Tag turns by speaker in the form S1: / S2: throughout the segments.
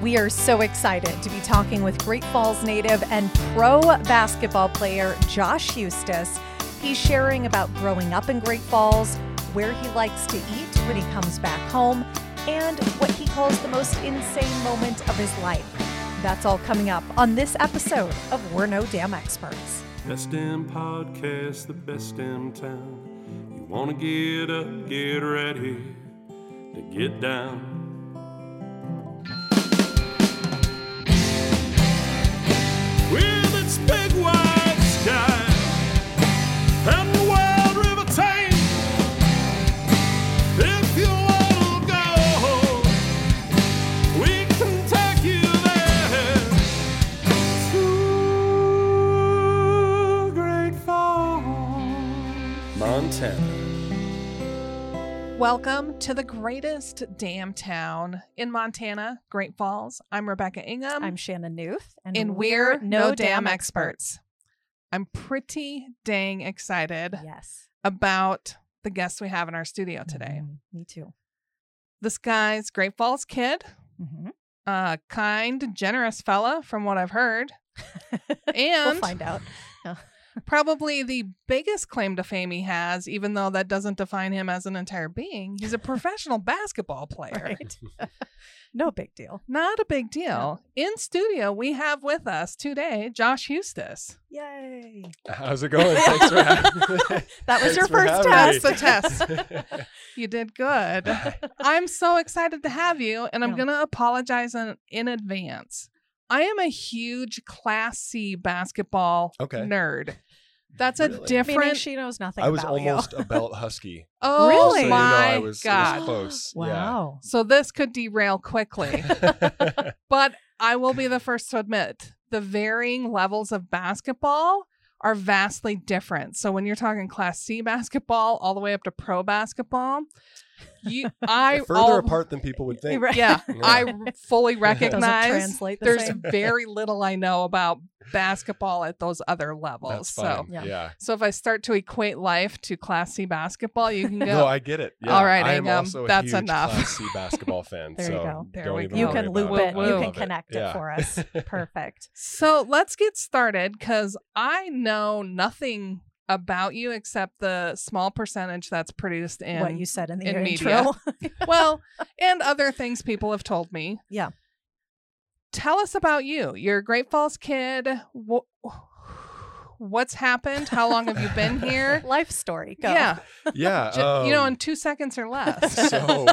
S1: We are so excited to be talking with Great Falls native and pro basketball player Josh Eustace. He's sharing about growing up in Great Falls, where he likes to eat when he comes back home, and what he calls the most insane moment of his life. That's all coming up on this episode of We're No Damn Experts.
S2: Best damn podcast, the best damn town. You wanna get up, get ready to get down. With its big wide sky and the wild river Thames, if you wanna go, we can take you there. Ooh, Great Falls, Montana.
S3: Welcome to the greatest damn town in Montana, Great Falls. I'm Rebecca Ingham,
S1: I'm Shannon Newth,
S3: and we're, no, damn, experts. I'm pretty dang excited
S1: Yes.
S3: about the guests we have in our studio today.
S1: Mhm. Me too.
S3: This guy's Great Falls kid,
S1: Mhm.
S3: a kind, generous fella, from what I've heard,
S1: We'll
S3: and
S1: find out.
S3: probably the biggest claim to fame he has, even though that doesn't define him as an entire being. He's a professional basketball player.
S1: Right. no big deal.
S3: Not a big deal. In studio, we have with us today Josh Eustace.
S1: Yay.
S4: How's it going? Thanks for having
S1: That was
S4: Thanks
S1: your
S4: for
S1: first
S4: having
S1: test.
S4: me.
S3: That's the test. You did good. I'm so excited to have you, and I'm
S1: Yeah.
S3: going to apologize in, in advance. I am a huge Class C basketball
S4: Okay.
S3: nerd. That's a
S4: Really?
S1: Meaning
S3: different.
S1: she knows nothing
S4: I was
S1: about
S4: almost a belt husky.
S3: oh
S1: Really?
S4: Just So you know,
S3: my
S4: I was, it
S3: God.
S4: was close.
S1: you. Wow.
S3: So this could derail quickly.
S4: Yeah.
S3: But I will be the first to admit the varying levels of basketball are vastly different. So when you're talking class C basketball all the way up to pro basketball, you I
S4: Further
S3: all-
S4: apart than people would think.
S1: Right.
S3: Yeah,
S4: Yeah.
S3: I fully
S1: Doesn't
S3: recognize
S1: translate the
S3: there's
S1: same.
S3: very little I know about basketball at those other
S4: That's
S3: levels. so
S4: fine.
S1: Yeah.
S4: Yeah.
S3: so if I start to equate life to class C basketball, you can go
S4: No, I get it. Yeah.
S3: All right,
S4: I am
S3: Ingham,
S4: also a
S3: that's
S4: huge
S3: enough.
S4: Class C basketball fan.
S1: There you
S4: so
S1: go.
S3: There
S4: don't
S3: we
S4: even
S3: go.
S1: You
S4: worry
S1: can
S4: about
S1: loop
S3: it.
S1: it.
S3: Woo,
S1: You
S3: woo.
S1: can
S4: Love it.
S1: connect it
S4: Yeah.
S1: for us. Perfect.
S3: So let's get started because I know nothing about you except the small percentage that's produced in
S1: what you said in the
S3: in
S1: intro.
S3: well, and other things people have told me.
S1: Yeah.
S3: Tell us about you. You're a Great Falls kid. Wh- what's happened? How long have you been here?
S1: Life story. Go.
S3: Yeah.
S4: Yeah.
S3: Ju- you know,
S4: um,
S3: in two seconds or less.
S4: so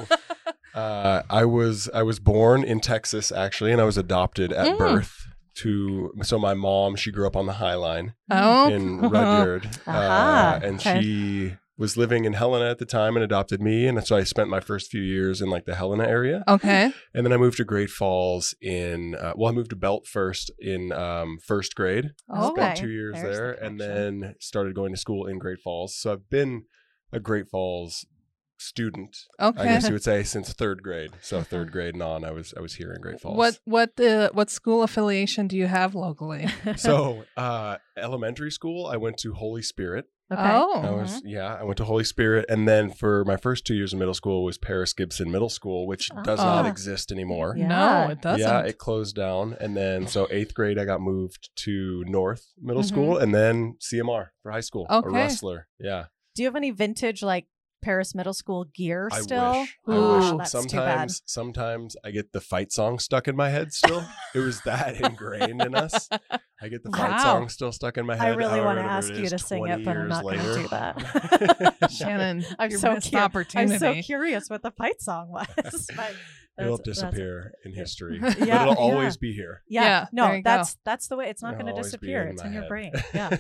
S4: uh, I was I was born in Texas actually, and I was adopted at
S3: Mm.
S4: birth. To so my mom, she grew up on the High Line.
S1: Mm-hmm.
S3: oh.
S4: in Rudyard, uh,
S1: Aha,
S4: and
S1: okay.
S4: she was living in Helena at the time and adopted me, and so I spent my first few years in like the Helena area,
S3: Okay.
S4: and then I moved to Great Falls in uh, well, I moved to Belt first in um, first grade,
S3: Oh.
S1: Okay.
S4: spent two years
S1: There's the
S4: there, and
S1: connection.
S4: then started going to school in Great Falls. So I've been a Great Falls student, I
S3: Okay.
S4: guess you would say, since third grade. So third grade and on, I was I was here in Great Falls.
S3: What what uh, what school affiliation do you have locally?
S4: So uh, elementary school, I went to Holy Spirit.
S3: Oh.
S4: I was yeah, I went to Holy Spirit, and then for my first two years in middle school was Paris Gibson Middle School, which does not
S3: Ah.
S4: exist anymore.
S1: Yeah.
S3: No, it doesn't.
S4: Yeah, it closed down, and then so eighth grade I got moved to North Middle
S1: Mhm.
S4: School, and then CMR for high school.
S3: Mm-hmm. Okay.
S4: A wrestler, yeah.
S1: Do you have any vintage like Paris middle school gear still?
S4: I wish.
S1: Ooh,
S4: I wish.
S1: That's
S4: Sometimes, sometimes I get the fight song stuck in my head. Still, it was that ingrained in us. I get the fight
S3: Wow.
S4: song still stuck in my
S1: too bad. I
S4: head.
S1: really want
S4: however
S1: to ask
S4: it
S1: you
S4: is
S1: to sing it,
S4: 20
S1: but I'm
S4: years
S1: not going to
S4: later.
S1: do that.
S3: Shannon,
S1: I'm
S3: you
S1: so
S3: missed
S1: curious. I'm
S3: opportunity.
S1: so curious what the fight song was. but that's-
S4: It'll
S1: that's-
S4: disappear in history,
S3: Yeah,
S4: but it'll
S1: yeah.
S4: always be here.
S1: Yeah,
S3: Yeah, there
S1: no,
S3: you go.
S1: that's that's the way. It's not
S4: It'll
S1: going to
S4: always be
S1: disappear.
S4: in
S1: it's
S4: my
S1: in your
S4: head.
S1: brain. Yeah.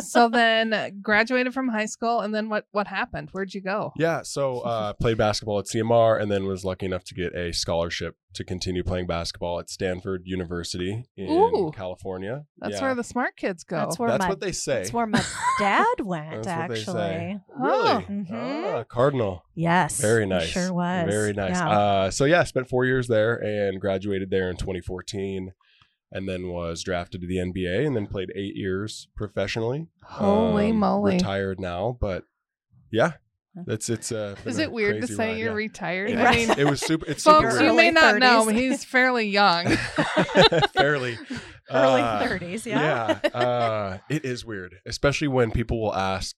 S3: so then uh, graduated from high school and then what what happened where'd you go
S4: Yeah, so uh, played basketball at CMR and then was lucky enough to get a scholarship to continue playing basketball at Stanford University in
S3: Ooh.
S4: California.
S3: that's
S4: Yeah.
S3: where the smart kids go
S1: That's where
S4: That's
S1: my
S4: what they say.
S1: that's where my dad went
S4: That's what they
S1: actually.
S4: say.
S3: Oh,
S4: really?
S1: Mm-hmm.
S3: mhm.
S4: Ah, Cardinal.
S1: Yes.
S4: Very
S1: it
S4: nice.
S1: Sure was.
S4: Very nice.
S1: Yeah.
S4: Uh, so yeah, spent four years there and graduated there in 2014 and then was drafted to the NBA and then played eight years professionally.
S3: holy
S4: Um,
S3: moly
S4: Retired now, but yeah, That's it's. Uh, been
S3: Is
S4: a
S3: it weird to
S4: crazy
S3: say
S4: ride,
S3: you're
S4: yeah.
S3: retired?
S1: Yeah.
S3: I
S1: Right.
S3: mean,
S4: it was super. It's super
S3: folks,
S1: You're
S3: you
S4: weird.
S1: early
S3: may not know
S1: 30s.
S3: he's fairly young.
S4: Fairly.
S1: Early
S4: Uh,
S1: 30s, yeah.
S4: uh, it is weird, especially when people will ask.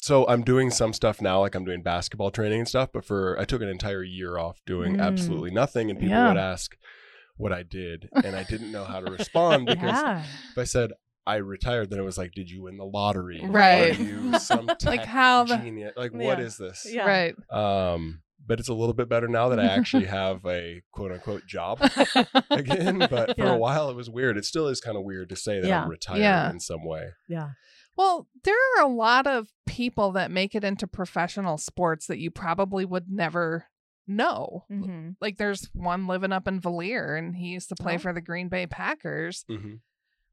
S4: So I'm doing some stuff now, like I'm doing basketball training and stuff. But for I took an entire year off doing
S1: Mm.
S4: absolutely nothing, and people
S3: Yeah.
S4: would ask what I did, and I didn't know how to respond because
S1: yeah.
S4: if I said I retired, then it was like, did you win the lottery?
S3: Right.
S4: Are you some
S3: Like
S4: tech
S3: how the
S4: genius? Like what
S1: Yeah.
S4: is this?
S1: Yeah.
S3: right.
S4: Um, but it's a little bit better now that I actually have a quote unquote job again. But for
S1: Yeah.
S4: a while, it was weird. It still is kind of weird to say that
S1: Yeah.
S4: I'm retired
S3: Yeah.
S4: in some way.
S1: Yeah.
S3: Well, there are a lot of people that make it into professional sports that you probably would never know.
S1: Mm-hmm.
S3: Like there's one living up in Valier and he used to play
S1: Oh.
S3: for the Green Bay Packers.
S4: Mm-hmm.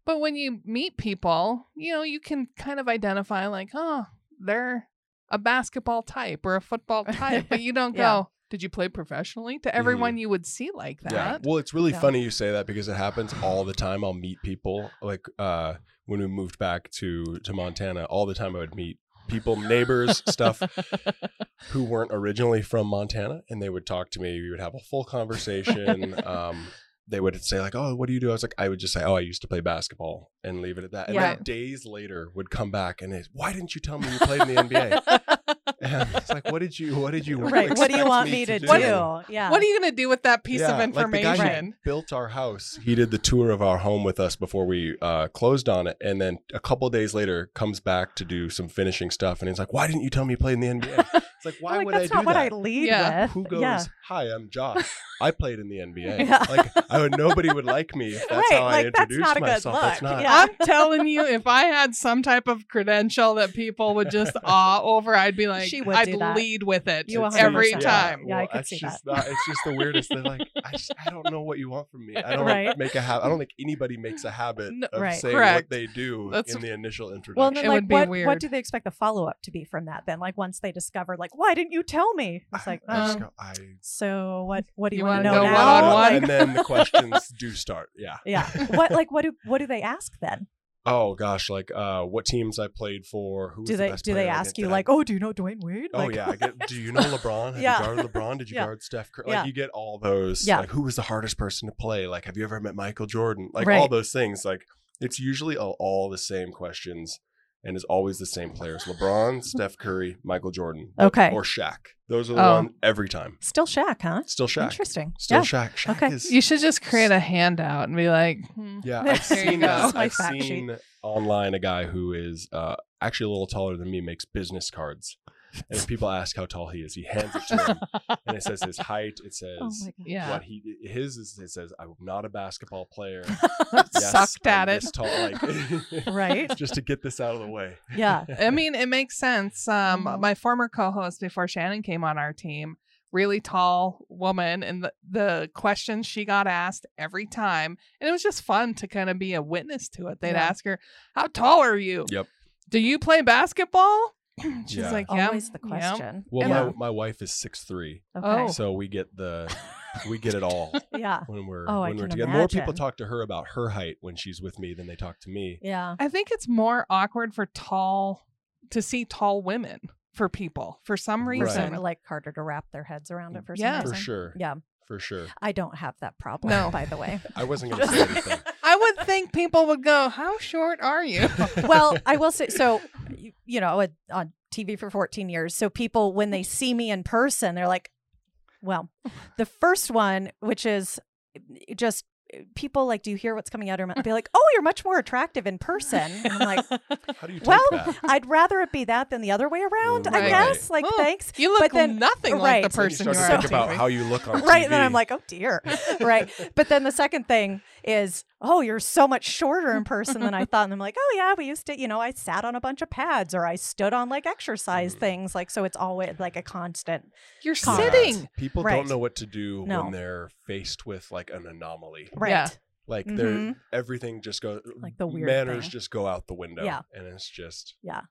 S3: But when you meet people, you know, you can kind of identify like, oh, they're a basketball type or a football type, but you don't
S1: Yeah.
S3: go, did you play professionally? To everyone you would see like
S4: Yeah.
S3: that.
S4: Well, it's really
S1: Yeah.
S4: funny you say that because it happens all the time. I'll meet people like uh, when we moved back to to Montana. All the time, I would meet people, neighbors, stuff who weren't originally from Montana, and they would talk to me. We would have a full conversation. um, they would say like, "Oh, what do you do?" I was like, "I would just say, oh, I used to play basketball," and leave it at that. And
S1: Yeah.
S4: then days later, would come back and it's, "Why didn't you tell me you played in the NBA?" And it's like, "What did you? What did you?
S1: Right. What do you
S4: expect
S1: want me to do? Yeah.
S3: What are you going to do with that piece of
S4: Yeah, like the guy who
S3: information?
S4: built our house. He did the tour of our home with us before we uh, closed on it, and then a couple days later comes back to do some finishing stuff, and he's like, "Why didn't you tell me you played in the NBA?" It's like, "Why
S1: like,
S4: would I
S1: that's
S4: do
S1: not what
S4: that?"
S1: I lead
S3: Yeah.
S1: with.
S4: Who goes,
S1: Yeah.
S4: "Hi, I'm Josh. I played in the NBA."
S1: Yeah.
S4: Like, I would nobody would like me if that's
S1: Right,
S4: how
S1: like,
S4: I
S1: that's
S4: introduced
S1: not a good
S4: myself. That's
S1: look.
S4: not.
S1: Yeah.
S3: I'm telling you, if I had some type of credential that people would just awe over, I'd be like,
S1: She would
S3: I'd
S1: do that.
S3: lead with it
S1: You
S4: It's-
S3: every
S1: 100%.
S3: time.
S1: Yeah, I could
S4: it's
S1: see
S4: just Not, it's just the weirdest. They're like, I, just, I don't know what you want from me. I don't
S1: Right.
S4: make a habit. I don't think anybody makes a habit
S3: No,
S4: of
S1: right.
S4: saying
S3: Correct.
S4: what they do
S3: That's-
S4: in the initial introduction.
S1: Well, and then,
S3: It
S1: like,
S3: would be
S1: what, what
S3: weird.
S1: do they expect the follow up to be from that? Then, like, once they discover, like, why didn't you tell me? It's like,
S4: I just
S1: um,
S4: go, I-
S1: so what? What do you,
S3: You
S1: want to
S3: wanna
S1: know
S3: go
S1: now?
S3: one-on-one?
S1: Like-
S4: and then the questions do start. Yeah.
S1: yeah. What, like, what do what do they ask then?
S4: Oh gosh, like uh, what teams I played for? Who was
S1: Do
S4: the
S1: they
S4: best
S1: do they
S4: player I
S1: ask
S4: did
S1: you
S4: that I-
S1: like, oh, do you know Dwayne Wade?
S4: Oh
S1: Like-
S4: yeah, I get, do you know LeBron? Have
S1: Yeah.
S4: you guarded LeBron? Did you
S1: Yeah.
S4: guard Steph Curry?
S1: Yeah.
S4: Like you get all those.
S1: Yeah.
S4: Like who was the hardest person to play? Like have you ever met Michael Jordan? Like all
S1: Right.
S4: those things. Like it's usually all, all the same questions, and is always the same players: LeBron, Steph Curry, Michael Jordan,
S1: Okay.
S4: or Shaq. Those are the
S3: Oh.
S4: ones every time.
S1: Still Shaq, huh?
S4: Still Shaq.
S1: Interesting.
S4: Still
S1: yeah.
S4: Shaq. Shaq
S1: Okay.
S4: is.
S3: You should just create a handout and be like, hmm,
S4: Yeah,
S1: There
S4: I've
S3: you
S4: seen,
S3: go.
S4: uh,
S1: That's my
S4: I've
S1: fact sheet.
S4: seen online a guy who is uh, actually a little taller than me makes business cards. And if people ask how tall he is, he hands it to him and it says his height. It says
S1: Oh my god.
S3: yeah,
S4: what he his is. It says I'm not a basketball player. Yes,
S3: sucked
S4: I'm
S3: at it.
S4: this Tall, like,
S1: Right.
S4: just to get this out of the way.
S1: Yeah.
S3: I mean, it makes sense. Um,
S4: Mm-hmm.
S1: Mhm.
S3: My former co host before Shannon came on our team, really tall woman, and the, the questions she got asked every time. And it was just fun to kind of be a witness to it. They'd
S1: Yeah.
S3: ask her, How tall are you?
S4: Yep.
S3: Do you play basketball? She's
S4: Yeah.
S3: like, Yeah.
S1: Always the
S3: yeah."
S1: question.
S4: Well,
S1: yeah. Oh.
S4: my, my wife is six three,
S1: okay.
S4: so we get the we get it all
S1: yeah.
S4: when we're
S1: Oh, I
S4: when we're
S1: can
S4: together. More people
S1: imagine.
S4: talk to her about her height when she's with me than they talk to me.
S1: Yeah.
S3: I think it's more awkward for tall to see tall women for people for some
S4: Right.
S3: reason.
S1: Or, like harder to wrap their heads around it for
S3: Yeah.
S1: some
S4: For
S1: reason.
S4: sure.
S1: Yeah.
S4: For sure.
S1: I don't have that problem,
S3: No.
S1: by the way.
S4: I wasn't gonna say anything.
S3: I would think people would go, "How short are you?"
S1: well, I will say so. You, you know, I was on TV for 14 years, so people when they see me in person, they're like, "Well, the first one, which is eh, just." People like, do you hear what's coming out of your mouth? Be like, oh, you're much more attractive in person. And I'm like,
S4: How do you take
S1: well,
S4: that?
S1: I'd rather it be that than the other way around, I
S3: Right.
S1: guess. Like,
S3: Well,
S1: thanks.
S3: You look
S1: But then-
S3: nothing
S1: right.
S3: like
S1: Then
S3: the
S4: Then you
S3: person you,
S4: start
S3: are.
S4: to
S1: on
S4: think about
S3: TV.
S4: how you look on
S1: right. And then
S4: TV.
S1: I'm like, oh dear. right. But then the second thing is, oh, you're so much shorter in person than I thought. And I'm like, oh yeah, we used to, you know, I sat on a bunch of pads or I stood on like exercise
S4: Mm-hmm.
S1: things. Like, so it's always like a constant.
S3: you're
S1: Con-
S3: sitting.
S4: People
S1: Right.
S4: don't know what to do
S1: No.
S4: when they're faced with like an anomaly.
S1: Right.
S3: Yeah.
S4: Like they're
S1: Mhm.
S4: everything just goes
S1: Like the weird
S4: manners
S1: thing.
S4: just go out the window.
S1: Yeah.
S4: And it's just
S1: Yeah.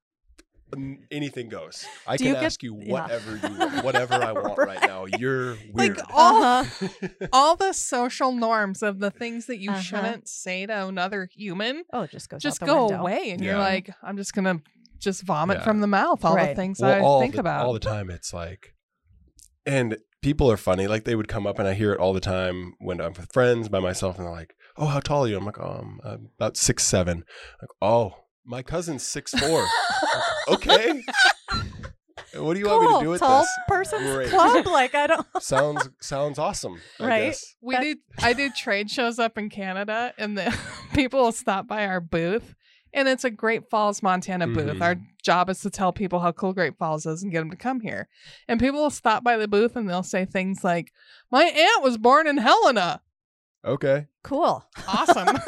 S4: n- anything goes. I
S1: Do
S4: can
S1: you get-
S4: ask you
S1: yeah.
S4: whatever you want, whatever I want right. now. You're weird.
S3: Like all
S1: Uh-huh.
S3: all the social norms of the things that you
S1: Uh-huh.
S3: shouldn't say to another human
S1: Oh, it just goes. out
S3: just
S1: the
S3: go
S1: window.
S3: away, and you're
S4: Yeah.
S3: like, "I'm just gonna just vomit
S4: Yeah.
S3: from the mouth all the
S1: Right.
S3: things
S4: Well, all
S3: I think
S4: the,
S3: about.
S4: all the time. It's like, and people are funny. Like they would come up, and I hear it all the time when I'm with friends by myself, and they're like, "Oh, how tall are you?" I'm like, "Oh, I'm uh, about six seven. Like, "Oh, my cousin's six four. okay. what do you want me to do with
S1: tall
S4: this?
S1: person's
S4: Great.
S1: club. Like I don't.
S4: Sounds sounds awesome. I
S1: Right?
S4: guess.
S3: we
S1: That-
S3: did I did trade shows up in Canada and the people will stop by our booth and it's a Great Falls, Montana booth.
S4: Mhm.
S3: Our job is to tell people how cool Great Falls is and get them to come here. And people will stop by the booth and they'll say things like, "My aunt was born in Helena."
S4: Okay.
S1: Cool.
S3: Awesome.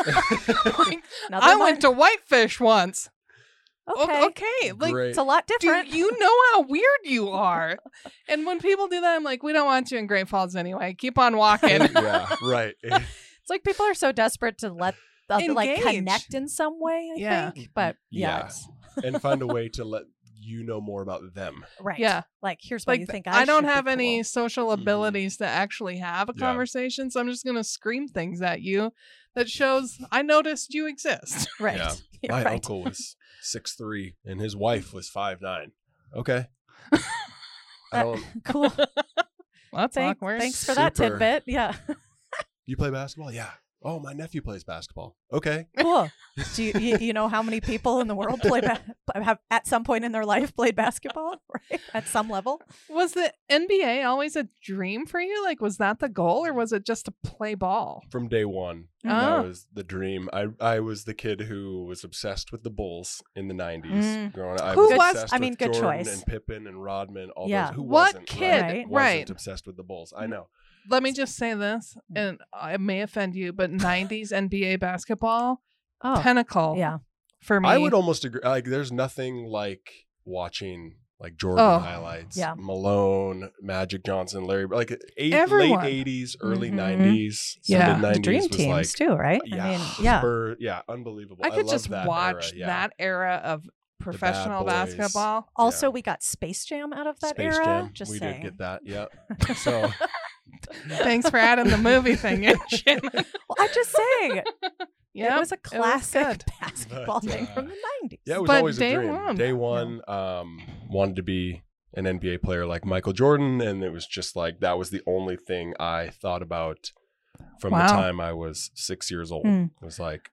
S3: Like,
S1: Another
S3: I
S1: one?
S3: went to Whitefish once. O-
S1: Okay.
S3: okay. Like
S4: Great.
S1: It's a lot
S3: do
S1: different.
S3: you know how weird you are? And when people do that, I'm like, we don't want you in Great Falls anyway. Keep on walking.
S4: yeah. Right.
S1: It's like people are so desperate to let uh, like
S3: Engage.
S1: connect in some way. I
S3: Yeah.
S1: think, but yeah,
S4: Yeah.
S1: it's-
S4: and find a way to let you know more about them.
S1: right.
S3: Yeah.
S1: like here's why
S3: like
S1: you think I,
S3: I, don't
S1: should be
S3: have any
S1: cool.
S3: social
S4: Mhm.
S3: abilities to actually have a
S4: Yeah.
S3: conversation, so I'm just gonna scream things at you that shows I noticed you exist.
S1: Right.
S4: Yeah.
S1: You're
S4: My
S1: right.
S4: uncle was six three, and his wife was five nine. Okay. I
S1: That-
S4: don't.
S1: Cool.
S3: Well, that's
S1: Thank-
S3: awkward.
S1: thanks for that
S4: Super.
S1: tidbit. Yeah.
S4: You play basketball? Yeah. Oh, my nephew plays basketball. Okay.
S1: Cool. Do you, you, you know how many people in the world play ba- have at some point in their life played basketball? Right. At some level.
S3: Was the NBA always a dream for you? Like, was that the goal, or was it just to play ball?
S4: From day one,
S3: Ah.
S1: Oh.
S4: that was the dream. I I was the kid who was obsessed with the Bulls in the '90s.
S1: Mm.
S4: Growing up, I
S3: Who
S4: was.
S3: was-
S4: obsessed
S1: I mean,
S4: with
S1: good
S4: Jordan
S1: choice.
S4: And Pippen and Rodman. All
S1: Yeah.
S4: those. Who
S3: What
S4: wasn't, Right.
S3: kid?
S1: Right. Mm.
S4: Wasn't
S3: Right.
S4: obsessed with the Bulls. I know.
S3: Let me just say this, and it may offend you, but '90s NBA basketball
S1: Oh.
S3: pinnacle.
S1: Yeah.
S3: for me.
S4: I would almost agree. Like, there's nothing like watching like Jordan
S3: Oh,
S4: highlights,
S1: yeah.
S4: Malone, Magic Johnson, Larry, like eight,
S3: Everyone. Mm-hmm.
S4: late '80s, early
S1: Mhm.
S4: '90s,
S3: Yeah.
S4: mid '90s
S1: the dream
S4: was
S1: teams
S4: like,
S1: too, right?
S4: yeah,
S1: I mean, yeah.
S4: Spur- yeah, unbelievable.
S3: I could
S4: love
S3: just
S4: that
S3: watch
S4: era, yeah.
S3: that era of professional
S4: Boys.
S3: basketball.
S1: Also,
S4: Yeah.
S1: we got Space Jam out of that
S4: Space
S1: era.
S4: Jam.
S1: Just
S4: we
S1: saying.
S4: did get that. Yeah. So
S3: Thanks for adding the movie thing in, Shannon.
S1: Well, I'm just saying.
S3: Yeah,
S1: It was a classic
S3: good.
S1: basketball
S4: But,
S1: thing
S4: uh,
S1: from the 90s.
S4: yeah, it was
S3: But
S4: always
S3: day
S4: a dream.
S3: one.
S4: Day one, um, wanted to be an NBA player like Michael Jordan, and it was just like that was the only thing I thought about from
S3: Wow.
S4: the time I was six years old.
S1: Hmm.
S4: It was like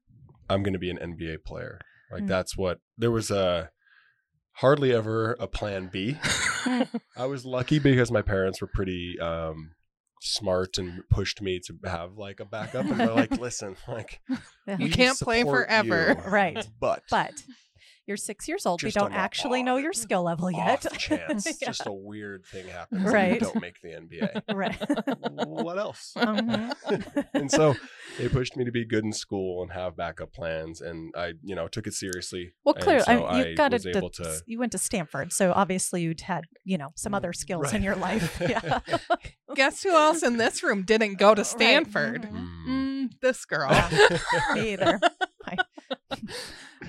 S4: I'm going to be an NBA player. Like
S1: Hmm.
S4: that's what there was a hardly ever a plan B. I was lucky because my parents were pretty um, smart and pushed me to have like a backup, and they're like, "Listen, like
S3: You
S4: we
S3: can't play
S4: support
S3: forever.
S4: you,
S1: Right.
S4: But
S1: But you're six years old.
S4: Just
S1: we
S4: on
S1: don't
S4: the
S1: actually know your
S4: odd-
S1: skill level yet.
S4: off chance,
S1: Yeah.
S4: just a weird thing happens. and
S1: Right.
S4: you don't make the NBA.
S1: right.
S4: what else?
S1: Mhm.
S4: and so they pushed me to be good in school and have backup plans, and I, you know, took it seriously.
S1: Well,
S4: And
S1: clearly, I
S4: so
S1: mean, you've got
S4: was
S1: to,
S4: able to. Mm,
S1: You went to Stanford, so obviously you'd had you know some other skills in
S4: Right.
S1: your life. Yeah.
S3: Guess who else in this room didn't go to Stanford?
S1: Mhm.
S4: Mm.
S3: Mm, this girl.
S1: Me either. I,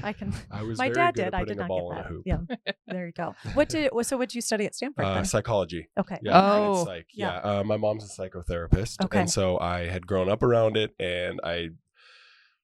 S1: I can.
S4: I was
S1: My
S4: very
S1: dad
S4: good
S1: did.
S4: at
S1: I
S4: putting
S1: did not
S4: a ball in
S1: get
S4: a hoop.
S1: that. Yeah. There you go. What did so? What did you study at Stanford?
S4: Uh,
S1: then?
S4: psychology.
S1: Okay.
S4: Yeah, and
S3: Oh.
S4: it's like yeah. Uh, my mom's a psychotherapist,
S1: Okay.
S4: and so I had grown up around it, and I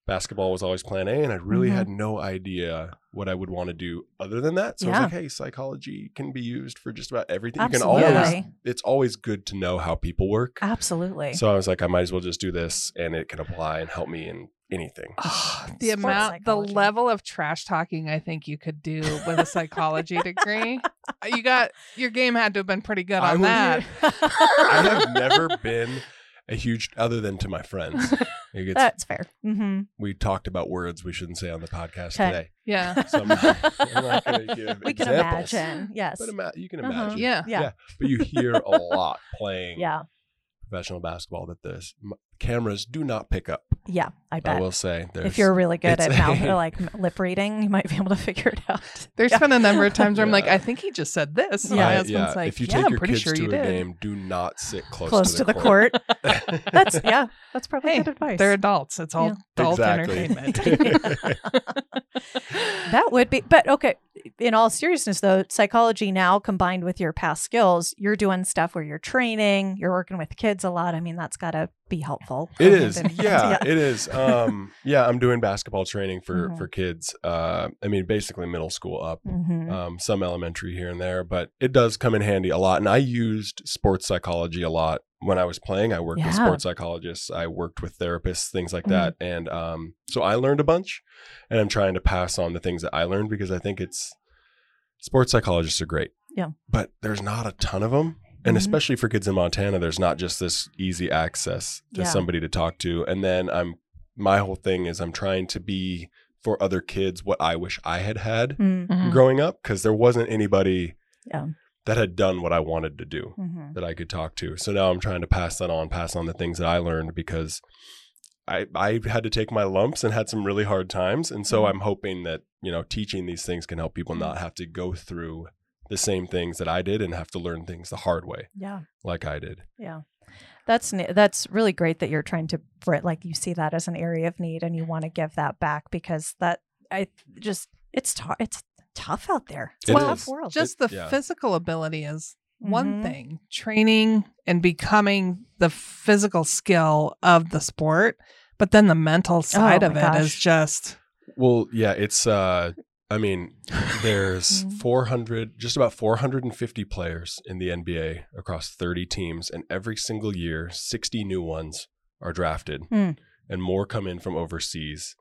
S4: basketball was always Plan A, and I really
S1: Mhm.
S4: had no idea what I would want to do other than that. So I
S1: Yeah.
S4: was like, hey, psychology can be used for just about everything.
S1: Absolutely.
S4: You can always.
S3: Yeah.
S4: It's always good to know how people work.
S1: Absolutely.
S4: So I was like, I might as well just do this, and it can apply and help me in anything.
S3: the
S1: Sports
S3: amount,
S1: psychology.
S3: the level of trash talking I think you could do with a psychology degree. Uh, You got your game had to have been pretty good
S4: I
S3: on
S4: would-
S3: that.
S4: I have never been a huge, other than to my friends. It gets-
S1: That's fair. Mm-hmm.
S4: we talked about words we shouldn't say on the podcast
S1: Okay.
S4: today.
S3: Yeah,
S4: So I'm not, I'm not going to give
S1: we can
S4: examples.
S1: imagine. Yes.
S4: But ima- you can
S1: Uh-huh.
S4: imagine.
S3: yeah.
S1: yeah. Yeah.
S4: But you hear a lot playing
S1: Yeah.
S4: professional basketball that the s- m- cameras do not pick up.
S1: I
S4: I
S1: bet.
S4: will say. There's,
S1: If you're really good
S4: it's
S1: at mouth
S4: a-
S1: like m- lip reading, you might be able to figure it out.
S3: There's
S1: Yeah.
S3: been a number of times where I'm like,
S4: Yeah.
S3: I think he just said this. And
S1: Yeah.
S3: My
S4: I-
S3: husband's like,
S4: if you
S3: yeah,
S4: take
S3: I'm
S4: your
S3: pretty
S4: kids
S3: sure
S4: to
S3: you
S4: a
S3: did.
S4: game, do not sit close,
S1: close to the court. That's yeah. That's probably
S3: Hey,
S1: good advice.
S3: They're adults. It's all
S1: Yeah.
S3: adult
S4: Exactly.
S3: entertainment.
S1: that would be, but okay. in all seriousness though psychology now combined with your past skills you're doing stuff where you're training you're working with kids a lot i mean that's got to be helpful
S4: It is.
S1: Hand in hand,
S4: Yeah, it is. Um, yeah, I'm doing basketball training for
S1: Mhm.
S4: for kids. Uh, I mean, basically middle school up,
S1: Mhm.
S4: um, some elementary here and there, but it does come in handy a lot. And I used sports psychology a lot when I was playing. I worked with
S1: Yeah. Mm-hmm.
S4: sports psychologists, I worked with therapists, things like that. And um, so I learned a bunch, and I'm trying to pass on the things that I learned because I think it's sports psychologists are great.
S1: Yeah.
S4: but there's not a ton of them. And
S1: Mhm.
S4: especially for kids in Montana, there's not just this easy access to
S1: Yeah.
S4: somebody to talk to. And then I'm my whole thing is I'm trying to be for other kids what I wish I had had
S3: Mm-hmm.
S1: Mm,
S4: growing up because there wasn't anybody
S1: Yeah.
S4: that had done what I wanted to do
S1: mhm.
S4: that I could talk to. So now I'm trying to pass that on, pass on the things that I learned because I I had to take my lumps and had some really hard times. And so
S1: Mhm.
S4: I'm hoping that, you know, teaching these things can help people
S1: Mhm.
S4: not have to go through the same things that I did and have to learn things the hard way
S1: yeah
S4: like I did.
S1: yeah that's ne- that's really great that you're trying to br- like you see that as an area of need and you want to give that back because that i just it's tou- it's tough out there it's
S4: It
S1: a tough
S4: is.
S1: world
S3: Just the
S4: It- yeah.
S3: physical ability is
S1: Mhm.
S3: one thing. Training and becoming the physical skill of the sport, but then the mental side
S1: Oh my
S3: of it is
S1: gosh.
S3: just
S4: Well, yeah, it's uh I mean, there's
S1: Mhm.
S4: 400 just about 450 players in the NBA across 30 teams and every single year 60 new ones are drafted
S1: Hmm.
S4: and more come in from overseas.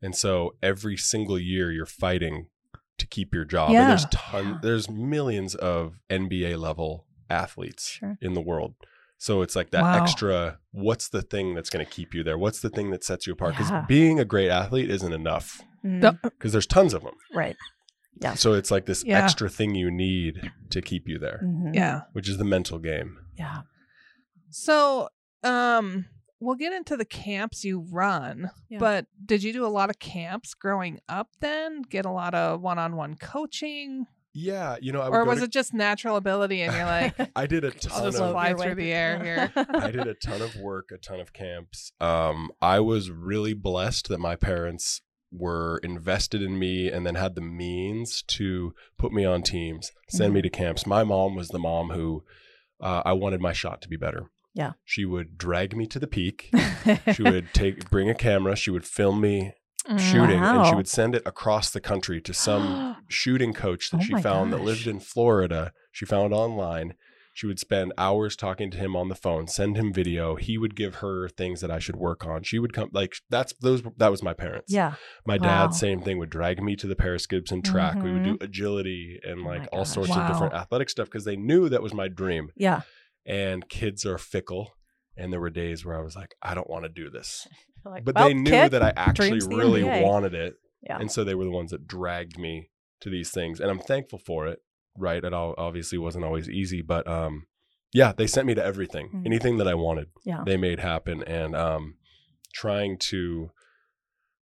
S4: And so every single year you're fighting to keep your job. And there's ton
S1: Yeah.
S4: there's millions of NBA level athletes
S1: Sure.
S4: in the world. So it's like that
S3: Wow.
S4: extra what's the thing that's going to keep you there? What's the thing that sets you apart? Cuz
S1: Yeah.
S4: being a great athlete isn't enough
S1: Mm,
S3: The-
S4: because there's tons of them.
S1: right Yeah.
S4: So it's like this
S3: Yeah. Mm.
S4: extra thing you need to keep you there,
S1: Mhm.
S3: yeah.
S4: which is the mental game.
S1: yeah
S3: So, um we'll get into the camps you run,
S1: Yeah.
S3: but did you do a lot of camps growing up then? Get a lot of one-on-one coaching
S4: Yeah, you know, I would
S3: or
S4: go
S3: was
S4: to-
S3: it just natural ability and you're like
S4: I did a
S3: I'll
S4: ton
S3: just
S4: of
S3: fly through the air
S4: I did a ton of work, a ton of camps. Um, I was really blessed that my parents were invested in me and then had the means to put me on teams,
S3: Mm-hmm.
S4: send me to camps. My mom was the mom who uh, I wanted my shot to be better.
S1: Yeah.
S4: She would drag me to the peak.
S1: here.
S4: she would take bring a camera, she would film me
S3: "Mm."
S4: shooting and she
S1: Wow.
S4: would send it across the country to some shooting coach that
S1: Oh
S4: she
S1: my
S4: found that
S1: gosh.
S4: lived in Florida. She found online. She would spend hours talking to him on the phone, send him video. He would give her things that I should work on. She would come like that's those that was my parents.
S1: yeah
S4: My
S1: Wow. Mm-hmm.
S4: dad, same thing, would drag me to the Paris Gibson track. We would do agility and
S1: Oh
S4: like
S1: my
S4: all
S1: gosh.
S4: sorts of different athletic stuff because they knew that was my dream.
S1: yeah
S4: And kids are fickle. And there were days where I was like, I don't want to do this
S1: Like,
S4: but
S1: well,
S4: they knew
S1: kid,
S4: that I actually
S1: dreams the
S4: really
S1: NBA.
S4: wanted it.
S1: Yeah.
S4: And so they were the ones that dragged me to these things. And I'm thankful for it, right? It all obviously wasn't always easy, but um, yeah, they sent me to everything.
S1: Mm.
S4: Anything that I wanted,
S1: Yeah.
S4: they made happen. And um, trying to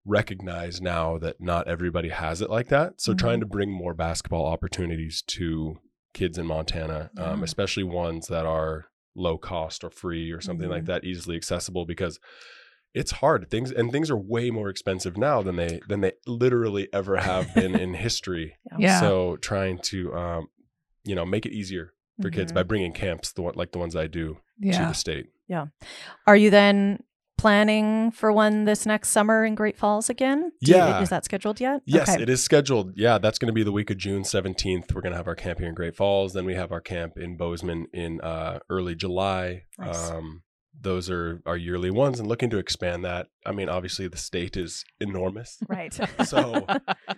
S4: recognize now that not everybody has it like that. So
S1: Mhm.
S4: trying to bring more basketball opportunities to kids in Montana, um,
S1: Yeah.
S4: especially ones that are low cost or free or something like
S1: Mhm.
S4: that, easily accessible because it's hard things and things are way more expensive now than they than they literally ever have been in history
S3: Yeah.
S4: so trying to um you know make it easier for kids
S1: Mhm.
S4: by bringing camps the one like the ones i do to
S3: yeah.
S4: the state
S1: Are you then planning for one this next summer in Great Falls again? Do you-
S4: Yeah.
S1: is that scheduled yet?
S4: yes
S1: Okay.
S4: it is scheduled yeah that's going to be the week of june 17th we're going to have our camp here in great falls then we have our camp in bozeman in uh early july
S1: Nice.
S4: um those are our yearly ones and looking to expand that i mean obviously the state is enormous
S1: Right.
S4: so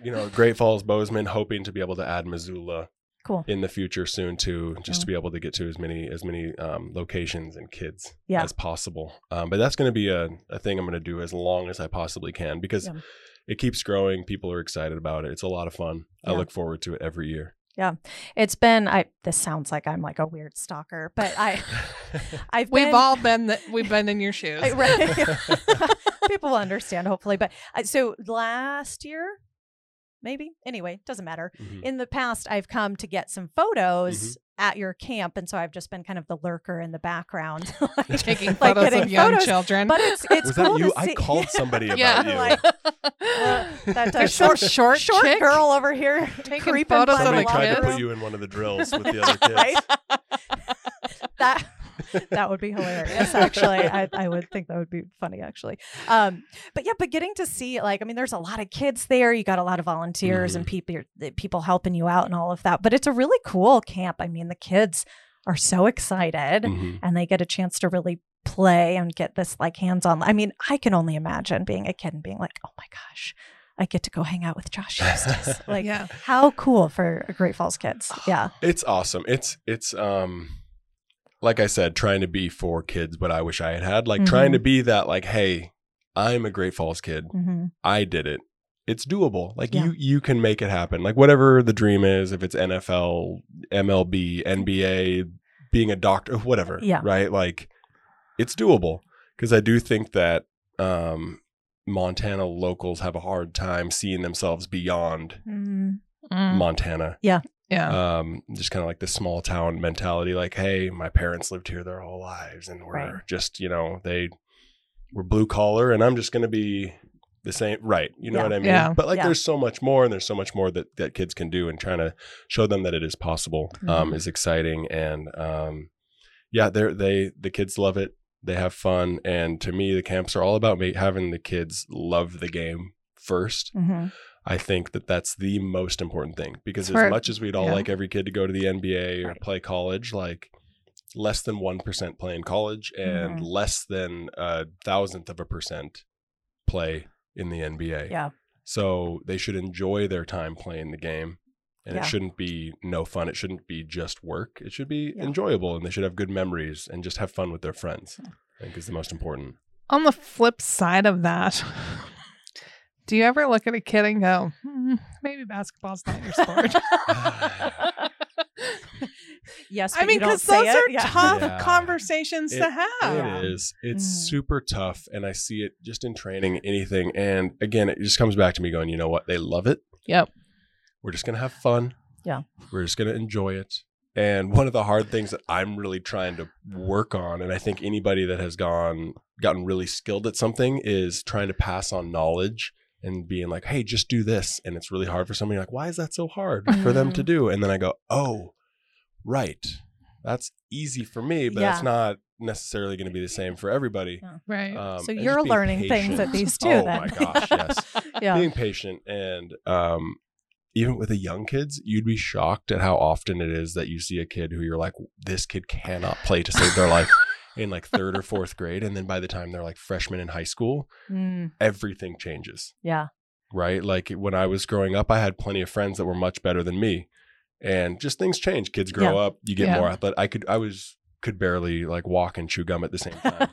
S4: you know great falls bozeman hoping to be able to add missoula
S1: cool.
S4: in the future soon too
S1: Yeah.
S4: just to be able to get to as many as many um, locations and kids
S1: Yeah.
S4: as possible um, but that's going to be a, a thing i'm going to do as long as i possibly can because
S1: Yeah.
S4: it keeps growing people are excited about it it's a lot of fun i
S1: Yeah.
S4: look forward to it every year
S1: It's been I this sounds like I'm like a weird stalker, but I
S4: Mm-hmm.
S1: I've
S3: We've
S1: been,
S3: all been th- we've been in your shoes.
S1: I- right. People will understand hopefully, but I, so last year maybe anyway doesn't matter
S4: Mhm.
S1: in the past i've come to get some photos at your camp and so i've just been kind of the lurker in the background like,
S3: Taking
S1: like
S3: photos
S1: getting
S3: of young
S1: photos.
S3: children.
S1: but it's it's
S4: was
S1: cool
S4: that you
S1: to
S4: i
S1: see-
S4: called somebody about
S3: Yeah.
S4: you
S1: Like,
S3: But,
S1: That uh,
S3: There's some
S1: short,
S3: short,
S1: short
S3: chick
S1: girl over here
S3: taking
S1: creeping
S3: photos
S1: by
S3: of
S1: the
S4: Somebody
S3: the
S4: tried to
S1: locker
S3: kids.
S4: put
S1: room.
S4: you in one of the drills with the other kids.
S1: right? that that would be hilarious. Actually, I, I would think that would be funny. Actually, um, but yeah, but getting to see like I mean, there's a lot of kids there. You got a lot of volunteers and people people helping you out and all of that. But it's a really cool camp. I mean, the kids are so excited
S4: Mhm.
S1: and they get a chance to really play and get this like hands on. I mean, I can only imagine being a kid and being like, oh my gosh. I get to go hang out with Josh Eustace. Like,
S3: Yeah.
S1: how cool for Great Falls kids. Yeah.
S4: It's awesome. It's it's um like I said, trying to be for kids what I wish I had had. Like trying
S1: Mm-hmm.
S4: to be that like, hey, I'm a Great Falls kid.
S1: hmm
S4: I did it. It's doable. Like
S1: Yeah.
S4: you you can make it happen. Like whatever the dream is, if it's NFL, MLB, NBA, being a doctor, whatever.
S1: Yeah.
S4: Right? Like it's doable. Cause I do think that um Montana locals have a hard time seeing themselves beyond
S1: Mm,
S3: Mm.
S4: Montana
S3: Yeah.
S4: um, just kind of like the small town mentality, like, hey, my parents lived here their whole lives, and we're
S1: Right.
S4: just, you know, they were blue collar, and I'm just gonna be the same, right? You know
S1: Yeah.
S4: what I mean?
S3: Yeah.
S4: But like,
S1: Yeah.
S4: there's so much more, and there's so much more that that kids can do, and trying to show them that it is possible um,
S1: Mhm.
S4: is exciting, and um, yeah, they are they the kids love it. They have fun, and to me, the camps are all about ma- having the kids love the game first
S1: mhm.
S4: I think that that's the most important thing because
S3: Smart.
S4: as much as we'd all
S3: Yeah.
S4: like every kid to go to the NBA or
S1: Right.
S4: play college, like less than 1% play in college
S1: Mhm.
S4: and less than a thousandth of a percent play in the NBA.
S1: Yeah.
S4: So they should enjoy their time playing the game. And
S1: Yeah.
S4: it shouldn't be no fun. It shouldn't be just work. It should be
S1: Yeah.
S4: enjoyable and they should have good memories and just have fun with their friends. I think is the most important.
S3: On the flip side of that, do you ever look at a kid and go, hmm, maybe basketball's not your sport?
S1: yes,
S3: I mean, because those are tough
S4: Yeah.
S3: conversations
S4: It-
S3: to have.
S1: Yeah.
S4: It is. It's
S1: Mm.
S4: super tough. And I see it just in training, anything. And again, it just comes back to me going, you know what? They love it.
S3: Yep.
S4: We're just going to have fun.
S1: Yeah.
S4: We're just going to enjoy it. And one of the hard things that I'm really trying to work on, and I think anybody that has gone gotten really skilled at something is trying to pass on knowledge and being like, hey, just do this. And it's really hard for somebody like, why is that so hard for them
S1: Mm-hmm.
S4: to do? And then I go, oh, right. That's easy for me, but
S1: Yeah.
S4: that's not necessarily going to be the same for everybody.
S3: Right.
S4: Um,
S1: so
S4: and
S1: you're
S4: just being
S1: learning things at
S4: patient.
S1: these two.
S4: Oh
S1: then.
S4: my gosh, yes.
S1: yeah.
S4: Being patient and um, even with the young kids, you'd be shocked at how often it is that you see a kid who you're like, this kid cannot play to save their life in like third or fourth grade, and then by the time they're like freshmen in high school,
S1: Mm,
S4: everything changes
S1: yeah.
S4: right? Like when I was growing up, I had plenty of friends that were much better than me, and just things change. Kids grow
S1: Yeah.
S4: up, you get
S3: Yeah.
S4: more athletic. I could, I was could barely like walk and chew gum at the same time,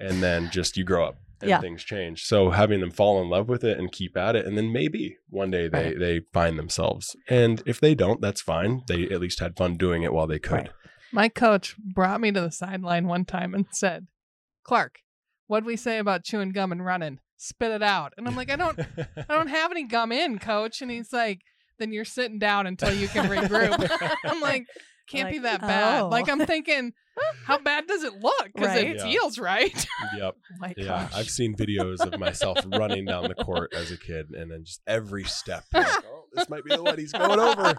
S4: and then just you grow up and
S1: Yeah.
S4: things change. So having them fall in love with it and keep at it, and then maybe one day they
S1: Right.
S4: they find themselves. And if they don't, that's fine. They at least had fun doing it while they could.
S1: Right.
S3: My coach brought me to the sideline one time and said, Clark, what'd we say about chewing gum and running? Spit it out. And I'm like, I don't I don't have any gum in, coach. And he's like, then you're sitting down until you can regroup. I'm like, can't be
S1: Like,
S3: that bad.
S1: oh.
S3: Like I'm thinking, how bad does it look? Because
S1: Right.
S3: it
S4: Yeah.
S3: feels right. Oh
S4: Yep.
S1: My
S4: Yeah, I've seen videos of myself running down the court as a kid, and then just every step, like, oh, this might be the one he's going over.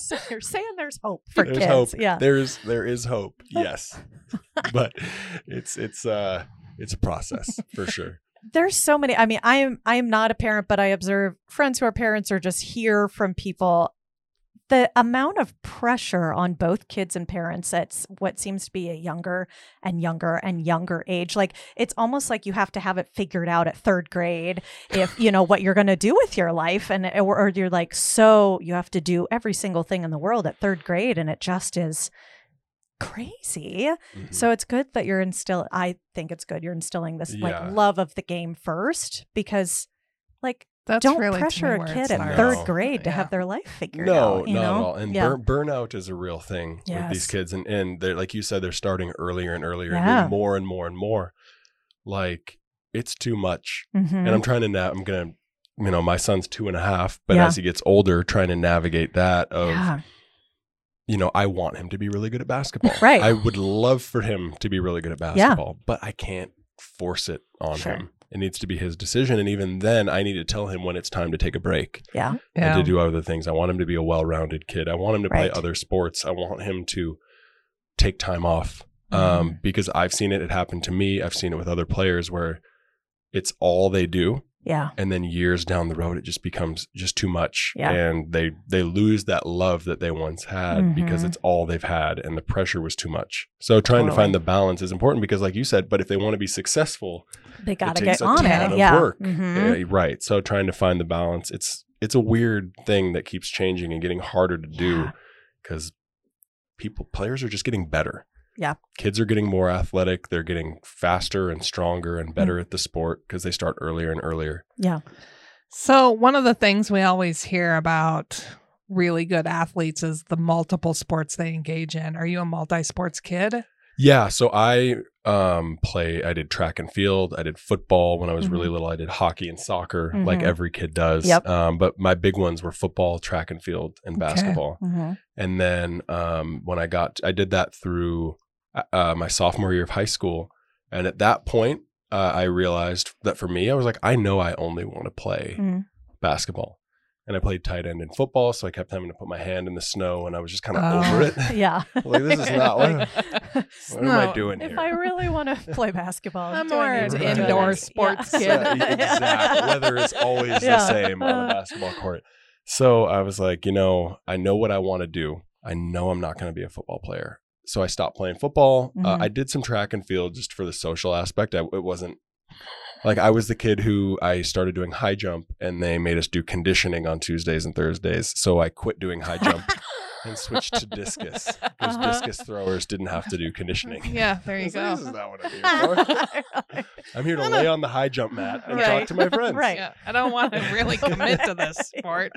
S1: so you're saying there's hope for
S4: There's
S1: kids.
S4: hope.
S1: Yeah.
S4: There is there is hope. Yes, but it's it's uh it's a process for sure.
S1: there's so many i mean i am i am not a parent but i observe friends who are parents or just hear from people the amount of pressure on both kids and parents at s- what seems to be a younger and younger and younger age like it's almost like you have to have it figured out at third grade if you know what you're going to do with your life and eh, or, or you're like so you have to do every single thing in the world at third grade and it just is crazy
S4: Mhm.
S1: so it's good that you're instill. I think it's good you're instilling this
S4: Yeah.
S1: like love of the game first because like
S3: That's
S1: don't
S3: really to
S1: pressure
S3: me
S1: a
S3: where it
S1: kid at
S4: starts.
S1: third
S4: No.
S1: grade to
S3: Yeah.
S1: have their life figured
S4: no,
S1: out. You
S4: not
S1: know?
S4: at all. And
S1: yeah.
S4: bur- burnout is a real thing with
S1: Yes.
S4: these kids, and and they're like you said, they're starting earlier and earlier, and
S1: Yeah.
S4: doing more and more and more. Like it's too much
S1: Mhm.
S4: and I'm trying to na- I'm gonna you know my son's two and a half but
S1: Yeah.
S4: as he gets older trying to navigate that of
S1: yeah.
S4: you know I want him to be really good at basketball
S1: Right.
S4: I would love for him to be really good at basketball but I can't force it on
S1: Sure.
S4: him It needs to be his decision. And even then, I need to tell him when it's time to take a break
S1: Yeah.
S4: and
S3: Yeah.
S4: to do other things. I want him to be a well rounded kid. I want him to play
S1: Right.
S4: other sports. I want him to take time off
S1: Mm-hmm.
S4: um, because I've seen it. It happened to me. I've seen it with other players where it's all they do.
S1: Yeah.
S4: And then years down the road, it just becomes just too much.
S1: Yeah.
S4: And they, they lose that love that they once had because
S1: Mhm.
S4: it's all they've had and the pressure was too much. So trying to
S1: Totally.
S4: find the balance is important because, like you said, but if they want to be successful,
S1: They got to
S4: takes
S1: get
S4: a
S1: on
S4: ton
S1: it.
S4: of
S1: yeah.
S4: work.
S1: Mhm.
S4: yeah, right. So trying to find the balance, it's it's a weird thing that keeps changing and getting harder to do
S1: Yeah.
S4: because people players are just getting better.
S1: Yeah.
S4: Kids are getting more athletic, they're getting faster and stronger and better
S1: Mm.
S4: at the sport because they start earlier and earlier.
S3: So, one of the things we always hear about really good athletes is the multiple sports they engage in. Are you a multi sports kid?
S4: Yeah, so I um play I did track and field, I did football when I was really little, I did hockey and soccer like
S1: Mhm.
S4: every kid does.
S1: Mm-hmm. Yep.
S4: Um but my big ones were football, track and field and
S3: Okay.
S4: basketball.
S1: Mhm.
S4: And then um, when I got, I did that through uh, uh, my sophomore year of high school. And at that point, uh, I realized that for me, I was like, I know I only want to play
S1: Mhm.
S4: basketball. And I played tight end in football. So I kept having to put my hand in the snow and I was just kind of
S3: Oh.
S4: over it.
S1: Yeah.
S4: like, this is not what, what am I
S3: No,
S4: doing
S1: if
S4: here?
S1: I really want to play basketball,
S3: I'm
S1: doing
S3: more
S1: it
S4: an
S1: together.
S4: indoor
S1: Yeah.
S3: sports kid.
S4: Yeah, e-, exactly. Weather is always
S1: Yeah.
S4: the same on
S3: Uh.
S4: the basketball court. So I was like, you know, I know what I want to do. I know I'm not going to be a football player. So I stopped playing football. Uh,
S3: Mm-hmm.
S1: Mhm.
S4: I did some track and field just for the social aspect. I, it wasn't like I was the kid who I started doing high jump and they made us do conditioning on Tuesdays and Thursdays. So I quit doing high jump and switched to discus because
S1: Uh-huh.
S4: discus throwers didn't have to do conditioning.
S3: Yeah, there you
S4: This is
S3: go.
S4: not what I'm here for. I'm here to lay on the high jump mat and
S3: Right.
S4: talk to my friends.
S1: Right.
S3: Yeah, I don't want to really commit to this sport.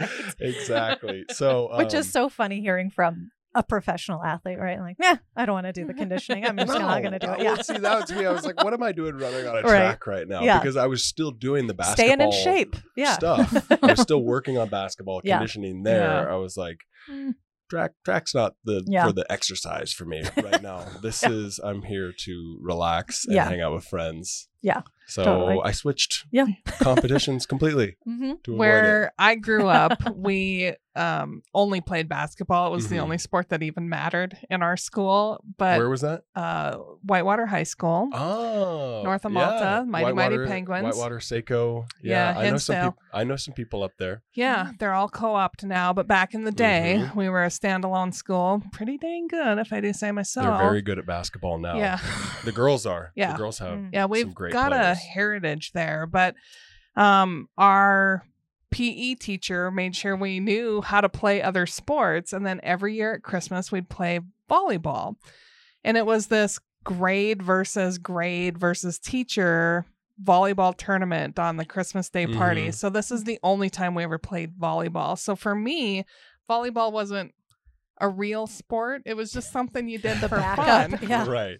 S4: Exactly. So, um,
S1: Which is so funny hearing from a professional athlete, right? Like, yeah, I don't want to do the conditioning. I'm just not going to do it.
S4: um, Oh, well,
S1: Yeah.
S4: see, that was me. I was like, what am I doing running on a
S1: Right.
S4: track right now?
S1: Yeah.
S4: Because I was still doing the basketball
S1: Staying in shape. Yeah.
S4: stuff. I was still working on basketball
S1: Yeah.
S4: conditioning there. I was like,
S1: Mm.
S4: track track's not the
S1: Yeah.
S4: for the exercise for me right now. This
S1: Yeah.
S4: is I'm here to relax and
S1: Yeah.
S4: hang out with friends.
S1: Yeah.
S4: So
S1: Totally.
S4: I switched
S1: Yeah.
S4: competitions completely
S1: hmm
S4: to avoid it.
S3: Where I grew up, we um, only played basketball. It was the
S4: Mhm.
S3: only sport that even mattered in our school. But
S4: Where was that?
S3: uh, Whitewater High School.
S4: Oh,
S3: North of Malta, Mighty Mighty Penguins.
S4: Whitewater, Seiko.
S3: Yeah,
S4: Yeah, I know some.
S3: Hinsdale.
S4: peop- I know some people up there.
S3: Yeah, they're all co-opt now, but back in the day,
S4: Mhm.
S3: we were a standalone school, pretty dang good if I do say myself.
S4: They're very good at basketball now.
S3: Yeah.
S4: the girls are.
S3: Yeah.
S4: the girls have.
S1: Mm.
S3: Yeah, we've
S4: great
S3: got
S4: players.
S3: a heritage there, but um our PE teacher made sure we knew how to play other sports and then every year at Christmas we'd play volleyball. And it was this grade versus grade versus teacher volleyball tournament on the Christmas Day party.
S4: Mhm.
S3: So this is the only time we ever played volleyball. So for me, volleyball wasn't a real sport. It was just something you did
S1: The
S3: for
S1: backup.
S3: fun.
S1: Yeah.
S4: Right.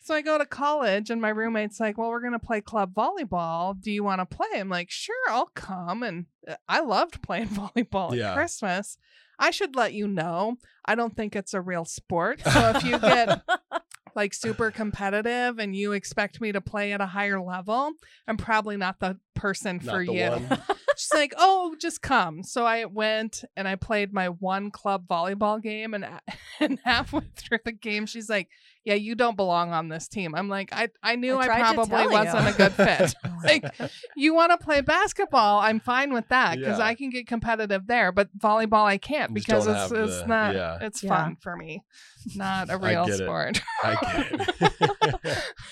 S3: So I go to college and my roommate's like, "Well, we're going to play club volleyball. Do you want to play?" I'm like, "Sure, I'll come." And uh, I loved playing volleyball
S4: Yeah.
S3: at Christmas. I should let you know. I don't think it's a real sport. So if you get like super competitive and you expect me to play at a higher level, I'm probably not the person
S4: Not
S3: for
S4: the
S3: you.
S4: one.
S3: She's like, "Oh, just come." So I went and I played my one club volleyball game, and and halfway through the game, she's like, "Yeah, you don't belong on this team." I'm like, "I I knew
S1: I
S3: I,
S1: tried to tell
S3: probably
S1: you."
S3: wasn't a good fit. like, you want to play basketball? I'm fine with that because
S4: Yeah.
S3: I can get competitive there, but volleyball I can't
S4: You just
S3: because
S4: don't
S3: it's
S4: have
S3: it's
S4: the-
S3: not
S4: yeah.
S3: it's
S1: Yeah.
S3: fun for me, not a
S4: I
S3: real
S4: get it.
S3: sport.
S4: I get it.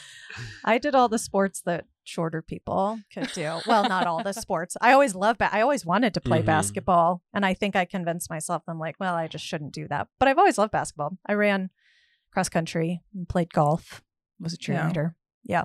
S1: I did all the sports that shorter people could do. Well, not all the sports. I always loved ba- I always wanted to play
S4: Mhm.
S1: basketball, and I think I convinced myself I'm like, well, I just shouldn't do that. But I've always loved basketball. I ran cross country and played golf. Was a
S3: Yeah.
S1: cheerleader. Yeah.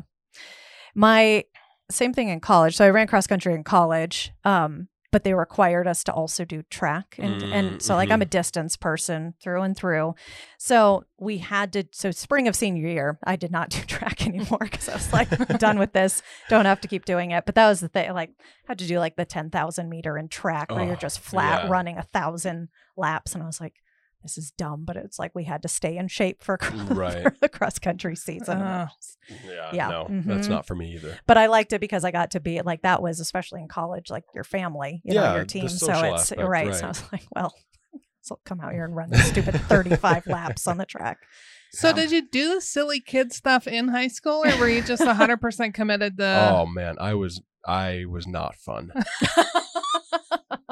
S1: My same thing in college. So I ran cross country in college. Um but they required us to also do track and
S4: Mm,
S1: and so like
S4: mm-hmm.
S1: I'm a distance person through and through. So we had to so spring of senior year, I did not do track anymore because I was like I'm done with this. Don't have to keep doing it. But that was the thing. Like, had to do like the 10,000 meter in track where you're
S4: Oh,
S1: just flat
S4: yeah.
S1: running a thousand laps. And I was like, this is dumb, but it's like we had to stay in shape for, cr-
S4: Right.
S1: for the cross country season.
S4: Uh-huh.
S1: And I'm
S3: Ugh.
S1: just-
S4: Yeah,
S1: Yeah,
S4: no, that's
S1: mhm.
S3: mm-hmm.
S4: not for me either.
S1: but I liked it because I got to be like that was especially in college like your family, you know,
S4: Yeah,
S1: your
S4: the
S1: team. So
S4: social
S1: it's
S4: aspect,
S1: right. So
S4: right.
S1: I was like, well, so come out here and run these stupid thirty-five laps on the track.
S3: So
S1: Yeah.
S3: did you do the silly kid stuff in high school, or were you just hundred percent committed to?
S4: oh man, I was I was not fun.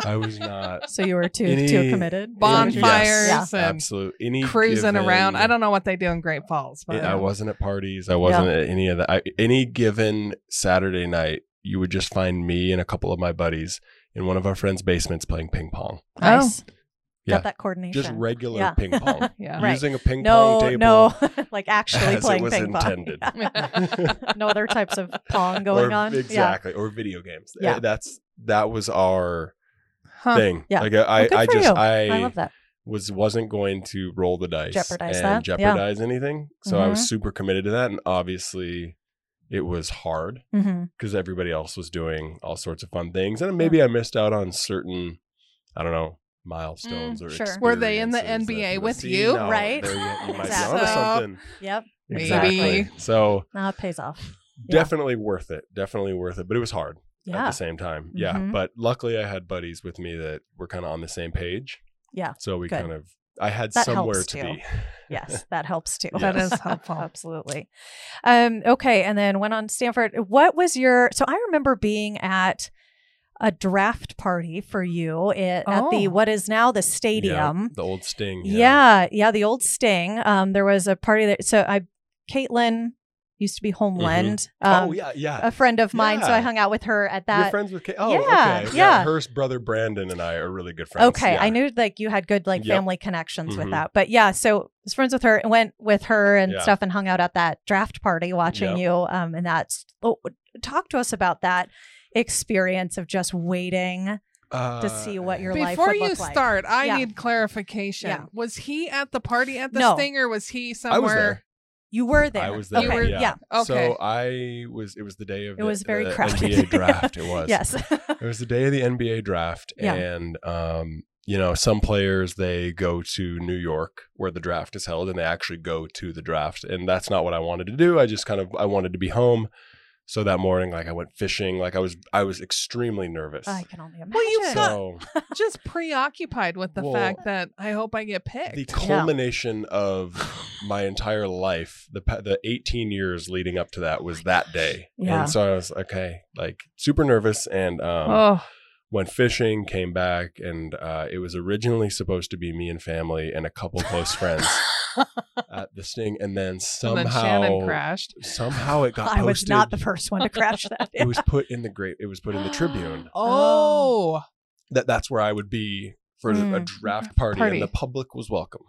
S4: I was not
S1: So you were too too
S4: Any-
S1: committed.
S3: Bonfires
S1: Yes.
S3: and
S4: absolute any
S3: cruising around.
S4: given-
S3: I don't know what they do in Great Falls, but
S1: uh,
S4: I wasn't at parties. I wasn't at any of that. I, any given Saturday night, you would just find me and a couple of my buddies in one of our friends' basements playing ping pong.
S1: Nice.
S4: Yeah.
S1: Got that coordination.
S4: Just regular
S1: Yeah.
S4: ping pong.
S3: yeah.
S1: Right.
S4: Using a ping
S1: no,
S4: pong table.
S1: no, like actually
S4: as it
S1: playing
S4: was
S1: ping pong.
S4: intended.
S1: no other types of pong going
S4: or,
S1: on.
S4: Exactly. Or video games.
S1: Yeah.
S4: Uh, That's that was our
S3: Huh.
S4: thing.
S1: Yeah.
S4: Like I,
S1: good
S4: I
S1: for
S4: just
S1: you.
S4: I,
S1: Yeah, I love that.
S4: was wasn't going to roll the dice
S1: Jeopardize
S4: and
S1: that, yeah. Mm-hmm.
S4: jeopardize anything. So I was super committed to that. And obviously it was hard.
S1: Mm-hmm.
S4: because everybody else was doing all sorts of fun things, and maybe I missed out on certain, I don't know, milestones or
S1: Mm, sure.
S3: Were they in the
S4: experiences that-
S3: NBA
S4: but
S3: with
S4: see,
S3: you?
S4: no,
S1: Right.
S4: there You, you might
S1: Exactly.
S4: be onto
S3: So,
S4: something.
S1: Yep.
S3: maybe.
S4: Exactly. So
S1: Now it pays off. Yeah.
S4: definitely worth it. Definitely worth it. But it was hard at
S1: Yeah.
S4: the same time. Yeah.
S1: Mhm.
S4: But luckily, I had buddies with me that were kind of on the same page.
S1: Yeah.
S4: So we
S1: Good.
S4: kind of, I had
S1: That
S4: somewhere
S1: helps
S4: to
S1: too.
S4: be.
S1: Yes, that helps too.
S3: That is helpful.
S1: Absolutely. Um, okay, and then went on to Stanford. What was your? So I remember being at a draft party for you at, at the
S3: Oh.
S1: what is now the
S4: Yeah,
S1: stadium.
S4: the old sting.
S1: Yeah. yeah, the old Sting. Um, there was a party that. So I, Caitlin used to be Homeland. Um,
S4: Mm-hmm. oh, yeah. Yeah.
S1: A friend of mine, so I
S4: Yeah.
S1: hung out with her at
S4: You're
S1: that.
S4: friends with Kate. Oh,
S1: Yeah,
S4: okay.
S1: yeah.
S4: Her brother Brandon and I are really good friends.
S1: Okay,
S4: Yeah.
S1: I knew like you had good like
S4: Yep.
S1: family connections with
S4: Mhm.
S1: that, but yeah, so was friends with her and went with her and
S4: Yeah.
S1: stuff and hung out at that draft party watching
S4: Yep.
S1: you. Um, and that's oh, talk to us about that experience of just waiting
S4: Uh,
S1: to see what your life
S3: Before
S1: would
S3: you
S1: look like.
S3: start, I
S1: Yeah.
S3: need clarification.
S1: Yeah.
S3: Was he at the party at the
S1: No.
S3: Sting, or was he somewhere?
S4: I was there.
S1: You were there.
S4: I was
S1: Okay,
S4: there.
S3: were-
S4: yeah.
S1: yeah.
S3: Okay.
S4: So I was. It was the day of.
S1: It was
S4: the,
S1: very
S4: the
S1: crowded.
S4: NBA draft. It was.
S1: Yes.
S4: It was the day of the NBA draft,
S1: Yeah.
S4: and um, you know, some players they go to New York where the draft is held, and they actually go to the draft, and that's not what I wanted to do. I just kind of I wanted to be home. So that morning, like I went fishing. Like I was, I was extremely nervous.
S1: I can only imagine.
S3: Well, you've got-
S4: so
S3: Just preoccupied with the
S4: Well,
S3: fact that I hope I get picked.
S4: the culmination of my entire life the pa- the 18 years leading up to that was that day
S1: Yeah.
S4: and so i was okay like super nervous and um
S3: oh,
S4: went fishing came back and uh it was originally supposed to be me and family and a couple close friends at the sting and then
S3: and then Shannon
S4: somehow
S3: crashed.
S4: somehow it got
S1: I
S4: posted
S1: was not the first one to crash that.
S4: it was put in the great it was put in the tribune
S3: Oh,
S4: that that's where i would be for the- a
S1: Mm.
S4: draft party,
S3: Party.
S4: and the public was welcome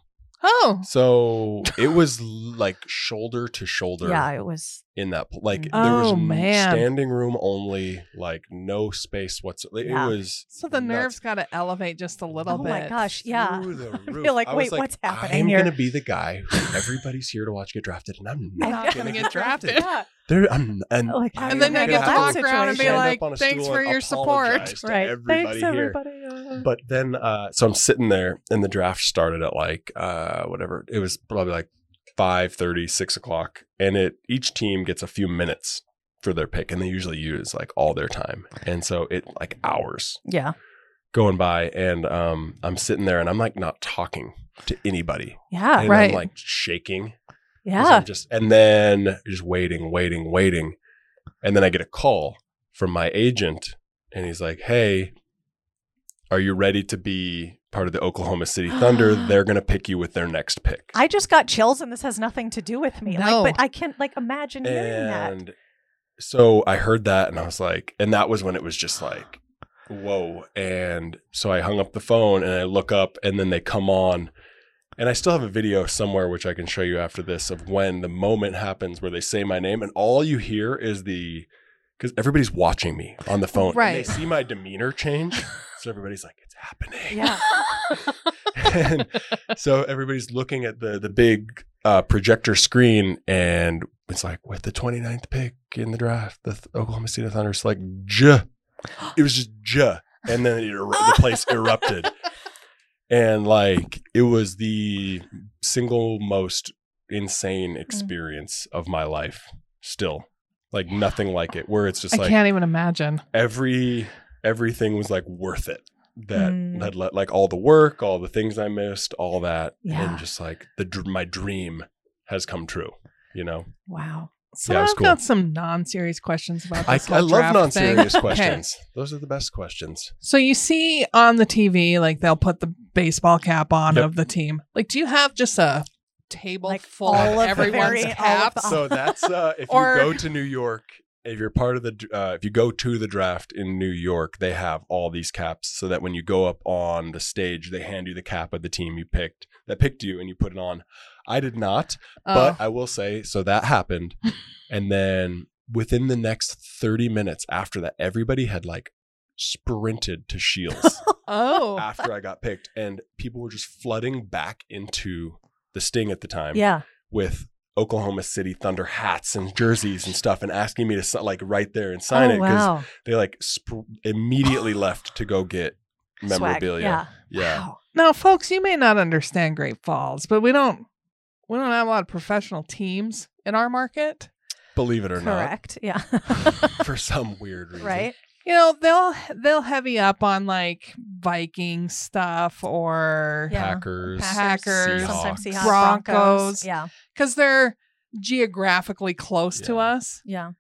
S3: oh,
S4: so it was like shoulder to shoulder
S1: yeah, it was.
S4: in that pl- like
S1: Mm.
S4: there was
S3: Oh,
S4: n-
S3: man.
S4: standing room only like no space whatsoever
S1: Yeah.
S4: it was
S3: so the
S4: nuts.
S3: nerves got to elevate just a little
S1: Oh
S3: bit.
S1: my gosh! Yeah.
S4: through the
S1: feel
S4: roof.
S1: like,
S4: I was
S1: wait, what's happening
S4: i'm
S1: here?"
S4: gonna be the guy who everybody's here to watch get drafted and i'm not
S3: I'm not
S4: gonna
S3: gonna
S4: get
S3: get
S4: drafted.
S3: drafted.
S1: Yeah.
S4: there i'm and,
S1: Oh, like, how
S4: I'm
S1: do
S3: And then
S1: you
S3: I
S4: gonna
S3: get to
S1: handle
S4: have
S1: that
S3: walk around and be
S1: situation?
S4: stand up
S3: like,
S4: on a
S3: "Thanks
S4: stool
S3: for
S4: and
S3: your support."
S4: apologize to
S1: right.
S4: everybody
S1: Thanks,
S4: here.
S1: everybody.
S4: but then uh so i'm sitting there and the draft started at like uh whatever it was probably like 5 6 o'clock and it each team gets a few minutes for their pick and they usually use like all their time and so it like hours
S1: yeah.
S4: going by and um i'm sitting there and i'm like not talking to anybody
S1: Yeah.
S4: and
S3: right.
S4: i'm like shaking 'cause
S1: Yeah.
S4: I'm just and then just waiting, waiting, waiting. And then I get a call from my agent and he's like, Hey, are you ready to be part of the Oklahoma City Thunder? They're gonna pick you with their next pick.
S1: I just got chills, and this has nothing to do with me.
S3: No.
S1: Like, but I can't like imagine hearing that.
S4: and so I heard that and I was like, and that was when it was just like, whoa. And so I hung up the phone and I look up and then they come on. And I still have a video somewhere which I can show you after this of when the moment happens where they say my name and all you hear is the because everybody's watching me on the phone. And they
S3: Right.
S4: see my demeanor change. So everybody's like, it's happening.
S1: Yeah.
S4: and so everybody's looking at the the big uh, projector screen and it's like with the 29th pick in the draft the th- oklahoma city thunder it's like J. it was just J. and then it, eru- the place erupted and like it was the single most insane experience of my life still like nothing like it where it's just
S3: I
S4: like
S3: can't even imagine.
S4: every everything was like worth it that
S1: Mm.
S4: that let like all the work all the things i missed all that
S1: Yeah.
S4: and just like the dr- my dream has come true you know
S1: Wow.
S3: So
S4: Yeah, it
S3: I've
S4: was cool.
S3: got some non-serious questions about
S4: i,
S3: this.
S4: I love
S3: whole draft thing.
S4: non-serious
S3: Okay.
S4: questions those are the best questions
S3: So you see on the TV, like they'll put the baseball cap on
S4: Yep.
S3: of the team. Like, do you have just a table
S1: Like
S3: full
S1: all of
S3: of
S1: the
S3: everyone's
S1: very- all of
S3: caps?
S1: the-
S4: so that's uh if
S3: Or-
S4: you go to new york if you're part of the dr- uh, if you go to the draft in new york they have all these caps so that when you go up on the stage they hand you the cap of the team you picked that picked you and you put it on i did not
S3: Oh.
S4: But I will say, so that happened. and then within the next 30 minutes after that, everybody had like sprinted to Shields
S3: oh,
S4: after I got picked. And people were just flooding back into the sting at the time
S1: Yeah.
S4: with Oklahoma City Thunder hats and jerseys and stuff and asking me to si- like right there and sign
S1: oh,
S4: it because
S1: wow.
S4: they like sp- immediately left to go get
S1: Swag.
S4: memorabilia.
S1: Yeah.
S4: Yeah.
S1: Wow.
S3: now, folks, you may not understand Great Falls, but we don't we don't have a lot of professional teams in our market.
S4: Believe it or
S1: Correct. Yeah.
S4: not, for some weird reason.
S1: right.
S3: You know, they'll they'll heavy up on like Viking stuff or
S1: Yeah.
S4: Packers.
S3: Packers,
S1: Sometimes
S4: Seahawks.
S1: Seahawks.
S3: Broncos.
S1: Yeah.
S3: because they're geographically close to
S4: Yeah.
S3: us.
S1: Yeah.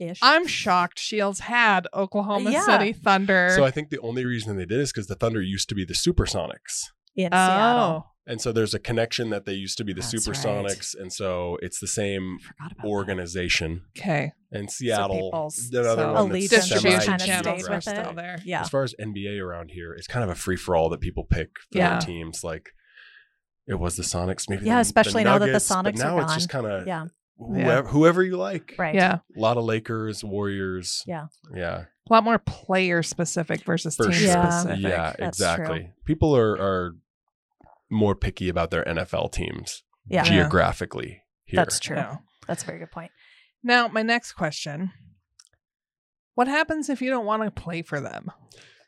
S1: Ish.
S3: I'm shocked Shields had Oklahoma
S1: Yeah.
S3: City Thunder.
S4: So I think the only reason they did is because the Thunder used to be the Supersonics.
S1: in Seattle.
S3: oh,
S4: And so there's a connection that they used to be the
S1: That's
S4: Supersonics. And so it's the same
S1: Forgot about that.
S4: organization.
S3: okay.
S4: And Seattle,
S1: people's-
S4: another
S3: so
S4: one that's
S1: allegiance
S3: distribution
S1: kind of
S3: channels
S1: stays
S4: semi-geographic.
S3: are
S1: with
S3: still
S1: it.
S3: there.
S1: Yeah.
S4: As far as NBA around here, it's kind of a free for all that people pick for
S3: Yeah.
S4: their teams. Like it was the Sonics, maybe.
S1: Yeah,
S4: the-
S1: especially
S4: the
S1: now that the
S4: Nuggets,
S1: Sonics
S4: But now
S1: are
S4: it's just kind of
S1: Yeah.
S4: whoever, whoever you like.
S1: Right.
S3: Yeah.
S4: A lot of Lakers, Warriors.
S1: Yeah.
S4: Yeah.
S3: A lot more player specific versus
S4: For
S3: team
S4: sure.
S1: Yeah.
S3: specific.
S4: Yeah,
S1: That's true.
S4: exactly. People are are more picky about their NFL teams
S1: Yeah.
S3: Geo-
S4: geographically here.
S1: That's true.
S3: No.
S1: That's a very good point.
S3: Now, my next question. What happens if you don't want to play for them?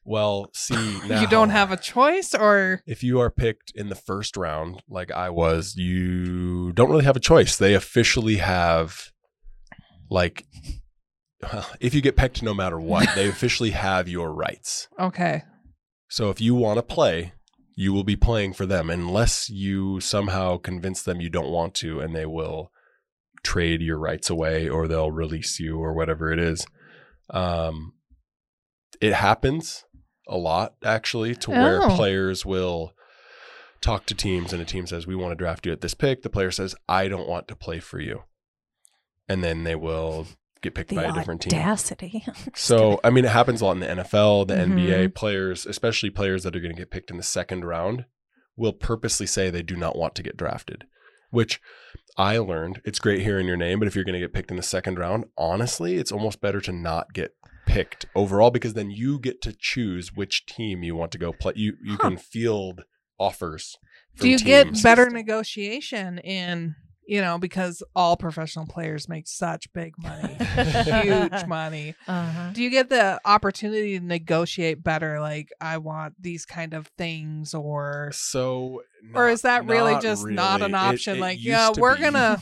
S4: Well, see, now,
S3: You don't have a choice or
S4: If you are picked in the first round, like I was, you don't really have a choice. They officially have, like, well, if you get picked no matter what, they officially have your rights.
S3: okay.
S4: So if you want to play, you will be playing for them unless you somehow convince them you don't want to and they will trade your rights away or they'll release you or whatever it is. Um it happens a lot actually to where
S3: Oh.
S4: players will talk to teams and a team says we want to draft you at this pick, the player says I don't want to play for you. And then they will get picked
S1: The
S4: by a different team.
S1: audacity.
S4: So, I mean, it happens a lot in the NFL, the
S3: Mhm.
S4: NBA players, especially players that are going to get picked in the second round, will purposely say they do not want to get drafted, which I learned. It's great hearing your name, but if you're going to get picked in the second round, honestly, it's almost better to not get picked overall because then you get to choose which team you want to go play. You you can field offers.
S3: Do
S4: from
S3: you get
S4: teams.
S3: better negotiation in, you know, because all professional players make such big money, huge money.
S1: Uh-huh.
S3: Do you get the opportunity to negotiate better like I want these kind of things or
S4: So,
S3: or is that
S4: not-
S3: really just not
S4: really.
S3: an
S4: It-
S3: option
S4: it
S3: like
S4: used
S3: yeah,
S4: to
S3: we're
S4: be.
S3: going to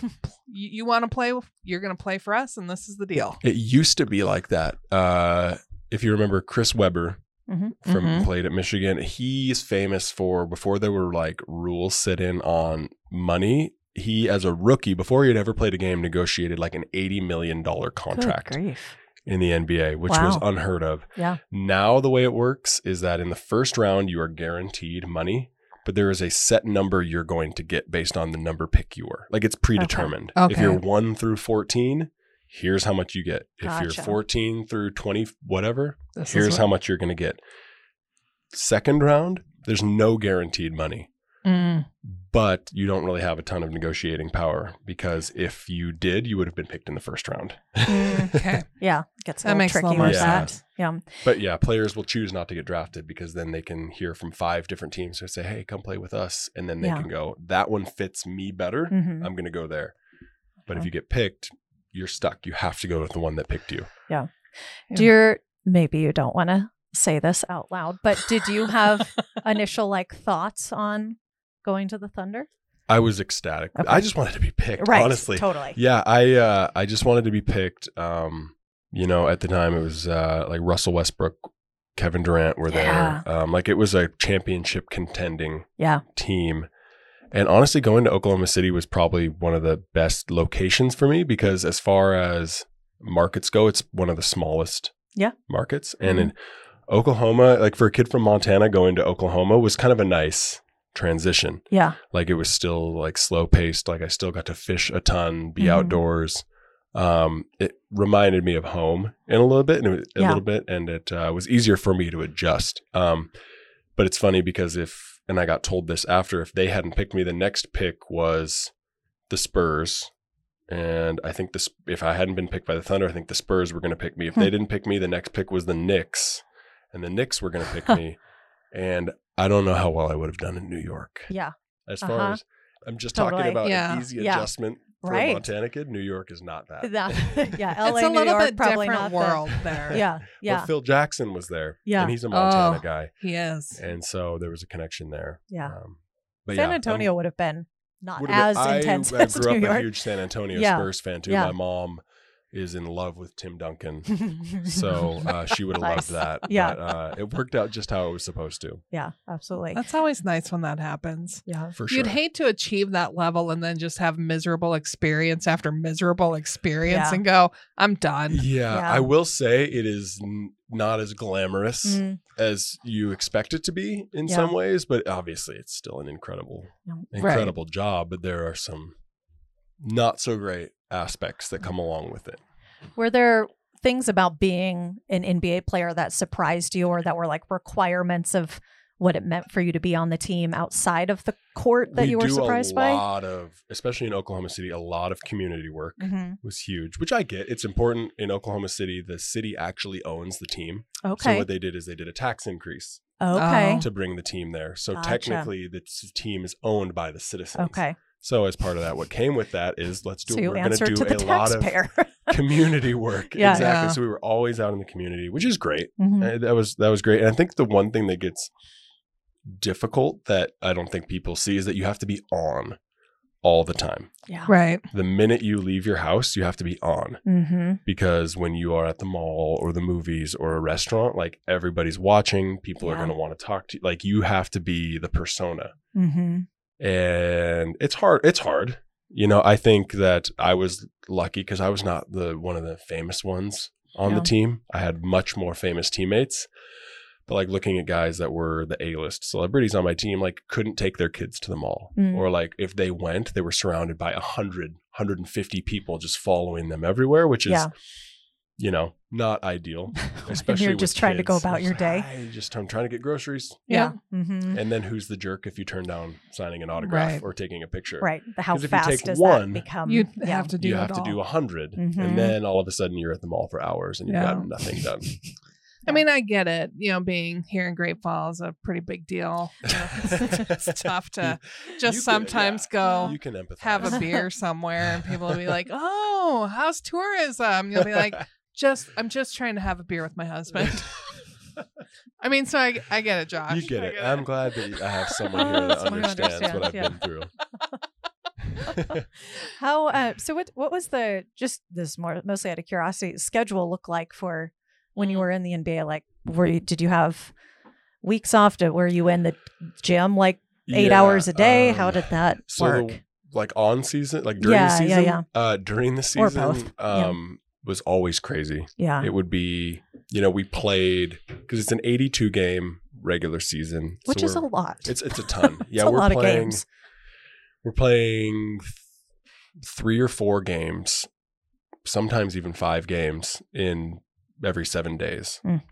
S3: you, you want to play with- you're going to play for us and this is the deal.
S4: It used to be like that. Uh, if you remember Chris Webber
S1: Mhm.
S4: from
S3: Mhm.
S4: played at Michigan, he's famous for before there were like rules sit in on money. He, as a rookie, before he had ever played a game, negotiated like an eighty million dollar contract
S1: grief.
S4: in the NBA, which was
S1: Wow.
S4: unheard of.
S1: Yeah.
S4: Now the way it works is that in the first round you are guaranteed money, but there is a set number you're going to get based on the number pick you were. Like it's predetermined. If
S3: Okay.
S4: you're one through fourteen, here's how much you get. If
S1: Gotcha.
S4: you're fourteen through twenty, whatever,
S3: This is
S4: here's
S3: what-
S4: how much you're going to get. Second round, there's no guaranteed money,
S3: Mm.
S4: but you don't really have a ton of negotiating power because if you did, you would have been picked in the first round.
S3: mm, okay.
S1: Yeah. Gets a
S3: That
S1: little
S3: makes a
S1: tricky
S3: little
S4: more
S1: with that.
S4: sense.
S1: Yeah.
S4: But yeah, players will choose not to get drafted because then they can hear from five different teams who say, "Hey, come play with us," and then they
S1: Yeah.
S4: can go, "That one fits me better.
S1: hmm
S4: I'm going to go there." But if
S1: Okay.
S4: you get picked, you're stuck. You have to go with the one that picked you.
S1: Do
S3: Yeah.
S1: your maybe you don't want to say this out loud, but did you have initial like thoughts on going to the Thunder?
S4: I was ecstatic.
S1: Okay.
S4: I just wanted to be picked, honestly.
S1: totally.
S4: Yeah, I uh, I just wanted to be picked. Um, you know, at the time it was uh, like Russell Westbrook, Kevin Durant were
S1: Yeah.
S4: there. Um, like it was a championship contending
S1: Yeah.
S4: team. And honestly, going to Oklahoma City was probably one of the best locations for me because as far as markets go, it's one of the smallest
S1: Yeah. Mm-hmm.
S4: markets. And in Oklahoma, like for a kid from Montana going to Oklahoma was kind of a nice transition
S1: Yeah.
S4: like it was still like slow paced like i still got to fish a ton be
S1: Mhm.
S4: outdoors um it reminded me of home in a little bit and it was, a
S1: Yeah.
S4: little bit and it uh, was easier for me to adjust um but it's funny because if and i got told this after if they hadn't picked me the next pick was the spurs and I think this, if I hadn't been picked by the Thunder, I think the Spurs were going to pick me. If they didn't pick me, the next pick was the Knicks, and the Knicks were going to pick me. And I don't know how well I would have done in New York
S1: Yeah.
S4: as
S1: Uh-huh.
S4: far as I'm just
S1: Totally.
S4: talking about
S3: Yeah.
S4: an easy
S1: Yeah.
S4: adjustment for
S1: Right.
S4: a Montana kid. New York is not that.
S1: That- yeah. LA,
S3: it's a
S1: New
S3: little
S1: York,
S3: bit
S1: probably
S3: different
S1: not the-
S3: world there.
S1: Yeah. Yeah.
S4: But Phil Jackson was there,
S1: Yeah.
S4: and he's a Montana
S3: Oh.
S4: guy,
S3: He is.
S4: and so there was a connection there.
S1: Yeah.
S4: Um, but
S1: San
S4: yeah,
S1: Antonio
S4: um,
S1: would have been not
S4: would've been-
S1: as
S4: I,
S1: intense
S4: I
S1: as
S4: grew
S1: New
S4: up a
S1: York.
S4: huge San Antonio
S1: Yeah.
S4: Spurs fan too.
S1: Yeah.
S4: My mom is in love with Tim Duncan, so uh, she would have
S1: Nice.
S4: loved that.
S1: Yeah.
S4: but, uh, it worked out just how it was supposed to,
S1: yeah. Absolutely.
S3: That's always nice when that happens.
S1: yeah.
S4: for sure.
S3: You'd hate to achieve that level and then just have miserable experience after miserable experience
S1: Yeah.
S3: and go, I'm done.
S4: yeah,
S1: Yeah.
S4: I will say it is n- not as glamorous
S1: Mm,
S4: as you expect it to be in
S1: Yeah.
S4: some ways, but obviously it's still an incredible,
S1: Yeah.
S3: Right.
S4: incredible job. But there are some not so great aspects that come along with it.
S1: Were there things about being an NBA player that surprised you or that were like requirements of what it meant for you to be on the team outside of the court that
S4: we
S1: you were
S4: do
S1: surprised
S4: a
S1: by?
S4: lot of, especially in Oklahoma City, a lot of community work
S1: hmm
S4: was huge, which I get. It's important in Oklahoma City. The city actually owns the team. So
S1: Okay.
S4: what Um, they did is they did a tax increase
S1: okay.
S3: Oh.
S4: to bring the team there. So
S1: Gotcha.
S4: technically, the t- team is owned by the citizens.
S1: Okay.
S4: So as part of that, what came with that is let's do.
S1: So you
S4: we're going
S1: answered
S4: do
S1: to the
S4: a lot of
S1: taxpayer.
S4: community work
S1: Yeah.
S4: exactly
S3: Yeah.
S4: so we were always out in the community which is great
S1: Mhm.
S4: Uh, that was that was great and i think the one thing that gets difficult that i don't think people see is that you have to be on all the time
S1: Yeah.
S3: Right.
S4: the minute you leave your house you have to be on
S1: Mm-hmm.
S4: because when you are at the mall or the movies or a restaurant like everybody's watching people are
S1: Yeah.
S4: going to want to talk to you like you have to be the persona
S1: Mm-hmm.
S4: and it's hard it's hard you know i think that i was lucky because i was not the one of the famous ones on
S1: Yeah.
S4: the team i had much more famous teammates but like looking at guys that were the a-list celebrities on my team like couldn't take their kids to the mall
S1: Mm.
S4: or like if they went they were surrounded by 100 150 people just following them everywhere which is
S1: Yeah.
S4: you know not ideal
S1: and
S4: especially
S1: you're
S4: with
S1: just trying to go
S4: kids.
S1: about your day.
S4: I just i'm trying to get groceries
S3: Yeah.
S1: Mm-hmm.
S4: and then who's the jerk if you turn down signing an autograph
S3: Right.
S4: or taking a picture?
S1: Right. How
S4: 'Cause if you
S1: fast
S4: take
S1: does
S4: one,
S1: that become?
S3: You'd
S1: Um, yeah.
S3: have to do
S4: You
S3: it
S4: have to
S3: all.
S4: do a 100
S1: Mhm.
S4: and then all of a sudden you're at the mall for hours and you've
S3: Yeah.
S4: got nothing done.
S3: I mean, I get it. You know, being here in Great Falls a pretty big deal. You know, it's, it's tough to just
S4: You could-
S3: sometimes
S4: yeah,
S3: go
S4: You can empathize.
S3: have a beer somewhere, and people will be like, "Oh, how's tourism?" You'll be like, "Just, I'm just trying to have a beer with my husband." I mean, so I, I get it, Josh.
S4: you get
S3: I
S4: it. I'm glad that I have someone here that
S3: Someone who
S4: understands what I've
S1: understands,
S4: been through.
S1: How? Uh, so what? What was the just this is more mostly out of curiosity schedule look like for when you were in the NBA? Like, were you, did you have weeks off? To, were you in the gym like eight
S4: Yeah,
S1: hours a day? How
S4: um,
S1: did that
S4: so the-
S1: work?
S4: like on season, like during
S1: Yeah,
S4: the
S1: yeah,
S4: season?
S1: yeah.
S4: Uh, during the
S1: Or
S4: season
S1: both, yeah.
S4: um was always crazy.
S1: yeah.
S4: it would be you know we played because it's an 82 game regular season so
S1: Which is a
S4: we're-
S1: lot.
S4: it's it's a ton yeah
S1: a
S4: we're
S1: lot of
S4: playing
S1: games.
S4: we're playing th- three or four games sometimes even five games in every seven days
S1: Mm.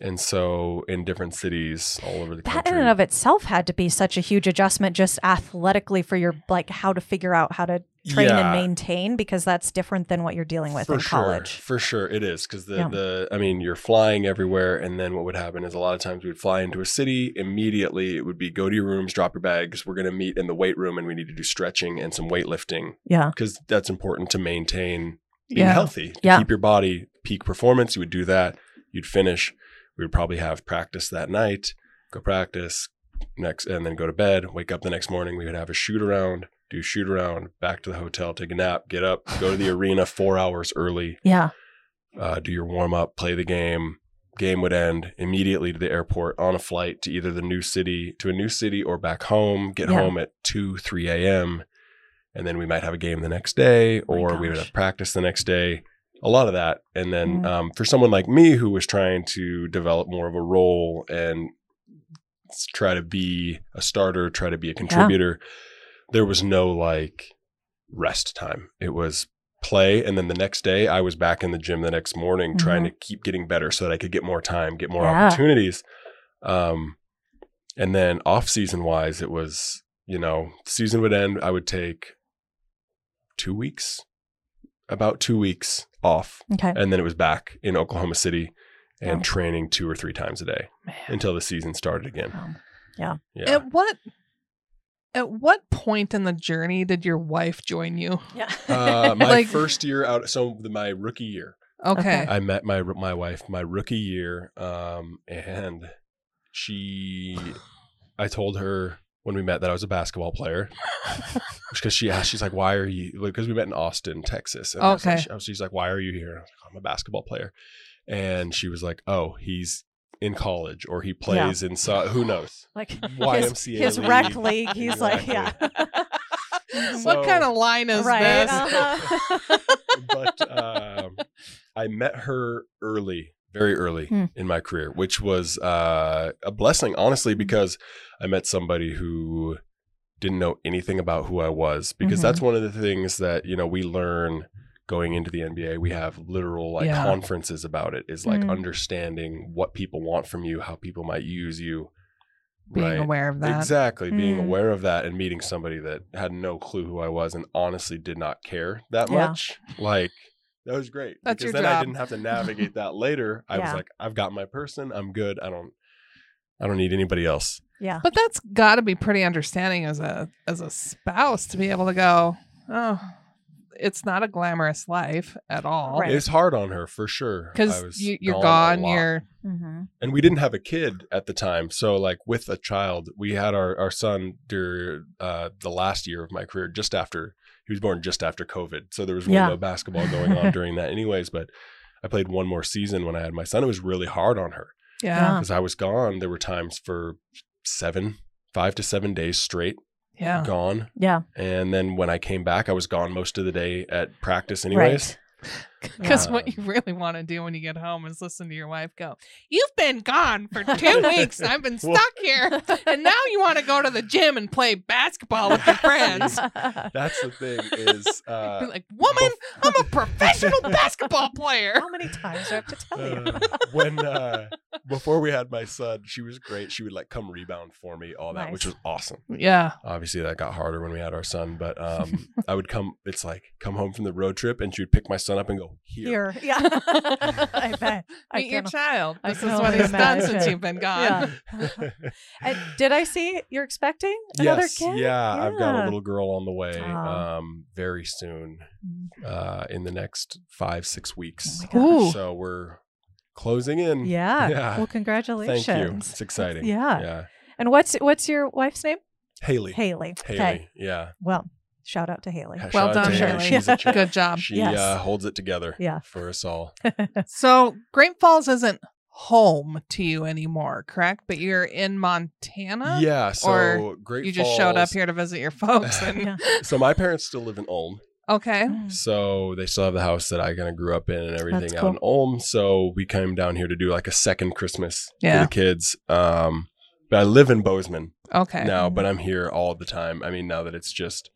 S4: and so in different cities all over the
S1: that
S4: country
S1: in and of itself had to be such a huge adjustment just athletically for your like how to figure out how to train
S4: Yeah.
S1: and maintain because that's different than what you're dealing with in college.
S4: Sure, for sure, it is because the
S1: Yeah.
S4: the I mean, you're flying everywhere, and then what would happen is a lot of times we'd fly into a city immediately. It would be go to your rooms, drop your bags. We're gonna meet in the weight room, and we need to do stretching and some weightlifting
S1: Yeah.
S4: because that's important to maintain being
S3: Yeah.
S4: healthy, to
S1: Yeah.
S4: keep your body peak performance. You would do that. You'd finish. we would probably have practice that night, go practice next, and then go to bed. Wake up the next morning, we would have a shoot around, do shoot around, back to the hotel, take a nap, get up, go to the arena four hours early,
S1: Yeah.
S4: uh, do your warm up, play the game. Game would end immediately to the airport on a flight to either the new city to a new city or back home. Get
S1: Yeah.
S4: home at two three a.m. And then we might have a game the next day,
S1: Oh my
S4: or we would
S1: gosh.
S4: have practice the next day. A lot of that, and then
S1: Mhm.
S4: um, for someone like me who was trying to develop more of a role and s- try to be a starter, try to be a contributor, there was no like rest time. It was play and then the next day I was back in the gym the next morning trying to keep getting better so that I could get more time, get more
S1: Yeah.
S4: opportunities. Um and then off season wise it was, you know, season would end, I would take 2 weeks about 2 weeks off
S1: Okay.
S4: and then it was back in Oklahoma City and
S1: Wow.
S4: training two or three times a day
S1: Man.
S4: until the season started again.
S1: Um,
S4: Yeah.
S3: At what at what point in the journey did your wife join you?
S1: yeah.
S4: uh, my
S3: Like-
S4: first year out, so the, my rookie year,
S3: Okay.
S4: I met my my wife my rookie year, um, and she, I told her when we met that I was a basketball player because she asked, she's like, why are you? Because we met in Austin, Texas. And I was like-
S3: Okay.
S4: she- I was- she's like, why are you here? And I was like, I'm a basketball player, and she was like, oh, he's in college or he plays in so who knows
S1: like his,
S4: YMCA
S1: his
S4: league.
S1: rec league. He's like, yeah.
S4: Exactly.
S3: what
S4: So-
S3: kind of line is
S1: Right.
S3: this?
S1: uh-huh.
S4: but um, I met her early, very early
S1: Hmm.
S4: in my career, which was uh, a blessing, honestly, because I met somebody who didn't know anything about who I was. Because
S1: Mhm.
S4: that's one of the things that you know we learn going into the NBA. We have literal like
S3: Yeah.
S4: conferences about it. Is like
S1: Mm.
S4: understanding what people want from you, how people might use you.
S3: Being aware of that.
S4: Exactly.
S3: Hmm.
S4: Being
S1: Mm.
S4: aware of that and meeting somebody that had no clue who I was and honestly did not care that
S1: Yeah.
S4: much. Like, that was great.
S3: That's your
S4: because then I
S3: job.
S4: didn't have to navigate that later. I
S1: Yeah.
S4: was like, I've got my person. I'm good. I don't I don't need anybody else.
S1: yeah.
S3: But that's got to be pretty understanding as a as a spouse to be able to go, oh, it's not a glamorous life at all.
S1: Right.
S4: It was hard on her for sure. I
S3: Because
S4: was
S3: you, you're
S4: a
S3: gone,
S4: lot.
S3: you're
S1: Mm-hmm.
S4: and we didn't have a kid at the time. So like with a child, we had our, our son during uh, the last year of my career, just after he was born just after COVID. So there was really
S1: Yeah.
S4: no basketball going on during that anyways, but I played one more season when I had my son. It was really hard on her
S1: Yeah.
S3: yeah,
S4: because I was gone. There were times for seven, five to seven days straight
S3: yeah.
S4: gone.
S1: Yeah.
S4: And then when I came back, I was gone most of the day at practice anyways.
S3: Because
S4: Yeah.
S3: what you really want to do when you get home is listen to your wife go, You've been gone for two weeks. and I've been
S4: Well-
S3: stuck here. And now you want to go to the gym and play basketball with your friends.
S4: That's the thing is uh,
S3: You're like, Woman, I'm a professional basketball player.
S1: How many times do I have to tell you?
S4: Uh, when uh, before we had my son, she was great. She would like come rebound for me, all that, which
S1: Nice.
S4: was awesome.
S3: Yeah.
S4: Obviously, that got harder when we had our son, but um, I would come. It's like come home from the road trip, and she would pick my son up and go here.
S1: Here. Yeah. I bet. I
S3: Meet your
S1: can-
S3: child.
S1: I
S3: This
S1: can
S3: is what
S1: only
S3: he's done since
S1: imagine.
S3: you've been gone.
S1: Yeah. And did I see you're expecting another
S4: yes,
S1: kid?
S4: yeah, I've got
S1: Yeah.
S4: a little girl on the way
S1: Aw.
S4: um, very soon,
S1: Mm.
S4: uh, in the next five six weeks.
S1: Oh my gosh.
S3: Ooh.
S4: so we're closing in.
S1: Yeah.
S4: Mm. Yeah.
S1: Well,
S4: Thank
S1: congratulations.
S4: you. It's exciting.
S1: Yeah.
S4: yeah.
S1: And what's what's your wife's name?
S4: Haley.
S1: Haley.
S4: Haley.
S1: Okay.
S4: Yeah.
S1: Well, shout out to Haley.
S4: Shout
S3: Well
S4: out to
S3: done,
S4: Haley.
S1: Shirley.
S4: She's a champ.
S3: Good job.
S4: She
S1: Yes.
S4: uh, holds it together
S1: Yeah.
S4: for us all.
S3: So Great Falls isn't home to you anymore, correct? But you're in Montana?
S4: yeah. So
S3: or
S4: Great
S3: You just showed up
S4: Falls-
S3: here to visit your folks. And,
S1: Yeah.
S4: So my parents still live in Ulm.
S3: Okay.
S1: Mm.
S4: So they still have the house that I kind of grew up in and everything
S1: That's
S4: out in Ulm. So we came down here to do like a second Christmas
S3: Yeah.
S4: for the kids. Um, but I live in Bozeman
S3: Okay.
S4: now, but I'm here all the time. I mean, now that it's just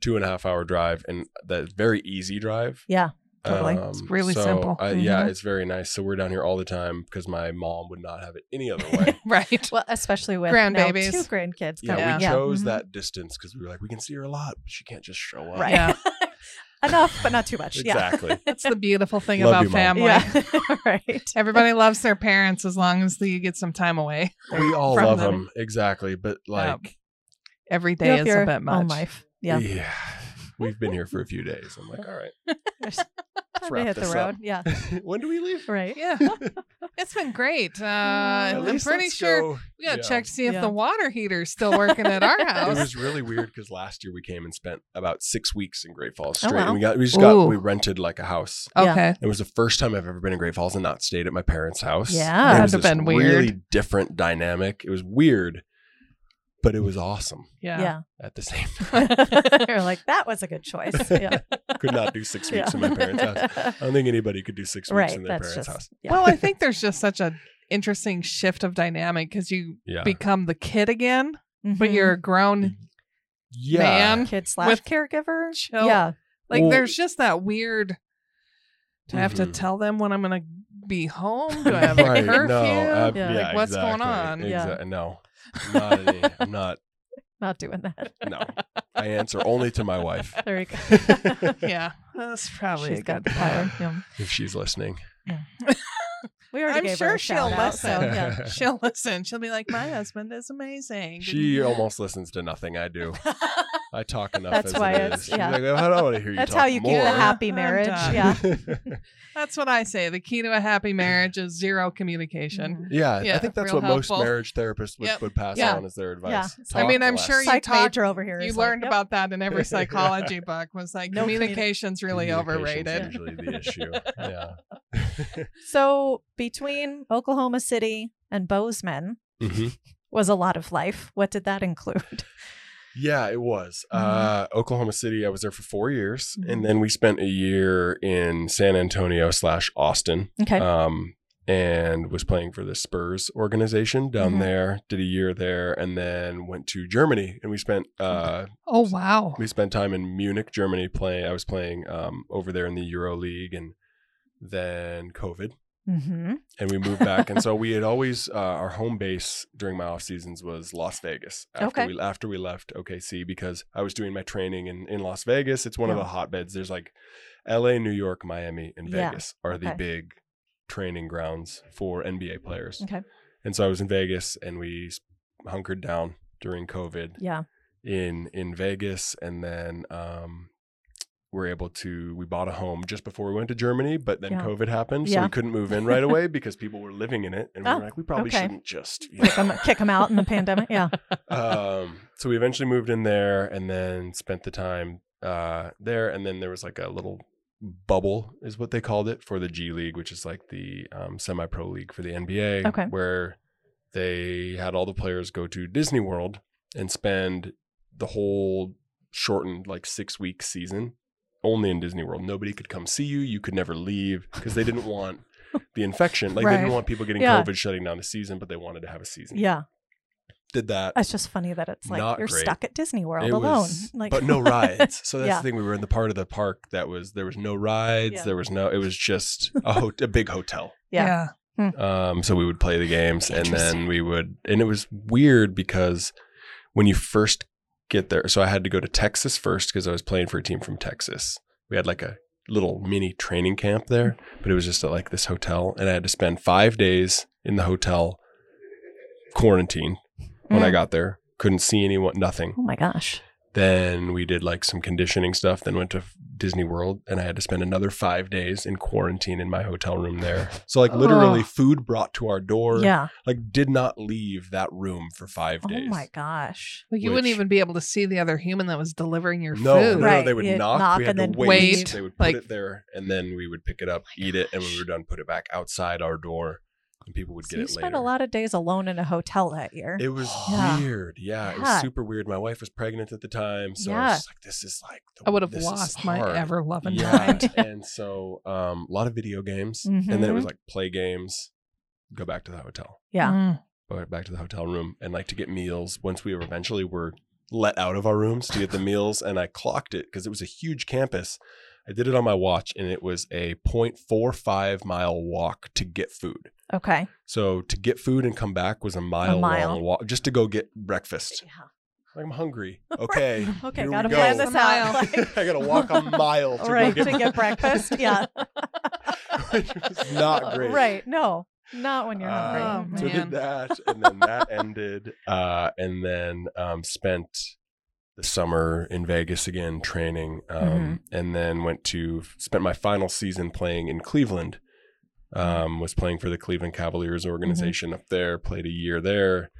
S4: two and a half hour drive and that very easy drive. Um,
S1: Yeah. Totally.
S3: It's really
S4: so
S3: simple. Mm-hmm.
S4: I- Yeah,
S1: Mhm.
S4: it's very nice. So we're down here all the time because my mom would not have it any other way.
S3: Right.
S1: Well, especially with
S3: Grandbabies.
S1: now two grandkids.
S4: Yeah,
S1: coming.
S3: Yeah. Mm-hmm.
S4: we chose
S1: Mhm.
S4: that distance because we were like, we can see her a lot, but she can't just show up.
S1: Right.
S3: Yeah.
S1: Enough, but not too much.
S4: Exactly.
S3: That's the beautiful thing
S4: Love
S3: about
S4: you, Mom.
S3: family.
S1: Yeah. yeah. right.
S3: Everybody loves their parents as long as you get some time away.
S4: We all
S3: From
S4: love
S3: them.
S4: them. Exactly. But
S3: Yeah.
S4: like,
S3: Every
S1: You
S3: day
S1: have
S3: is
S1: your
S3: a bit
S1: Own
S3: much.
S1: life.
S4: yeah.
S1: Yeah.
S4: we've been here for a few days. I'm like, all right,
S1: Time to
S4: wrap
S1: hit the
S4: this
S1: road.
S4: up.
S1: Yeah.
S4: when do we leave?
S1: Right.
S3: Yeah. It's been great. Uh,
S4: At
S3: I'm
S4: least
S3: pretty
S4: let's
S3: sure
S4: go-
S3: we gotta
S4: yeah.
S3: check to see if
S5: Yeah.
S3: the water heater's still working at our
S4: It
S3: house.
S4: was really weird because last year we came and spent about six weeks in Great Falls
S5: Oh,
S4: straight.
S5: wow.
S4: and we got we just got
S3: Ooh.
S4: we rented like a house.
S5: Yeah.
S3: Okay.
S4: It was the first time I've ever been in Great Falls and not stayed at my parents' house.
S5: Yeah.
S4: it was
S3: That'd
S4: this
S3: have been
S4: really different dynamic. It was weird, but it was awesome
S3: Yeah.
S5: Yeah.
S4: at the same time.
S5: You're like, that was a good choice. Yeah.
S4: Could not do six weeks
S5: yeah.
S4: in my parents' house. I don't think anybody could do six weeks
S5: right.
S4: in their
S5: That's
S4: parents'
S5: just,
S4: house.
S5: yeah.
S3: Well, I think there's just such a interesting shift of dynamic because you
S4: Yeah. Mm-hmm.
S3: become the kid again, but
S1: Mm-hmm.
S5: Mhm.
S3: you're a grown
S4: yeah.
S3: man.
S5: kid slash
S3: with
S5: caregiver.
S3: chill.
S5: Yeah.
S3: Like
S4: Well-
S3: there's just that weird. Do I have to
S4: Mhm.
S3: tell them when I'm gonna be home? Do I have a
S4: Right,
S3: curfew?
S4: No,
S5: Yeah.
S4: uh, yeah.
S3: Like, what's going
S4: exactly,
S3: on?
S5: Yeah.
S4: exa- No, not any, I'm not.
S5: Not doing that.
S4: No, I answer only to my wife
S5: There you go.
S3: yeah, that's probably
S5: She's
S3: a
S5: got
S3: good
S5: the power. Yeah.
S4: if she's listening.
S5: We already
S3: I'm
S5: gave her
S3: sure
S5: a
S3: she'll
S5: shout out, so,
S3: listen.
S5: yeah.
S3: She'll listen. She'll be like, "My husband is amazing."
S4: She almost listens to nothing I do. I talk enough.
S5: That's
S4: as
S5: why
S4: it
S5: it's-
S4: is.
S5: yeah.
S4: She's like, I don't want to hear you.
S5: That's
S4: talk
S5: how you
S4: more.
S5: keep a happy
S3: I'm
S5: marriage.
S3: done.
S5: Yeah.
S3: That's what I say. The key to a happy marriage is zero communication.
S5: Mhm.
S4: yeah, I
S3: Yeah,
S4: think that's
S3: real
S4: what most
S3: helpful.
S4: marriage therapists would,
S3: Yep.
S4: would pass
S5: Yeah.
S4: on as their advice.
S5: I
S4: Talk
S3: mean, I'm
S4: less.
S3: sure you
S5: Psych
S3: talk-
S5: major over here.
S3: You
S5: is like,
S3: learned
S5: yep.
S3: about that in every psychology book was like
S5: No communi-
S3: communication's really
S4: Communication's
S3: overrated.
S4: Usually the issue. Yeah.
S5: So between Oklahoma City and Bozeman
S4: Mhm.
S5: was a lot of life. What did that include?
S4: Yeah, it was.
S3: Mm-hmm.
S5: Mhm.
S4: Uh, Oklahoma City. I was there for four years,
S5: Mhm.
S4: and then we spent a year in San Antonio slash Austin.
S5: Okay.
S4: um, and was playing for the Spurs organization down
S5: Mhm.
S4: there. Did a year there, and then went to Germany, and we spent uh,
S3: Oh wow.
S4: we spent time in Munich, Germany. Playing, I was playing um, over there in the Euro League, and then COVID,
S5: mm-hmm.
S4: and we moved back. and so we had always uh, our home base during my off seasons was Las Vegas. After
S5: Okay.
S4: we after we left OKC because I was doing my training in in Las Vegas. It's one of
S5: Yeah.
S4: the hotbeds. There's like L.A., New York, Miami, and
S5: Yeah.
S4: Vegas are the
S5: Okay.
S4: big training grounds for NBA players.
S5: Okay.
S4: And so I was in Vegas, and we s- hunkered down during COVID
S5: Yeah.
S4: in in Vegas, and then um, we're able to we bought a home just before we went to Germany, but then
S5: Yeah.
S4: COVID happened, so
S5: Yeah.
S4: we couldn't move in right away because people were living in it, and we
S5: Oh,
S4: were like, we probably
S5: okay.
S4: shouldn't just. You
S5: Kick 'em-
S4: know.
S5: kick them out in the pandemic. Yeah.
S4: um, so we eventually moved in there, and then spent the time uh, there, and then there was like a little bubble is what they called it for the G League, which is like the um, semi pro league for the NBA,
S5: Okay.
S4: where they had all the players go to Disney World and spend the whole shortened like six week season only in Disney World. Nobody could come see you. You could never leave because they didn't want the infection. Like they
S3: Right.
S4: didn't want people getting
S5: Yeah.
S4: COVID shutting down the season, but they wanted to have a season.
S5: Yeah.
S4: Did that.
S5: It's just funny that it's like
S4: Not
S5: you're
S4: great.
S5: stuck at Disney World
S4: It
S5: alone.
S4: was-
S5: like,
S4: but no rides. So that's
S5: Yeah.
S4: the thing. We were in the part of the park that was there was no rides.
S5: Yeah.
S4: There was no. It was just a, ho- a big hotel.
S5: Yeah.
S4: Um, so we would play the games, and
S5: Interesting.
S4: then we would, and it was weird because when you first get there, so I had to go to Texas first because I was playing for a team from Texas. We had like a little mini training camp there, but it was just at like this hotel, and I had to spend five days in the hotel quarantine when I
S5: Mm.
S4: got there. Couldn't see anyone, nothing.
S5: Oh my gosh.
S4: Then we did like some conditioning stuff, then went to Disney World, and I had to spend another five days in quarantine in my hotel room there. So, like, literally,
S3: Ugh.
S4: food brought to our door,
S5: yeah.
S4: like, did not leave that room for five
S5: Oh
S4: days.
S5: my gosh.
S3: Like you wouldn't
S4: Which-
S3: even be able to see the other human that was delivering your
S4: No, no,
S3: food.
S4: no,
S5: Right,
S4: they would
S5: you'd
S4: knock,
S5: knock
S4: we had
S5: and then Oh
S4: to wait.
S3: leave.
S4: They would put
S3: Like-
S4: it there, and then we would pick it up, eat it, and when we were done, put it back outside our door, and people would
S5: So
S4: get
S5: you
S4: it
S5: spent
S4: later.
S5: a lot of days alone in a hotel that year.
S4: It was
S5: Yeah.
S4: weird. Yeah, it
S5: Yeah.
S4: was super weird. My wife was pregnant at the time, so I
S5: Yeah.
S4: was just like, "This is like the,
S3: I would have
S4: this is
S3: lost my
S4: hard.
S3: ever loving
S4: yeah.
S3: mind.
S4: and so um, a lot of video games, and then
S5: Mm-hmm.
S4: it was like play games, go back to the hotel,
S5: Yeah.
S3: Mm.
S4: go back to the hotel room, and like to get meals. Once we were eventually were let out of our rooms to get the meals, and I clocked it because it was a huge campus. I did it on my watch, and it was a 0.45 mile walk to get food.
S3: Mm-hmm.
S5: Okay.
S4: So to get food and come back was a mile,
S5: mile.
S4: long walk just to go get breakfast.
S5: Yeah.
S4: Like, I'm hungry. Okay.
S5: Okay.
S4: Here we
S5: Got to
S4: go.
S5: plan this out.
S3: Mile.
S5: Like,
S4: I gotta walk a mile to
S5: right
S4: go
S5: to
S4: get,
S5: get breakfast. Yeah. Uh,
S4: Which was not great.
S5: Right. No. Not when you're hungry.
S4: Uh,
S5: Mhm.
S3: Oh,
S4: so
S3: man.
S4: did that, and then that ended, uh, and then um, spent the summer in Vegas again
S5: Mm-hmm.
S4: training, um, and then went to spent my final season playing in Cleveland Um, was playing for the Cleveland Cavaliers
S5: Mm-hmm.
S4: organization up there. Played a year there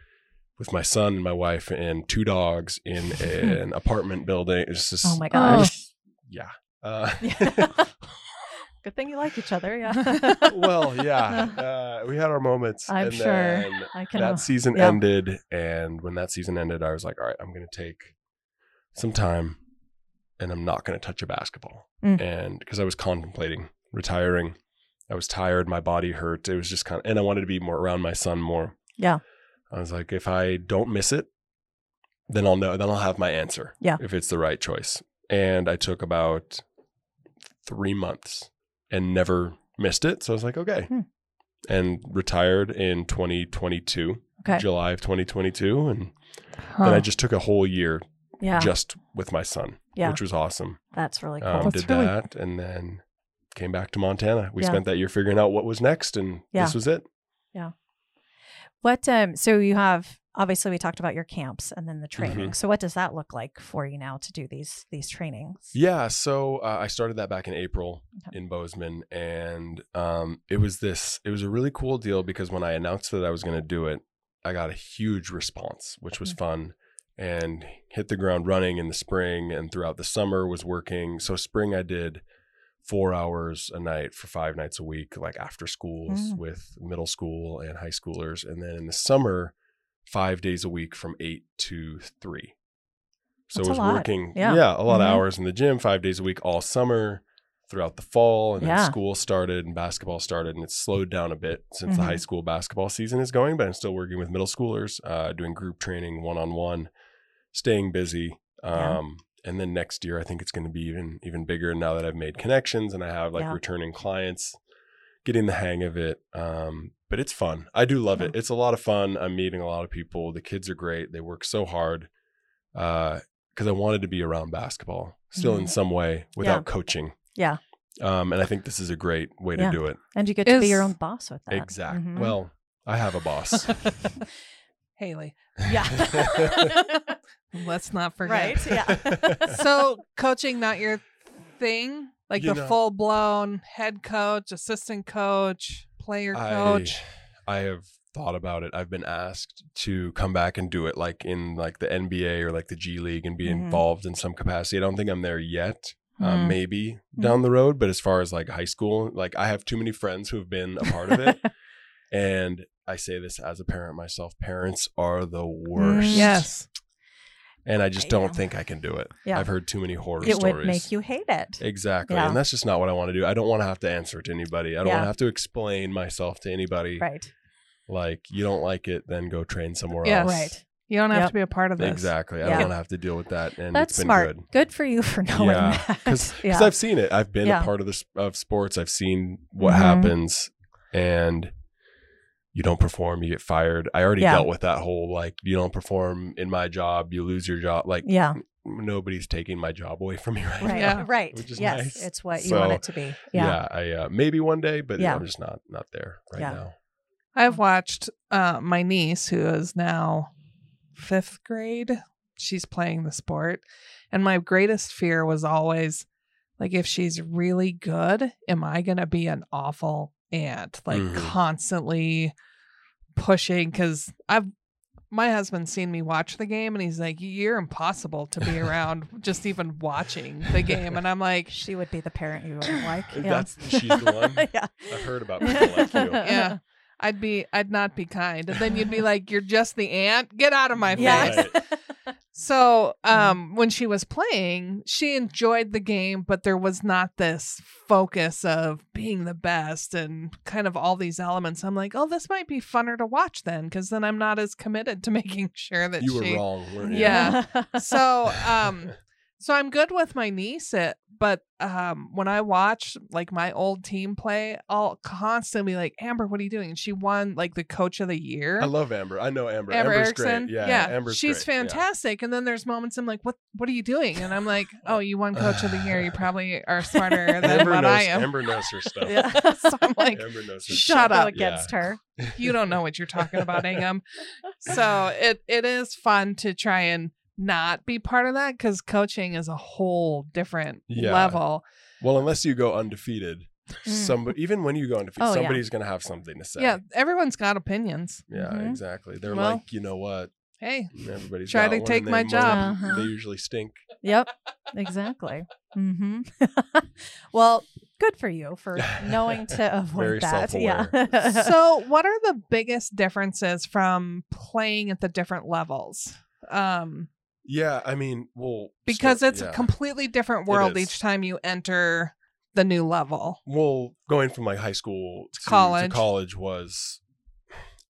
S4: with my son and my wife and two dogs in an apartment building. It's just
S5: Oh my
S3: Oh.
S5: gosh.
S4: yeah. Uh,
S5: Good thing you like each other. Yeah.
S4: well, yeah. Uh, we had our moments.
S5: I'm
S4: and
S5: sure.
S4: Then
S5: I can.
S4: that season
S5: Oh, yeah.
S4: ended, and when that season ended, I was like, all right, I'm going to take some time, and I'm not going to touch a basketball,
S5: Mm.
S4: and because I was contemplating retiring, I was tired, my body hurt. It was just kind of, and I wanted to be more around my son more.
S5: Yeah.
S4: I was like, if I don't miss it, then I'll know. Then I'll have my answer.
S5: Yeah.
S4: If it's the right choice. And I took about three months and never missed it. So I was like, okay.
S5: Hmm.
S4: And retired in 2022,
S5: Okay.
S4: July of 2022. And then I just took a whole year
S5: yeah.
S4: just with my son,
S5: Yeah.
S4: which was awesome.
S5: that's really cool.
S4: Um,
S3: That's
S4: did
S3: really-
S4: that and then came back to Montana. We
S5: Yeah.
S4: spent that year figuring out what was next. And
S5: Yeah.
S4: this was it.
S5: what? Um. So you have obviously we talked about your camps and then the
S4: Mm-hmm.
S5: training. So what does that look like for you now to do these these trainings?
S4: Yeah, so uh, I started that back in April
S5: Okay.
S4: in Bozeman, and um, it was this. It was a really cool deal because when I announced that I was going to do it, I got a huge response, which
S5: Mm-hmm.
S4: was fun, and hit the ground running in the spring and throughout the summer was working. So spring I did four hours a night for five nights a week, like after schools
S5: Mm.
S4: with middle school and high schoolers, and then in the summer, five days a week from eight to three. So
S5: That's
S4: it
S5: a
S4: was
S5: lot.
S4: working,
S5: Yeah.
S4: yeah, a lot of
S5: Mhm.
S4: hours in the gym, five days a week all summer, throughout the fall, and then
S5: Yeah.
S4: school started and basketball started, and it's slowed down a bit since the high
S5: Mhm.
S4: school basketball season is going. But I'm still working with middle schoolers, uh, doing group training, one on one, staying busy.
S5: Yeah.
S4: Um, And then next year, I think it's going to be even even bigger now that I've made connections and I have like
S5: Yeah.
S4: returning clients, getting the hang of it. Um, but it's fun. I do love it. It's a lot of fun. I'm meeting a lot of people. The kids are great. They work so hard. Uh, because I wanted to be around basketball still in some way without coaching.
S5: Mm-hmm. Yeah.
S4: Um, and I think this is a great way
S5: Yeah.
S4: to do it.
S5: And you get to be your
S3: Is-
S5: own boss with that.
S4: Exact.
S5: Mhm.
S4: Well, I have a boss.
S3: Haley,
S5: yeah.
S3: let's not forget.
S5: right. Yeah.
S3: So, coaching not your thing, like
S4: You
S3: the
S4: know-
S3: full blown head coach, assistant coach, player
S4: I,
S3: coach.
S4: I have thought about it. I've been asked to come back and do it like in like the NBA or like the G League and be
S5: Mhm.
S4: involved in some capacity. I don't think I'm there yet.
S5: Mm.
S4: Um, maybe down the road, but as far as like high school, like I have too many friends who have been a part of it. and I say this as a parent myself, parents are the worst.
S3: Yes.
S4: And I
S5: Mm.
S4: just
S5: I
S4: don't
S5: know.
S4: think I can do it.
S5: Yeah.
S4: I've heard too many horror
S5: it
S4: stories.
S5: would make you hate it.
S4: Exactly.
S5: Yeah.
S4: And that's just not what I want to do. I don't want to have to answer to anybody. I don't
S5: Yeah.
S4: want to have to explain myself to anybody.
S5: Right.
S4: Like, you don't like it, then go train somewhere
S3: Yes.
S4: else.
S5: Right.
S3: You don't have
S5: Yep.
S3: to be a part of this.
S4: Exactly. I
S5: Yeah.
S4: don't want to have to deal with that. And
S5: That's
S4: it's been
S5: smart.
S4: good.
S5: for you for knowing
S4: Yeah.
S5: that.
S4: Because
S5: yeah.
S4: I've seen it. I've been
S5: Yeah.
S4: a part of this of sports. I've seen what
S5: Mhm.
S4: happens and you don't perform, you get fired. I already
S5: Yeah.
S4: dealt with that whole like you don't perform in my job, you lose your job. Like
S5: yeah.
S4: nobody's taking my job away from me right,
S5: Right.
S4: now.
S3: Yeah.
S5: Right.
S4: Which is
S5: yes.
S4: nice.
S5: It's what you want
S4: So,
S5: it to be. Yeah.
S4: Yeah, I uh, maybe one day, but
S5: Yeah.
S4: I'm just not not there right
S5: Yeah.
S4: now.
S3: I've watched uh, my niece, who is now fifth grade, she's playing the sport. And my greatest fear was always like, if she's really good, am I going to be an awful aunt? Like,
S4: Mhm.
S3: constantly pushing. Cause I've, my husband's seen me watch the game and he's like, You're impossible to be around just even watching the game. And I'm like,
S5: She would be the parent you would like. Yeah.
S4: That's- she's the one?
S5: yeah.
S4: I've heard about people like you.
S3: Yeah. I'd be, I'd not be kind. And then you'd be like, You're just the aunt. Get out of my face.
S5: Yes.
S3: So,
S5: Yeah.
S3: um, when she was playing, she enjoyed the game, but there was not this focus of being the best and kind of all these elements. I'm like, oh, this might be funner to watch then, because then I'm not as committed to making sure that
S4: You were
S3: she.
S4: wrong, weren't you?
S3: Yeah. So, um, so I'm good with my niece, it, but um, when I watch like my old team play, I'll constantly be like, Amber, what are you doing? And she won like the coach of the year.
S4: I love Amber. I know Amber.
S3: Amber
S4: Amber's
S3: Erickson.
S4: great. Yeah, Amber's
S3: she's
S4: great. Yeah.
S3: fantastic. And then there's moments I'm like, what What are you doing? And I'm like, oh, you won coach of the year. You probably are smarter than
S4: Amber
S3: what
S4: knows.
S3: I am.
S4: Amber knows her stuff.
S5: Yeah.
S3: so I'm like,
S4: Amber knows her
S3: shut
S5: Go
S3: up.
S5: against her.
S3: You don't know what you're talking about, Ingham. So it it is fun to try and not be part of that because coaching is a whole different
S4: Yeah.
S3: level.
S4: Well, unless you go undefeated,
S1: Mm.
S4: Some even when you go into food,
S1: Oh, yeah.
S4: somebody's gonna have something to say.
S3: Yeah, everyone's got opinions.
S4: Yeah,
S1: Mhm.
S4: exactly. They're
S3: Mm-hmm. Well-
S4: like, you know what?
S3: Hey,
S4: Everybody's
S3: Try
S4: got
S3: to
S4: one,
S3: take
S4: and they
S3: my
S4: moan.
S3: job.
S1: Uh-huh.
S4: They usually stink.
S1: Yep, exactly. hmm
S5: Mm-hmm.
S1: well, good for you for knowing to
S4: Very
S1: avoid that. Yeah.
S3: so what are the biggest differences from playing at the different levels? Um,
S4: Yeah, I mean, well,
S3: because
S4: start-
S3: it's
S4: yeah.
S3: a completely different world
S4: is.
S3: each time you enter the new level.
S4: well, going from like high school to college.
S3: College.
S4: to college was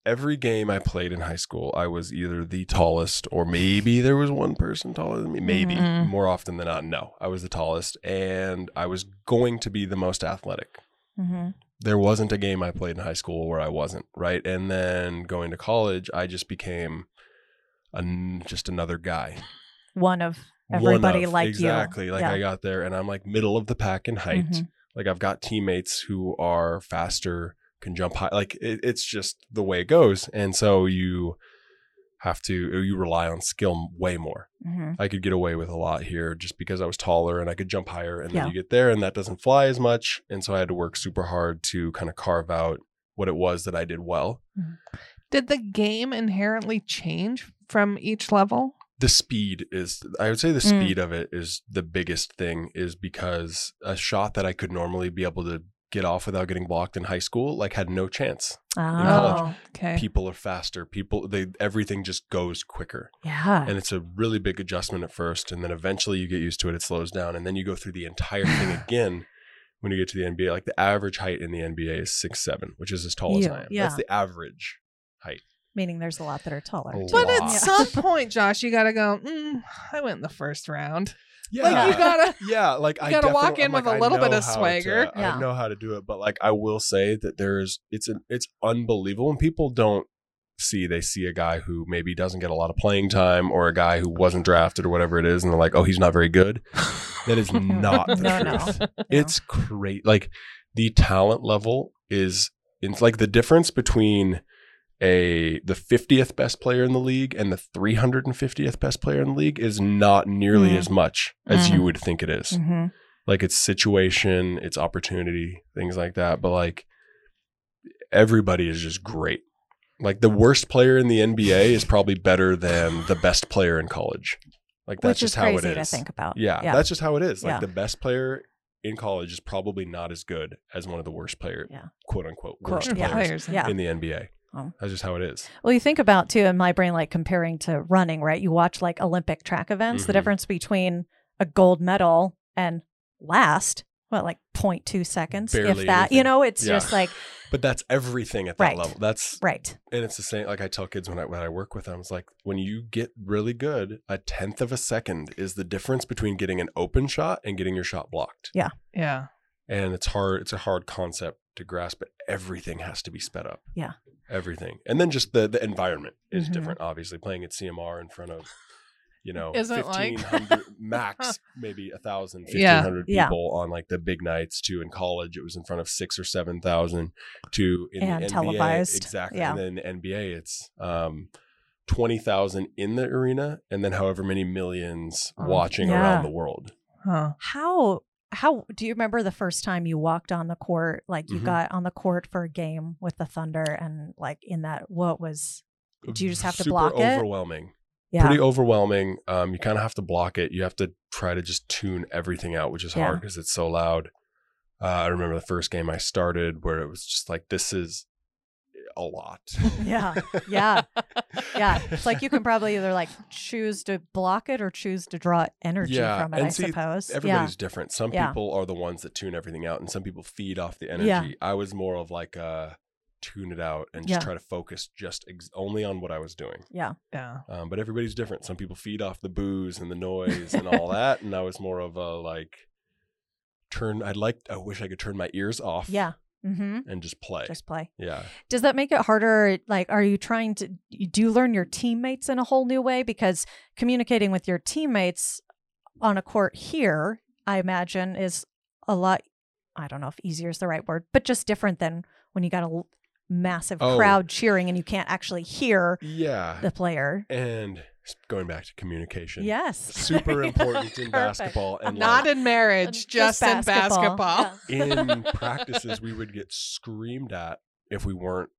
S4: every game I played in high school, I was either the tallest or maybe there was one person taller than me. Maybe
S3: Mhm.
S4: more often than not, no, I was the tallest, and I was going to be the most athletic.
S5: Mm-hmm.
S1: hmm
S4: There wasn't a game I played in high school where I wasn't right, and then going to college, I just became an, just another guy.
S1: One of
S4: One of-
S1: Everybody like you.
S4: exactly. Like
S1: Yeah.
S4: I got there, and I'm like middle of the pack in height.
S1: Mhm.
S4: Like I've got teammates who are faster, can jump high. Like it, it's just the way it goes. And so you have to you rely on skill way more.
S5: Mm-hmm.
S1: Mhm.
S4: I could get away with a lot here just because I was taller and I could jump higher. And then
S1: Yeah.
S4: you get there, and that doesn't fly as much. And so I had to work super hard to kind of carve out what it was that I did well.
S3: Did the game inherently change from each level?
S4: the speed is i would say the
S1: Mm.
S4: speed of it is the biggest thing is because a shot that i could normally be able to get off without getting blocked in high school like had no chance
S1: Oh,
S4: college.
S3: Oh, okay.
S4: people are faster people they everything just goes quicker
S1: yeah.
S4: and it's a really big adjustment at first and then eventually you get used to it it slows down and then you go through the entire thing again when you get to the nba like the average height in the nba is six seven which is as tall as
S1: Ew,
S4: i am
S1: yeah.
S4: that's the average
S1: Meaning there's a lot that are taller.
S4: A
S1: too.
S3: But at
S4: Wow.
S3: some point, Josh, you gotta go. Mm, I went in the first round.
S4: yeah
S3: Like you gotta.
S4: Yeah, like I
S3: gotta walk
S4: definitely-
S3: in
S4: I'm like,
S3: with a
S4: I
S3: little bit
S4: know
S3: of
S4: how to-
S3: swagger.
S1: Yeah.
S4: I know how to do it, but like I will say that there's it's an it's unbelievable when people don't see they see a guy who maybe doesn't get a lot of playing time or a guy who wasn't drafted or whatever it is, and they're like, oh, he's not very good. That is not the
S1: No, no.
S4: truth.
S1: No.
S4: It's great. Like the talent level is it's like the difference between a the 50th best player in the league and the 350th best player in the league is not nearly
S1: Mm.
S4: as much as
S1: Mm.
S4: you would think it is
S1: Mhm.
S4: like it's situation, it's opportunity, things like that. But like everybody is just great. Like the worst player in the NBA is probably better than the best player in college. Like that's
S1: Which
S4: just
S1: is
S4: how it
S1: crazy
S4: is.
S1: to think about.
S4: Yeah, that's just how it is. Like
S1: Yeah.
S4: the best player in college is probably not as good as one of the worst player,
S1: Yeah.
S4: quote unquote,
S1: Quote,
S4: worst
S1: yeah.
S4: players
S3: Players.
S1: Yeah.
S4: in the NBA.
S1: Oh.
S4: That's just how it is.
S1: Well, you think about too in my brain, like comparing to running, right? You watch like Olympic track events, the
S4: Mhm.
S1: difference between a gold medal and last, what, like 0.2 seconds,
S4: Barely
S1: if that, you
S4: anything.
S1: know, it's
S4: Yeah.
S1: just like,
S4: But that's everything at that
S1: Right.
S4: level. That's
S1: right.
S4: and it's the same like i tell kids when i when i work with them it's like when you get really good a tenth of a second is the difference between getting an open shot and getting your shot blocked
S3: Yeah.
S4: and it's hard it's a hard concept to grasp but everything has to be sped up
S1: Yeah. Mm-hmm.
S4: everything and then just the the environment is
S3: Mhm.
S4: different obviously playing at cmr in front of you know
S3: Isn't it like-
S4: 1500 max maybe a thousand
S3: Yeah.
S4: 1500
S1: Yeah.
S4: people on like the big nights too in college it was in front of six or seven thousand to in
S1: And
S4: the NBA,
S1: televised.
S4: exactly
S1: Yeah.
S4: and then the nba it's um 20,000 in the arena and then however many millions
S3: Oh,
S4: watching
S1: yeah.
S4: around the world
S3: Huh.
S1: How, how do you remember the first time you walked on the court? Like you
S4: Mhm.
S1: got on the court for a game with the Thunder and like in that, what was, Do you just have to
S4: Super
S1: block it?
S4: overwhelming
S1: yeah.
S4: pretty overwhelming. Um, you kind of have to block it. You have to try to just tune everything out, which is
S1: Yeah.
S4: hard because it's so loud. Uh, I remember the first game I started where it was just like, this is a lot.
S1: Yeah. Yeah. yeah. It's like you can probably either like choose to block it or choose to draw energy
S4: Yeah,
S1: from it,
S4: and
S1: I
S4: see,
S1: suppose.
S4: Everybody's different. Some
S1: Yeah.
S4: people are the ones that tune everything out, and some people feed off the energy.
S1: Yeah.
S4: I was more of like, uh, tune it out and just
S1: Yeah.
S4: try to focus just ex- only on what I was doing.
S3: Yeah.
S4: Um, but everybody's different. Some people feed off the booze and the noise and all that. And I was more of a like, turn, I'd like, I wish I could turn my ears off
S1: yeah. Yeah. Mm-hmm.
S4: and just play.
S1: Just play.
S4: yeah.
S1: Does that make it harder? Like, are you trying to you do you learn your teammates in a whole new way? Because communicating with your teammates on a court here, I imagine, is a lot. I don't know if easier is the right word, but just different than when you got a l- massive
S4: Oh.
S1: crowd cheering and you can't actually hear
S4: Yeah.
S1: the player.
S4: And going back to communication.
S5: Yes.
S4: Super important in
S5: Perfect.
S4: basketball and
S3: Not
S4: like,
S3: in marriage, just, in basketball.
S4: in practices we would get screamed at if we weren't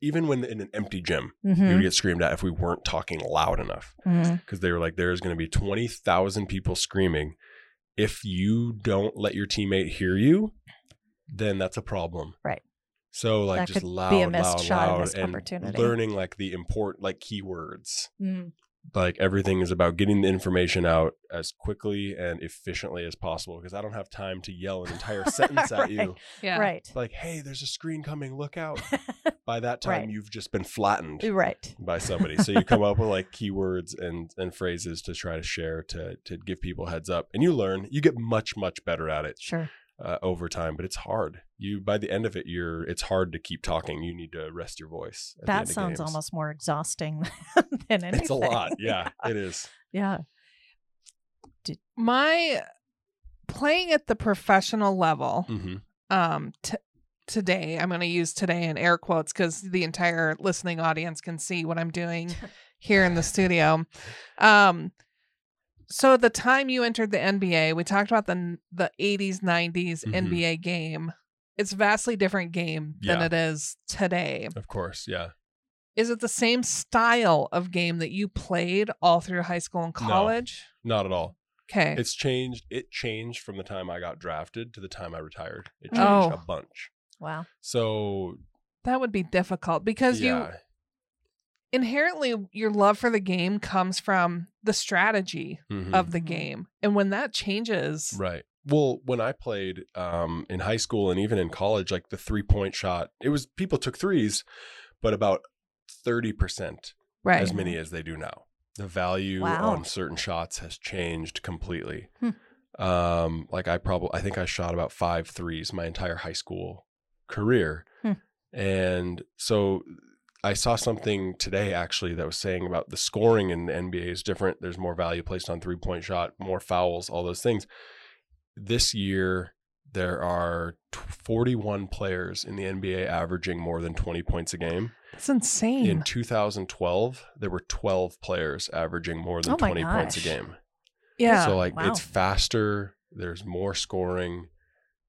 S4: even when in an empty gym,
S5: Mm-hmm.
S4: we
S1: Hmm.
S4: would get screamed at if we weren't talking loud enough. because they were like, there's going to be 20,000 people screaming. If you don't let your teammate hear you, then that's a problem.
S5: Right.
S4: So like
S5: That
S4: just
S5: could be
S4: loud,
S5: a missed
S4: loud,
S5: shot, a
S4: loud,
S5: missed
S4: and
S5: opportunity.
S4: learning like the import, like keywords.
S5: Mm-hmm.
S4: Like everything is about getting the information out as quickly and efficiently as possible because I don't have time to yell an entire sentence at you.
S5: Right.
S3: Yeah.
S5: Right.
S4: It's like, hey, there's a screen coming, look out. By that time,
S5: Right.
S4: you've just been flattened
S5: Right.
S4: by somebody. So you come up with like keywords and and phrases to try to share to to give people heads up, and you learn. You get much much better at it
S5: Sure.
S4: uh, over time, but it's hard. You by the end of it, you're it's hard to keep talking. You need to rest your voice. at the end
S5: That
S4: of
S5: sounds
S4: games.
S5: almost more exhausting than anything.
S4: It's a lot. Yeah, it is.
S5: Yeah.
S3: My playing at the professional level.
S4: Mm-hmm.
S3: um t- today i'm going to use today in air quotes because the entire listening audience can see what i'm doing here in the studio um so at the time you entered the nba we talked about the n- the 80s 90s
S4: Mhm.
S3: nba game it's a vastly different game than
S4: Yeah.
S3: it is today
S4: Of course. Yeah.
S3: is it the same style of game that you played all through high school and
S4: No.
S3: college
S4: Not at all.
S3: okay
S4: It's changed. It changed from the time I got drafted to the time I retired. It changed
S3: Oh.
S4: a bunch.
S5: Wow.
S4: So
S3: that would be difficult because you
S4: yeah,
S3: inherently your love for the game comes from the strategy
S4: Mhm.
S3: of the game and when that changes
S4: Right. Well, when I played um, in high school and even in college, like the three point shot, it was people took threes, but about 30%
S3: right
S4: as many as they do now. The value
S5: Wow.
S4: on certain shots has changed completely.
S5: Hmm.
S4: Um, like I probably, I think I shot about five threes my entire high school career.
S5: Hmm.
S4: And so I saw something today actually that was saying about the scoring in the NBA is different. There's more value placed on three point shot, more fouls, all those things. This year, there are t- 41 players in the NBA averaging more than 20 points a game.
S3: that's insane
S4: In 2012, there were 12 players averaging more than
S5: Oh my
S4: 20 points a
S5: gosh.
S4: game.
S3: yeah
S4: So like
S5: Wow.
S4: it's faster. There's more scoring.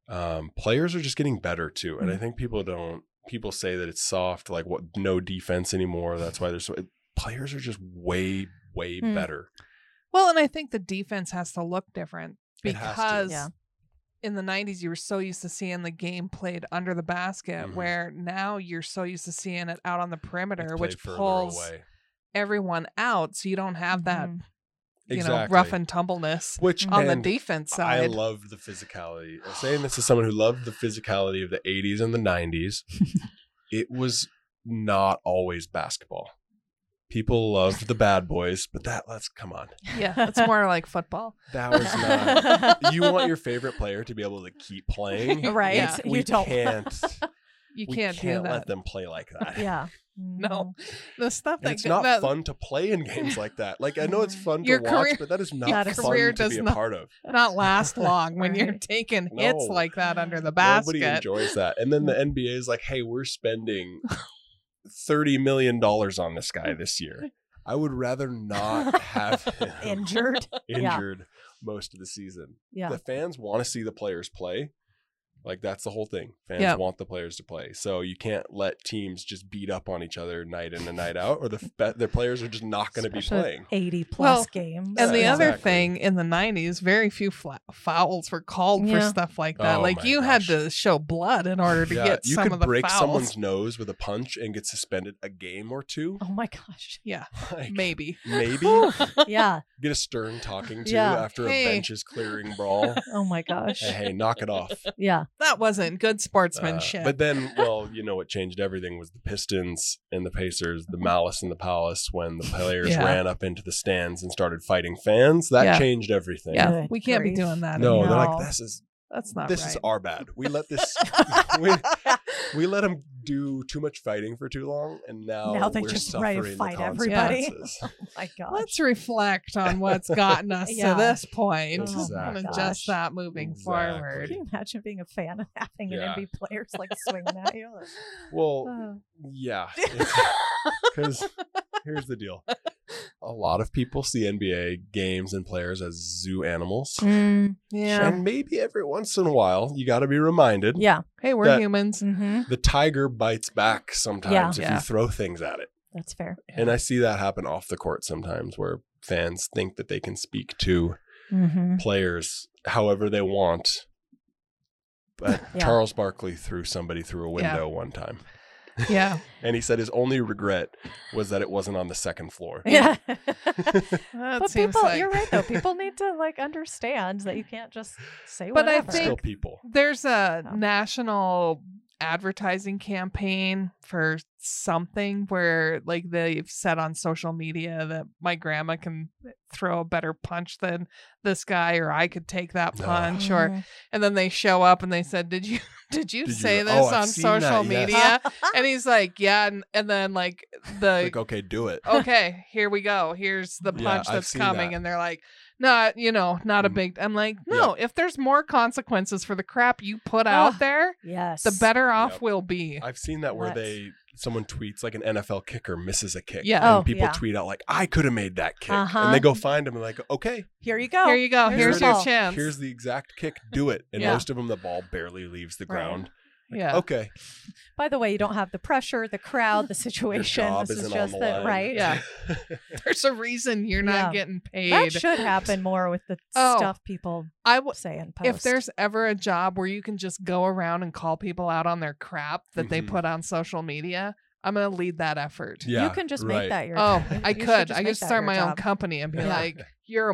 S4: Um, players are just getting better too,
S3: Mm.
S4: and I think people don't. People say that it's soft, like what no defense anymore. That's why there's so. It, players are just way way
S5: Mm.
S4: better.
S3: well and i think the defense has to look different
S4: It has to.
S3: because
S5: Yeah.
S3: in the 90s you were so used to seeing the game played under the basket
S4: Mhm.
S3: where now you're so used to seeing it out on the perimeter
S4: It's
S3: which
S4: played further
S3: pulls everyone out so you don't have that
S5: Mhm.
S3: you know
S4: Exactly.
S3: rough and tumbleness
S4: Which
S3: on the
S4: and
S3: defense
S4: I
S3: side
S4: love the physicality. I'm saying this as someone who loved the physicality of the 80s and the 90s. it was not always basketball. People loved the bad boys, but that let's come on.
S3: yeah it's more like football
S4: That was not. You want your favorite player to be able to keep playing,
S5: Right.
S3: Yeah.
S4: We, we
S5: You don't.
S4: can't.
S3: you
S4: we
S3: can't,
S4: can't
S3: do that
S4: let them play like that.
S5: Yeah.
S3: no the stuff
S4: And
S3: that
S4: it's not
S3: that-
S4: fun to play in games like that. Like I know it's fun
S3: Your
S4: to watch,
S3: career-
S4: but that is not
S5: your
S4: fun
S3: career
S4: to
S3: does
S4: be a
S3: not-
S4: part of.
S3: not last long when you're
S5: Right.
S3: taking hits
S4: No.
S3: like that under the
S4: Nobody
S3: basket.
S4: enjoys that. And then the NBA is like, hey, we're spending thirty million dollars on this guy this year. I would rather not have him
S5: Mm-hmm. Injured. yeah.
S4: injured most of the season.
S5: Yeah.
S4: The fans want to see the players play. Like that's the whole thing. Fans
S3: Yep.
S4: want the players to play. So you can't let teams just beat up on each other night in and night out, or the f- their players are just not going to be
S5: Especially
S4: playing.
S5: 80 plus
S3: Well,
S5: games.
S3: and the
S4: Yeah,
S3: other
S4: exactly.
S3: thing in the 90s, very few fla- fouls were called for
S5: Yeah.
S3: stuff like that.
S4: Oh
S3: like
S4: my
S3: you
S4: gosh.
S3: had to show blood in order to
S4: Yeah,
S3: get
S4: you
S3: some
S4: could
S3: of the
S4: break
S3: fouls.
S4: someone's nose with a punch and get suspended a game or two.
S5: Oh my gosh.
S4: Like,
S3: Maybe.
S4: maybe
S5: Yeah.
S4: get a stern talking to
S5: Yeah.
S4: after
S3: Hey.
S4: a benches clearing brawl.
S5: Oh my gosh.
S4: hey, hey, knock it off.
S5: Yeah.
S3: That wasn't good
S4: Uh,
S3: sportsmanship.
S4: but then, well, you know what changed everything was the Pistons and the Pacers, the malice in the palace when the players
S3: Yeah.
S4: ran up into the stands and started fighting fans. That
S3: Yeah.
S4: changed everything.
S3: yeah,
S5: Good
S3: we can't be
S5: grief.
S3: doing that.
S4: No, they're
S5: No.
S4: like this is
S3: That's not
S4: this
S3: right.
S4: is our bad. We let this we,
S5: Oh
S4: we let them do too much fighting for too long, and now
S5: Now they
S4: we're
S5: just
S4: suffering
S5: ready to
S4: the
S5: fight everybody.
S4: consequences.
S5: my gosh.
S3: Let's reflect on what's gotten us
S5: Yeah.
S3: to this point
S4: Oh my
S3: and
S5: gosh.
S3: adjust that moving
S4: Exactly.
S3: forward.
S5: Can you imagine being a fan and having
S4: Yeah.
S5: an NBA players like swinging at you?
S4: Well,
S5: Oh.
S4: yeah, because here's the deal. a lot of people see NBA games and players as zoo animals.
S1: Mm,
S3: Yeah.
S4: And maybe every once in a while, you got to be reminded
S1: yeah.
S3: Hey, we're
S4: That-
S3: humans.
S1: hmm
S4: the tiger bites back sometimes
S1: Yeah.
S4: if
S3: Yeah.
S4: you throw things at it.
S1: That's fair.
S4: And I see that happen off the court sometimes where fans think that they can speak to
S1: Mm-hmm.
S4: players however they want. But
S1: Yeah.
S4: Charles Barkley threw somebody through a window one time.
S3: Yeah.
S4: And he said his only regret was that it wasn't on the second floor.
S1: Yeah.
S3: That
S1: but
S3: seems
S1: people,
S3: like
S1: you're right though. People need to like understand that you can't just say
S3: But I
S1: whatever.
S3: think-
S4: Still people.
S3: there's a
S1: Oh.
S3: national advertising campaign for something where like they've said on social media that my grandma can throw a better punch than this guy or I could take that
S4: No.
S3: punch or
S1: Mhm.
S3: and then they show up and they said did you did you
S4: Did you-
S3: say
S4: oh,
S3: this
S4: I've
S3: on
S4: seen
S3: social
S4: that, yes.
S3: media and he's like yeah and, and then like the
S4: Like, okay, do it.
S3: okay, here we go. Here's the
S4: Yeah,
S3: punch
S4: I've
S3: that's
S4: seen
S3: coming.
S4: that.
S3: And they're like, not, you know, not a
S4: Mm.
S3: big. I'm like, no, if there's more consequences for the crap you put out
S1: Ah.
S3: there,
S1: yes.
S3: the better off
S4: Yep.
S3: we'll be.
S4: I've seen that where
S1: What?
S4: they someone tweets like an NFL kicker misses a kick.
S3: Yeah.
S4: And
S1: Oh,
S4: people
S1: yeah.
S4: tweet out like I could have made that kick.
S1: Uh-huh.
S4: And they go find him and like, okay,
S1: Here you go.
S3: Here you go. Here's,
S4: here's
S3: your
S1: the-
S3: chance.
S4: here's the exact kick, do it. And
S3: Yeah.
S4: most of them the ball barely leaves the
S1: Right.
S4: ground. Like,
S3: yeah.
S4: Okay.
S1: By the way, you don't have the pressure, the crowd, the
S4: Your
S1: situation.
S4: job
S1: this is
S4: isn't
S1: just
S4: on the line.
S1: right.
S3: Yeah. There's a reason you're
S1: Yeah.
S3: not getting
S1: That
S3: paid.
S1: should happen more with the
S3: Oh.
S1: stuff people
S3: I w-
S1: say in post.
S3: if there's ever a job where you can just go around and call people out on their crap that they
S4: Mhm.
S3: put on social media, I'm going to lead that effort.
S4: yeah.
S1: you can just
S4: right.
S1: make that your.
S3: Oh,
S1: you
S3: I
S1: should
S3: could.
S1: just
S3: I
S1: make
S3: could
S1: that
S3: start
S1: your
S3: my own
S1: job.
S3: company and be
S1: Yeah.
S3: like, "You're a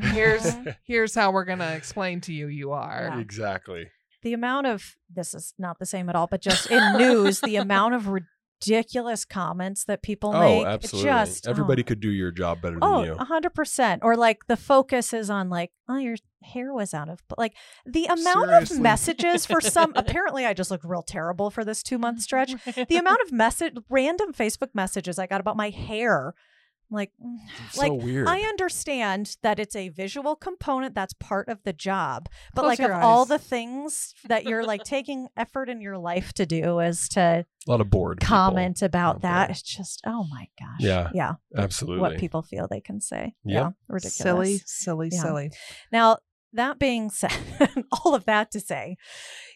S3: Here's
S1: Mhm.
S3: here's how we're gonna explain to you you are.
S1: Yeah.
S4: Exactly.
S1: the amount of this is not the same at all, but just in news, the amount of ridiculous comments that people make.
S4: Oh,
S1: it
S4: absolutely.
S1: Just,
S4: Everybody
S1: oh.
S4: could do your job better than
S1: Oh,
S4: you.
S1: a hundred percent. Or like the focus is on like, oh, your hair was out of pl-" like the amount
S4: Seriously.
S1: of messages for some. apparently, I just looked real terrible for this two month stretch. The amount of message, random Facebook messages I got about my hair. I'm like, mm,
S4: It's
S1: like
S4: so weird.
S1: I understand that it's a visual component that's part of the job, but
S3: Close
S1: like
S3: your
S1: of all
S3: eyes.
S1: the things that you're like taking effort in your life to do is to
S4: a lot of bored people.
S1: comment about
S4: out
S1: that.
S4: there.
S1: It's just oh my gosh,
S4: Yeah,
S1: yeah,
S4: Absolutely.
S1: what people feel they can say, yeah, ridiculous,
S3: Silly, silly,
S1: Yeah.
S3: silly.
S1: Now that being said, all of that to say,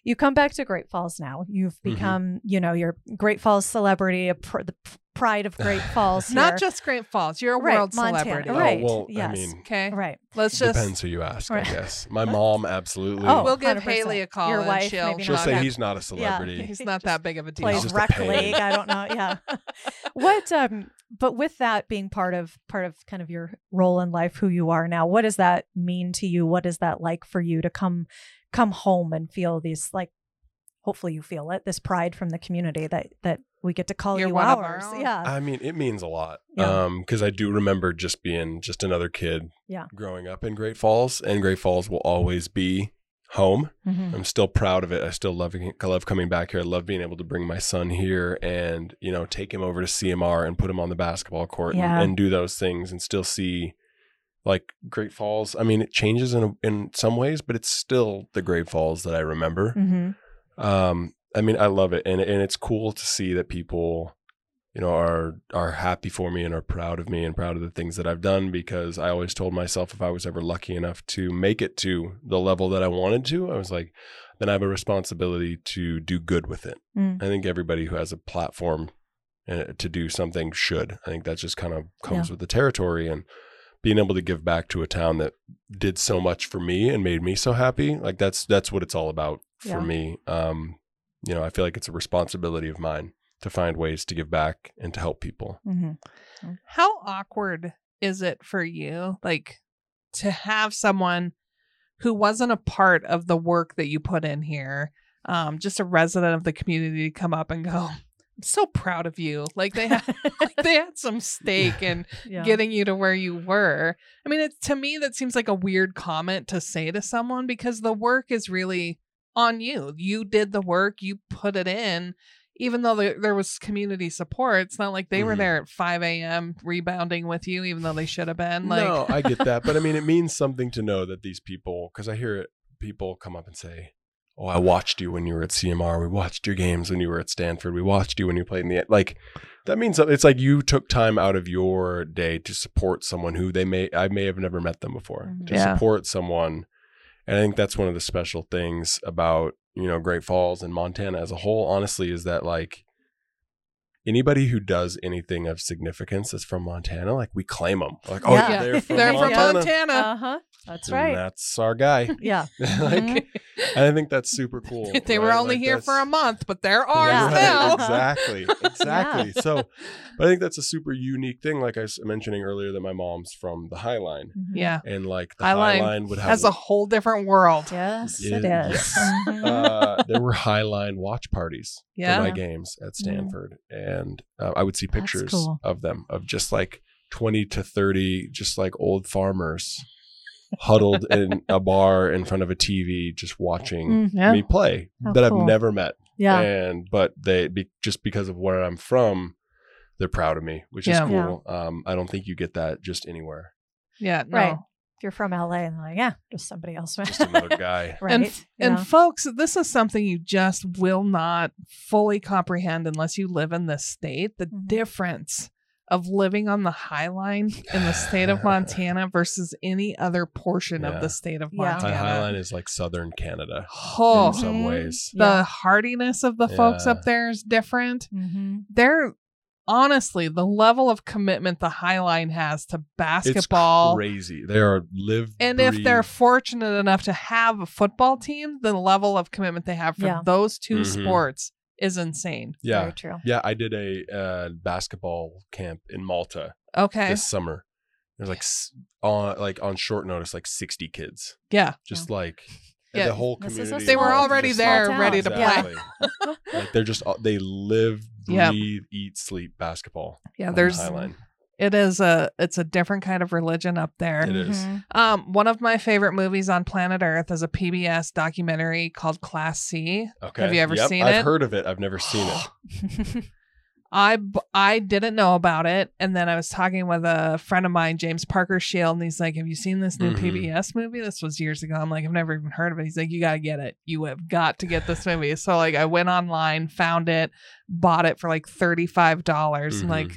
S1: you come back to Great Falls now. You've
S4: Mhm.
S1: become, you know, your Great Falls celebrity, a pr- the p- pride of Great Falls.
S3: It's not
S1: here.
S3: just Great Falls. You're a
S1: Right,
S3: world
S1: Montana,
S3: celebrity.
S4: Oh,
S1: Right,
S4: well, I
S1: yes.
S4: mean,
S3: Okay.
S1: right.
S3: Let's just
S4: depends who you ask,
S1: Right.
S4: I guess. My mom, absolutely.
S1: Oh,
S3: we'll give
S1: 100%.
S3: Haley a call
S1: Your
S3: and
S1: wife,
S3: she'll
S1: maybe
S4: She'll
S1: not.
S4: say
S1: Okay.
S4: he's not a celebrity.
S3: he's not that big of a deal.
S1: plays
S4: just a
S1: rec
S4: pain.
S1: league. I don't know. Yeah. what um but with that being part of part of kind of your role in life, who you are now, what does that mean to you? What is that like for you to come come home and feel these like hopefully you feel it, this pride from the community that that we get to call
S3: You're
S1: you
S3: one of our
S1: ours.
S3: own.
S1: Yeah.
S4: I mean, it means a lot.
S1: Yeah.
S4: Um, because I do remember just being just another kid
S1: Yeah.
S4: growing up in Great Falls, and Great Falls will always be home.
S1: Mhm.
S4: I'm still proud of it. I still love I love coming back here. I love being able to bring my son here and, you know, take him over to CMR and put him on the basketball court
S1: Yeah.
S4: and, and do those things and still see like Great Falls. I mean, it changes in in some ways, but it's still the Great Falls that I remember.
S1: Mhm.
S4: Um, I mean, I love it, and and it's cool to see that people, you know, are are happy for me and are proud of me and proud of the things that I've done. Because I always told myself if I was ever lucky enough to make it to the level that I wanted to, I was like, then I have a responsibility to do good with it.
S1: Mm.
S4: I think everybody who has a platform uh, to do something should. I think that just kind of comes with the territory and being able to give back to a town that did so much for me and made me so happy. Like that's that's what it's all about
S1: Yeah.
S4: for me. Um, you know, I feel like it's a responsibility of mine to find ways to give back and to help people.
S1: Mhm.
S3: How awkward is it for you, like, to have someone who wasn't a part of the work that you put in here, um, just a resident of the community, come up and go, "I'm so proud of you!" Like they had, like they had some stake in
S1: Yeah.
S3: getting you to where you were. I mean, it, to me, that seems like a weird comment to say to someone because the work is really on you. You did the work, you put it in. Even though there, there was community support, it's not like they were
S4: Mhm.
S3: there at 5 a.m. rebounding with you, even though they should have been. Like,
S4: no, I get that, but I mean, it means something to know that these people, because I hear it, people come up and say, "Oh, I watched you when you were at CMR. We watched your games when you were at Stanford. We watched you when you played in the like." That means that it's like you took time out of your day to support someone who they may I may have never met them before.
S5: Mhm.
S4: To
S3: Yeah.
S4: support someone. And I think that's one of the special things about, you know, Great Falls and Montana as a whole, honestly, is that like anybody who does anything of significance that's from Montana, like we claim them. Like, oh,
S5: Yeah.
S4: they're from
S3: They're
S4: Montana.
S3: from Montana.
S5: Uh
S1: Uh-huh.
S5: huh. That's
S4: And
S5: right.
S4: That's our guy.
S5: Yeah.
S4: like,
S3: Mhm.
S4: and I think that's super cool.
S3: they were
S4: right?
S3: only
S4: Like,
S3: here for a
S4: that's-
S3: month, but they're ours
S5: Yeah.
S4: Right,
S3: now.
S4: Exactly. Exactly. So, but I think that's a super unique thing. Like I was mentioning earlier, that my mom's from the High Line,
S1: Mm-hmm.
S5: Mhm.
S3: Yeah.
S4: and like the
S3: High
S4: High,
S3: Line
S4: Line, would have
S3: That's a whole different world.
S5: Yes,
S4: Yeah,
S5: it is.
S4: yes.
S1: Mm-hmm.
S5: Mhm.
S4: uh, there were High Line watch parties
S3: Yeah.
S4: for my games at Stanford, and uh, I would see
S5: That's
S4: pictures
S5: cool.
S4: of them of just like twenty to thirty, just like old farmers huddled in a bar in front of a TV, just watching
S5: Mm,
S3: Yeah.
S1: Mm-hmm.
S4: me play
S5: How
S4: that
S5: cool.
S4: I've never met.
S5: yeah.
S4: and but they be, just because of where I'm from, they're proud of me, which
S3: Yeah.
S4: is
S5: Yeah.
S4: cool. Um, I don't think you get that just anywhere.
S3: Yeah. No.
S5: Right. If you're from LA and like, yeah, just somebody else.
S4: Just another guy.
S5: right.
S3: And, f- and folks, this is something you just will not fully comprehend unless you live in this state. The
S5: Mhm.
S3: difference of living on the High Line in the state of Montana versus any other portion of
S4: Yeah.
S3: the state of
S5: Yeah.
S4: The
S3: Montana.
S4: Highline is like southern Canada
S3: Oh,
S4: in some
S5: Mhm.
S4: ways.
S3: the hardiness of the folks
S4: Yeah.
S3: up there is different.
S5: hmm
S3: They're honestly the level of commitment the High Line has to
S4: It's
S3: basketball.
S4: crazy. They are live.
S3: And if they're
S4: breathe-
S3: fortunate enough to have a football team, the level of commitment they have for
S5: Yeah.
S3: those 2
S4: Mhm.
S3: sports is insane.
S4: yeah,
S5: Very true.
S4: yeah. I did a uh, basketball camp in Malta
S3: Okay.
S4: this summer. There's like s- on like on short notice, like 60 kids,
S3: yeah.
S4: just like
S3: Yeah.
S4: the whole
S5: This is a
S4: community.
S3: They were
S5: small-
S3: already
S4: Just
S3: there
S5: small
S3: ready to
S5: town.
S3: play.
S5: Yeah.
S4: exactly. like they're just all- they live,
S3: Yep.
S4: breathe, eat, sleep basketball.
S3: Yeah,
S4: on the
S3: there's
S4: High Line.
S3: it is a it's a different kind of religion up there.
S4: It is.
S5: Mhm.
S3: Um, one of my favorite movies on planet Earth is a PBS documentary called Class C.
S4: Okay.
S3: Have you ever seen
S4: I've
S3: it?
S4: I've heard of it. I've never seen it.
S3: I b- I didn't know about it, and then I was talking with a friend of mine, James Parker Shield, and he's like, "Have you seen this new
S4: Mhm.
S3: PBS movie? This was years ago." I'm like, "I've never even heard of it." He's like, "You gotta get it. You have got to get this movie." So like, I went online, found it, bought it for like thirty five dollars, and
S4: Mhm.
S3: like.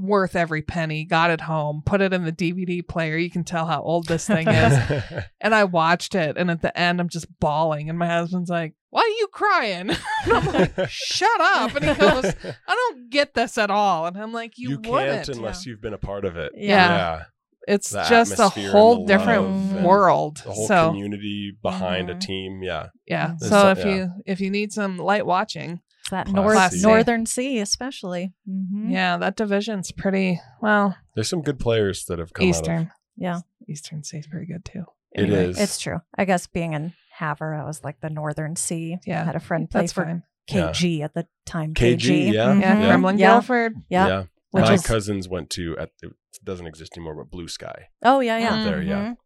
S3: Worth every penny, got it home, put it in the DVD player. You can tell how old this thing is. And I watched it, and at the end, I'm just bawling. And my husband's like, Why are you crying? And I'm like, Shut up. And he goes, I don't get this at all. And I'm like, you,
S4: you,
S3: wouldn't.
S4: can't unless you've been a part of it.
S5: Yeah.
S3: it's
S4: the
S3: just a
S4: atmosphere and
S3: whole
S4: the
S3: different
S5: love and
S3: world.
S4: The whole
S3: So mm-hmm.
S4: community behind
S5: Mhm.
S4: a team. Yeah.
S3: yeah.
S5: It's
S3: So
S4: not-
S3: if
S4: yeah.
S3: you if you need some light watching,
S5: It's that
S4: Class
S5: north,
S3: C.
S5: northern sea, especially. Mhm.
S3: yeah, that division's pretty well
S4: There's some good players that have come out of
S3: Eastern.
S5: Yeah.
S3: Eastern stays pretty good too.
S4: It is.
S5: It's true. I guess being in Havre, I was like the northern sea.
S3: Yeah.
S5: I had a friend play
S3: That's
S5: for
S3: fine.
S4: Yeah.
S5: KG at the time.
S4: KG, yeah.
S5: Mhm.
S3: Yeah. Kremlin
S5: Yeah.
S3: Guilford.
S5: Yeah. Which
S4: My
S5: is-
S4: cousins went to at it doesn't exist anymore, but Blue Sky.
S5: Oh, yeah, yeah.
S4: Up there,
S3: Mm-hmm.
S4: yeah.
S5: Mhm.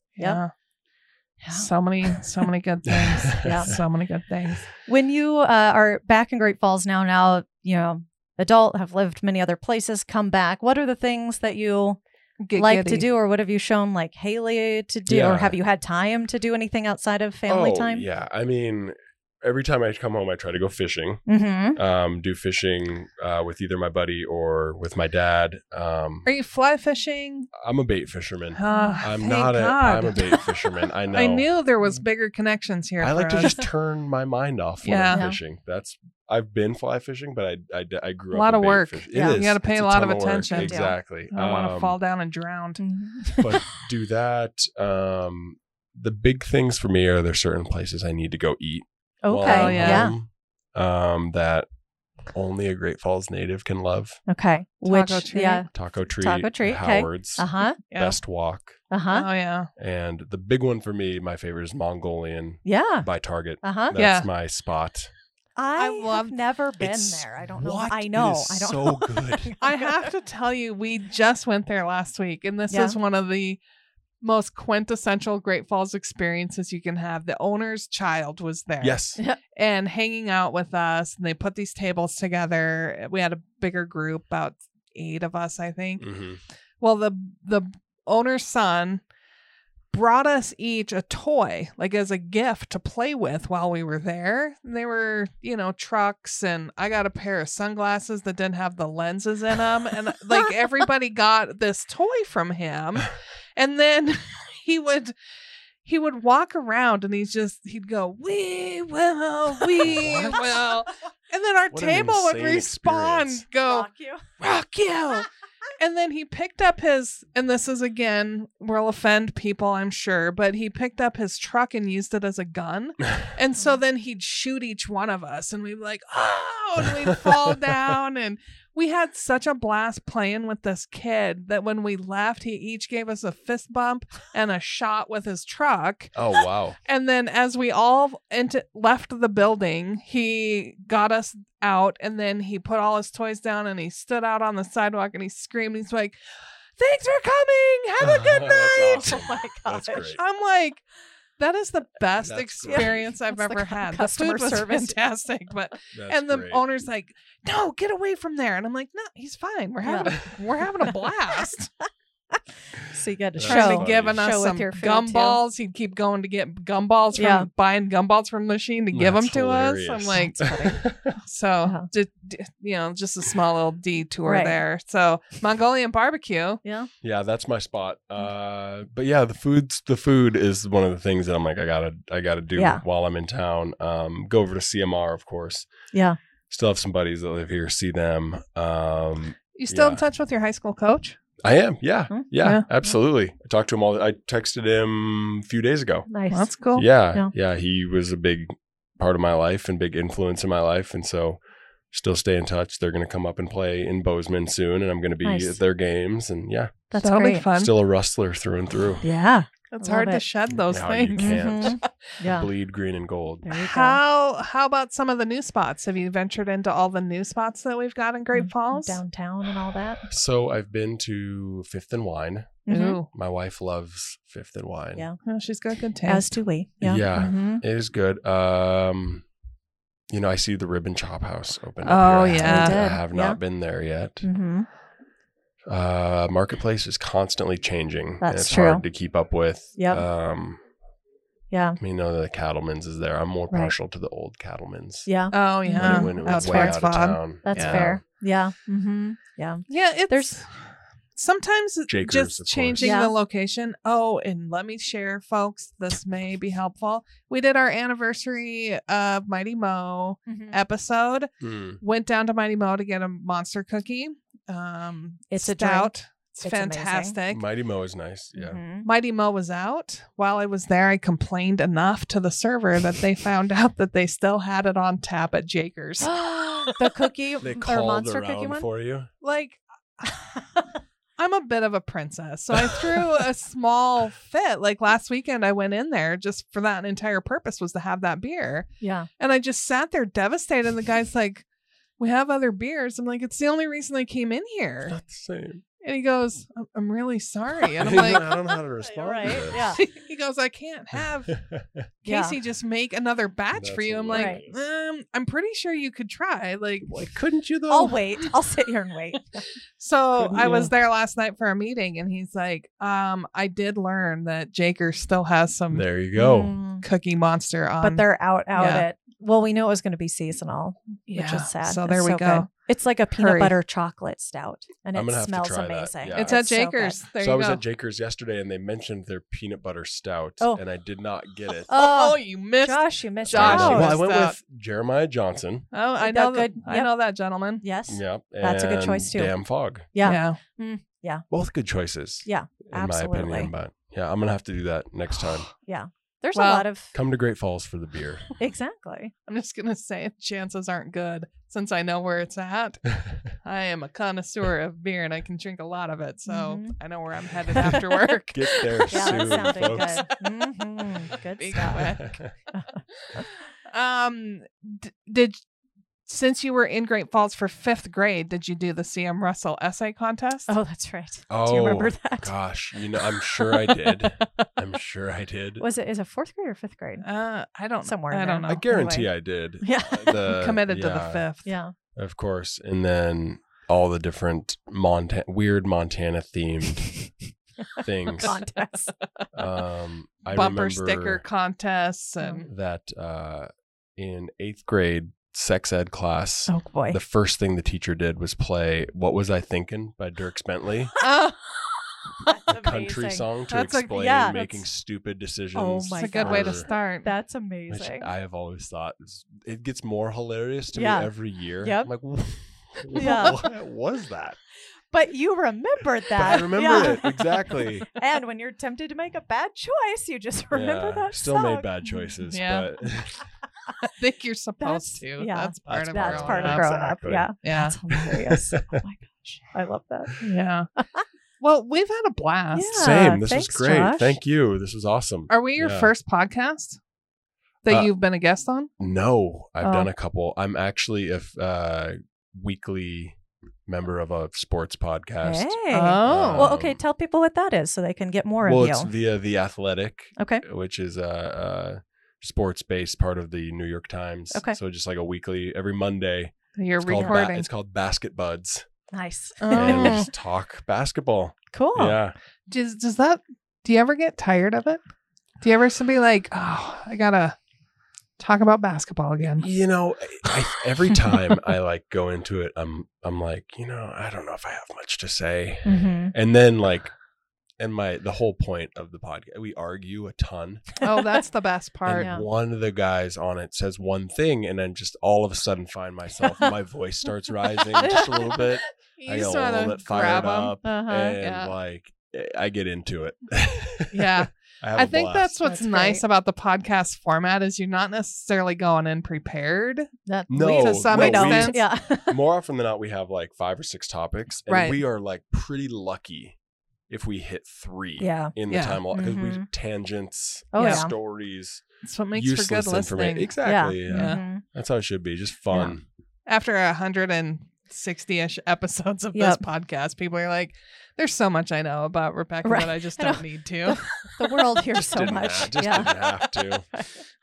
S5: Yep.
S3: Yeah. So many, so many good things.
S5: Yeah.
S3: So many good things.
S5: When you uh, are back in Great Falls now, now, you know, adult, have lived many other places, come back, what are the things that you
S3: Get
S5: like to
S3: giddy.
S5: do or what have you shown like Haley to do or
S4: Yeah.
S5: have you had time to do anything outside of family
S4: oh,
S5: time?
S4: Yeah. I mean, every time I come home, I try to go fishing.
S5: Mm-hmm.
S4: Um, do fishing uh, with either my buddy or with my dad. Um,
S3: Are you fly fishing?
S4: I'm a bait fisherman.
S3: Ah,
S4: I'm
S3: thank
S4: not a. I'm a
S3: God.
S4: bait fisherman. I know.
S3: I knew there
S5: Mm-hmm.
S3: was bigger connections here.
S4: I like
S3: for
S4: to
S3: us.
S4: just turn my mind off when
S3: Yeah.
S5: Yeah.
S4: I'm fishing. That's I've been fly fishing, but I I, I grew
S3: A
S4: up
S3: lot
S4: a
S3: of
S4: bait
S3: work.
S4: fish- It
S5: Yeah. You
S4: is.
S3: gotta pay a
S4: It's
S3: lot
S4: ton
S3: of
S4: work.
S3: attention. Yeah.
S4: Exactly.
S3: I don't want to
S4: Um,
S3: fall down and drown.
S4: but do that. Um, the big things for me are there's certain places I need to go eat. while
S5: Okay.
S3: Oh,
S4: I'm
S3: yeah.
S5: yeah.
S4: home, Um, that only a Great Falls native can love.
S5: Okay.
S3: Taco
S5: Which
S3: treat.
S5: yeah.
S4: Taco treat.
S5: Taco treat, okay.
S4: Howard's
S5: Uh-huh.
S3: Yeah.
S4: best walk.
S5: Uh-huh.
S3: Oh yeah.
S4: And the big one for me, my favorite is Mongolian
S5: yeah.
S4: by Target.
S5: Uh-huh.
S4: That's
S3: Yeah.
S4: my spot.
S5: I, have
S3: love-
S5: never been
S4: It's-
S5: there. I don't know.
S4: what?
S5: I
S4: It
S5: know.
S4: is
S5: I don't
S4: so
S5: know.
S4: good.
S3: I have to tell you, we just went there last week, and this
S5: Yeah.
S3: is one of the most quintessential Great Falls experiences you can have. The owner's child was there.
S4: Yes.
S3: And hanging out with us, and they put these tables together. We had a bigger group, about eight of us, I think.
S4: hmm
S3: Well, the the owner's son brought us each a toy, like as a gift to play with while we were there. They were, you know, trucks, and I got a pair of sunglasses that didn't have the lenses in them. And like everybody got this toy from him. And then he would. He would walk around and he's just, he'd go, We will, we
S4: What?
S3: will. And then our
S4: What an
S3: table would
S4: insane
S3: respond,
S4: experience.
S3: go,
S5: Rock you.
S3: rock you. and then he picked up his, and this is again, will offend people, I'm sure, but he picked up his truck and used it as a gun. And so then he'd shoot each one of us, and we'd be like, oh, and we'd fall down. And we had such a blast playing with this kid that when we left, he each gave us a fist bump and a shot with his truck.
S4: Oh wow.
S3: And then as we all into, left the building, he got us out and then he put all his toys down and he stood out on the sidewalk and he screamed. He's like, Thanks for coming. Have a good
S4: That's
S3: night.
S4: awesome.
S5: Oh my gosh.
S4: That's great.
S3: I'm like, that is the best
S4: That's great.
S3: experience I've
S5: That's the
S3: ever
S5: cu-
S3: had. The
S5: customer
S3: food was
S5: service.
S3: fantastic, but
S4: That's
S3: and the
S4: great.
S3: owner's like, "No, get away from there." And I'm like, "No, he's fine. We're having a, we're having a blast."
S5: So you got to
S4: That's
S5: show.
S3: trying
S4: funny.
S3: to give us
S5: Show with
S3: some
S5: your food, too.
S3: gumballs. He'd keep going to get gumballs from
S5: Yeah.
S3: buying gumballs from the machine to give them
S4: That's
S3: to us. I'm
S4: hilarious.
S3: like, so
S5: Uh-huh.
S3: ju- d- you know, just a small little detour
S5: Right.
S3: there. So Mongolian barbecue.
S5: Yeah.
S4: yeah, that's my spot.
S5: Mm.
S4: Uh, but yeah, the food's the food is one of the things that I'm like I gotta I gotta do
S5: Yeah.
S4: while I'm in town. Um, go over to CMR, of course.
S5: Yeah.
S4: Still have some buddies that live here. See them. Um,
S3: You still in
S4: Yeah.
S3: touch with your high school coach?
S4: I am. Yeah,
S5: Hmm?
S4: yeah,
S3: Yeah.
S4: absolutely. I talked to him all. I texted him a few days ago.
S5: Nice.
S3: That's cool.
S4: Yeah,
S5: Oh, Yeah.
S4: yeah, He was a big part of my life and big influence in my life, and so still stay in touch. They're gonna come up and play in Bozeman soon, and I'm gonna be
S5: Nice.
S4: at their games. And yeah,
S5: That's
S3: That'll
S5: great.
S3: be fun.
S4: still a rustler through and through.
S5: Yeah.
S3: it's
S5: Love
S3: hard to
S5: it.
S3: shed those
S4: No, you
S3: things.
S4: can't.
S5: Yeah.
S4: Bleed green and gold.
S5: There you go.
S3: How how about some of the new spots? Have you ventured into all the new spots that we've got in Great
S5: Mhm.
S3: Falls?
S5: Downtown and all that.
S4: So I've been to Fifth and Wine.
S5: Mhm.
S3: Ooh,
S4: My wife loves Fifth and Wine.
S5: Yeah.
S3: Oh, she's got good taste.
S5: As do we. Yeah. Mm-hmm.
S4: Yeah.
S3: Mhm.
S4: It is good. Um, you know, I see the Ribbon Chop House open.
S3: Oh,
S4: up here. I
S3: yeah.
S4: haven't-
S5: We
S4: I
S5: did,
S4: have
S5: yeah.
S4: not been there yet.
S5: Mm-hmm.
S4: Uh, marketplace is constantly changing. and
S5: That's
S4: it's
S5: true.
S4: hard to keep up with.
S5: Yep.
S4: Um,
S5: Yeah.
S4: you know, the Cattleman's is there. I'm more
S5: Right.
S4: partial to the old Cattleman's.
S5: Yeah.
S3: Oh
S5: it-
S3: yeah,
S4: When it, when it was
S3: That's
S4: way
S3: fair.
S4: out of
S3: That's fun.
S4: town.
S5: That's
S4: Yeah.
S5: fair. Yeah. Mm-hmm.
S3: Yeah, it's
S5: There's-
S3: sometimes it's
S4: Jakers, of
S3: just
S4: course.
S3: changing
S5: Yeah.
S3: the location. Oh, and let me share, folks, this may be helpful. We did our anniversary of Mighty Mo
S5: Mm-hmm.
S3: episode.
S4: Mm.
S3: Went down to Mighty Mo to get a monster cookie. Um,
S5: It's a
S3: stout. It's,
S5: It's amazing.
S3: fantastic.
S4: Mighty Mo is nice. Yeah.
S5: Mhm.
S3: Mighty Mo was out. While I was there, I complained enough to the server that they found out that they still had it on tap at Jakers.
S5: the cookie
S4: They
S5: or
S4: called
S5: monster
S4: around
S5: cookie one.
S4: for you.
S3: like I'm a bit of a princess. So I threw a small fit. Like last weekend I went in there just for that entire purpose was to have that beer.
S5: yeah.
S3: And I just sat there devastated and the guy's like, "We have other beers." I'm like, "It's the only reason I came in here."
S4: Not the same.
S3: And he goes, "I'm- "I'm really sorry." And I'm
S4: I
S3: like,
S4: don't know how to respond. to
S5: right.
S4: this.
S5: Yeah.
S3: he goes, "I can't have
S5: Yeah.
S3: Casey just make another batch for
S4: That's
S3: you." I'm like,
S4: hilarious.
S3: "Um, I'm pretty sure you could try." Like
S4: Why couldn't you though?
S5: I'll wait. I'll sit here and wait.
S3: So
S4: Couldn't
S3: I
S4: you?
S3: was there last night for a meeting, and he's like, um, "I did learn that Jaker still has some
S4: There you go.
S5: Mm.
S3: Cookie Monster on."
S5: But they're out out
S3: Um, yeah.
S5: at well, we knew it was going to be seasonal,
S3: yeah.
S5: which is sad.
S3: So
S5: It's
S3: there we
S5: good.
S3: go.
S5: It's like a peanut
S3: Hurry.
S5: butter chocolate stout, and
S4: I'm
S5: it
S4: gonna have to
S5: smells
S4: try that.
S5: amazing.
S4: Yeah.
S3: It's at
S5: so good.
S3: Jaker's. there
S4: so
S3: you
S4: I was
S3: go.
S4: at Jaker's yesterday and they mentioned their peanut butter stout
S5: Oh.
S4: and I did not get it.
S3: oh,
S5: oh,
S3: you missed.
S5: Josh, you missed
S4: I
S5: Josh.
S3: Josh.
S4: know.
S5: out.
S4: Well, I went
S3: Stout.
S4: with Jeremiah Johnson.
S3: oh, I
S5: Is that
S3: know that.
S5: good?
S3: I
S5: Yep.
S3: know that gentleman.
S5: Yes.
S4: Yeah.
S5: That's a good
S4: and
S5: choice, too.
S4: Damn fog.
S5: Yeah.
S4: Both good choices.
S5: Yeah,
S4: In my
S5: absolutely.
S4: opinion. But yeah, I'm gonna have to do that next time.
S5: There's
S3: Well-
S5: a lot of
S4: Come to Great Falls for the beer.
S5: exactly.
S3: I'm just gonna say chances aren't good since I know where it's at. I am a connoisseur of beer, and I can drink a lot of it, so
S5: Mhm.
S3: I know where I'm headed after work.
S4: Get there
S5: Yeah,
S4: soon,
S5: that sounded
S4: folks.
S5: good. Mhm. Good
S3: Be
S5: stuff.
S3: quick. Um, d- did since you were in Great Falls for fifth grade, did you do the CM Russell essay contest?
S5: Oh, that's right.
S4: oh
S5: Do you remember that?
S4: gosh. You know, I'm sure I did. I'm sure I did.
S5: Was it is it fourth grade or fifth grade?
S3: Uh, I don't
S5: Somewhere in
S3: I don't know.
S5: there.
S4: I guarantee
S3: Anyway,
S4: I did.
S5: Yeah.
S4: The-
S3: committed to the
S4: yeah.
S3: fifth.
S5: Yeah.
S4: Of course. And then all the different Monta- weird Montana themed
S1: Oh
S4: things.
S1: contest.
S4: Um, I
S3: bumper
S4: remember
S3: sticker contests
S1: Oh
S3: and
S4: that uh, in eighth grade sex ed class,
S1: oh boy.
S4: the first thing the teacher did was play "What Was I Thinking" by Dirks Bentley,
S3: oh,
S4: a country song to
S3: That's a-
S4: explain
S1: yeah,
S4: making
S1: that's-
S4: stupid decisions.
S1: Oh my
S3: it's a good way to
S4: for-
S3: start.
S1: That's
S4: Which
S1: amazing.
S4: I have always thought is- it gets more hilarious to
S1: Yeah.
S4: me every year.
S1: Yep.
S4: I'm like, "Wha-
S1: Yeah.
S4: what was that?
S1: but you remembered
S4: But
S1: that.
S4: I remember
S1: Yeah.
S4: it exactly.
S1: And when you're tempted to make a bad choice, you just remember
S4: Yeah,
S1: that.
S4: Still
S1: song.
S4: made bad choices,
S3: Yeah.
S4: but
S3: I think you're supposed
S1: That's-
S3: to.
S1: yeah.
S3: that's part of
S1: That's
S3: growing
S1: part of
S3: up.
S1: growing
S4: Exactly.
S1: up. Yeah.
S3: Yeah,
S1: That's hilarious. oh my gosh. I love that.
S3: yeah. well, we've had a blast.
S1: Yeah,
S4: same. This
S1: thanks,
S4: was great.
S1: Josh.
S4: Thank you. This was awesome.
S3: Are we your
S4: Yeah.
S3: first podcast that
S4: Uh,
S3: you've been a guest on?
S4: No, I've
S1: Oh.
S4: done a couple. I'm actually a f- uh, weekly member of a sports podcast.
S1: Hey.
S3: Oh,
S1: well, okay.
S4: um,
S1: Tell people what that is so they can get more
S4: well,
S1: of you.
S4: it's via the Athletic,
S1: okay.
S4: which is a, a sports-based part of the New York Times.
S1: Okay.
S4: so just like a weekly every Monday.
S3: you're
S4: it's called, ba-
S3: recording.
S4: it's called Basket Buds,
S1: Nice.
S4: and we
S3: Oh.
S4: just talk basketball.
S1: Cool.
S4: Yeah,
S3: does, does that? Do you ever get tired of it? Do you ever be like, oh, I gotta talk about basketball again?
S4: you know, I, every time I like go into it, I'm I'm like, you know, I don't know if I have much to say.
S1: Mm-hmm.
S4: and then like and my the whole point of the podcast we argue a ton
S3: Oh, that's the best part.
S4: and one of the guys on it says one thing and then just all of a sudden find myself my voice starts rising just a little bit
S3: You
S4: i
S3: just
S4: get a
S3: wanna
S4: little bit fired
S3: grab 'em.
S4: up
S3: Uh-huh,
S4: and
S3: yeah.
S4: like eh, i get into it
S3: Yeah.
S4: i, have
S3: I
S4: a
S3: think
S4: blast.
S3: that's what's
S1: That's
S3: nice
S1: great.
S3: about the podcast format is you're not necessarily going in prepared.
S1: That
S4: No,
S1: we-
S4: To
S3: some
S1: we don't.
S3: extent.
S1: Yeah.
S4: more often than not we have like five or six topics and
S3: Right.
S4: we are like pretty lucky if we hit three
S1: yeah.
S4: in the
S3: Yeah.
S4: time because we
S1: Mhm.
S4: tangents
S1: Oh,
S3: Yeah.
S1: yeah.
S4: stories
S3: That's what makes for
S4: useless
S3: good
S4: information
S3: listening.
S4: exactly yeah.
S3: Yeah. Mm-hmm.
S1: Mhm.
S4: That's how it should be. Just fun.
S3: After a hundred and sixty-ish episodes of
S1: Yep.
S3: this podcast, people are like, "There's so much I know about Rebecca
S1: Right.
S3: that I just
S1: I know.
S3: don't need to."
S1: The world hears
S4: Just
S1: so
S4: didn't
S1: much.
S4: ha- just
S1: yeah.
S4: didn't have to.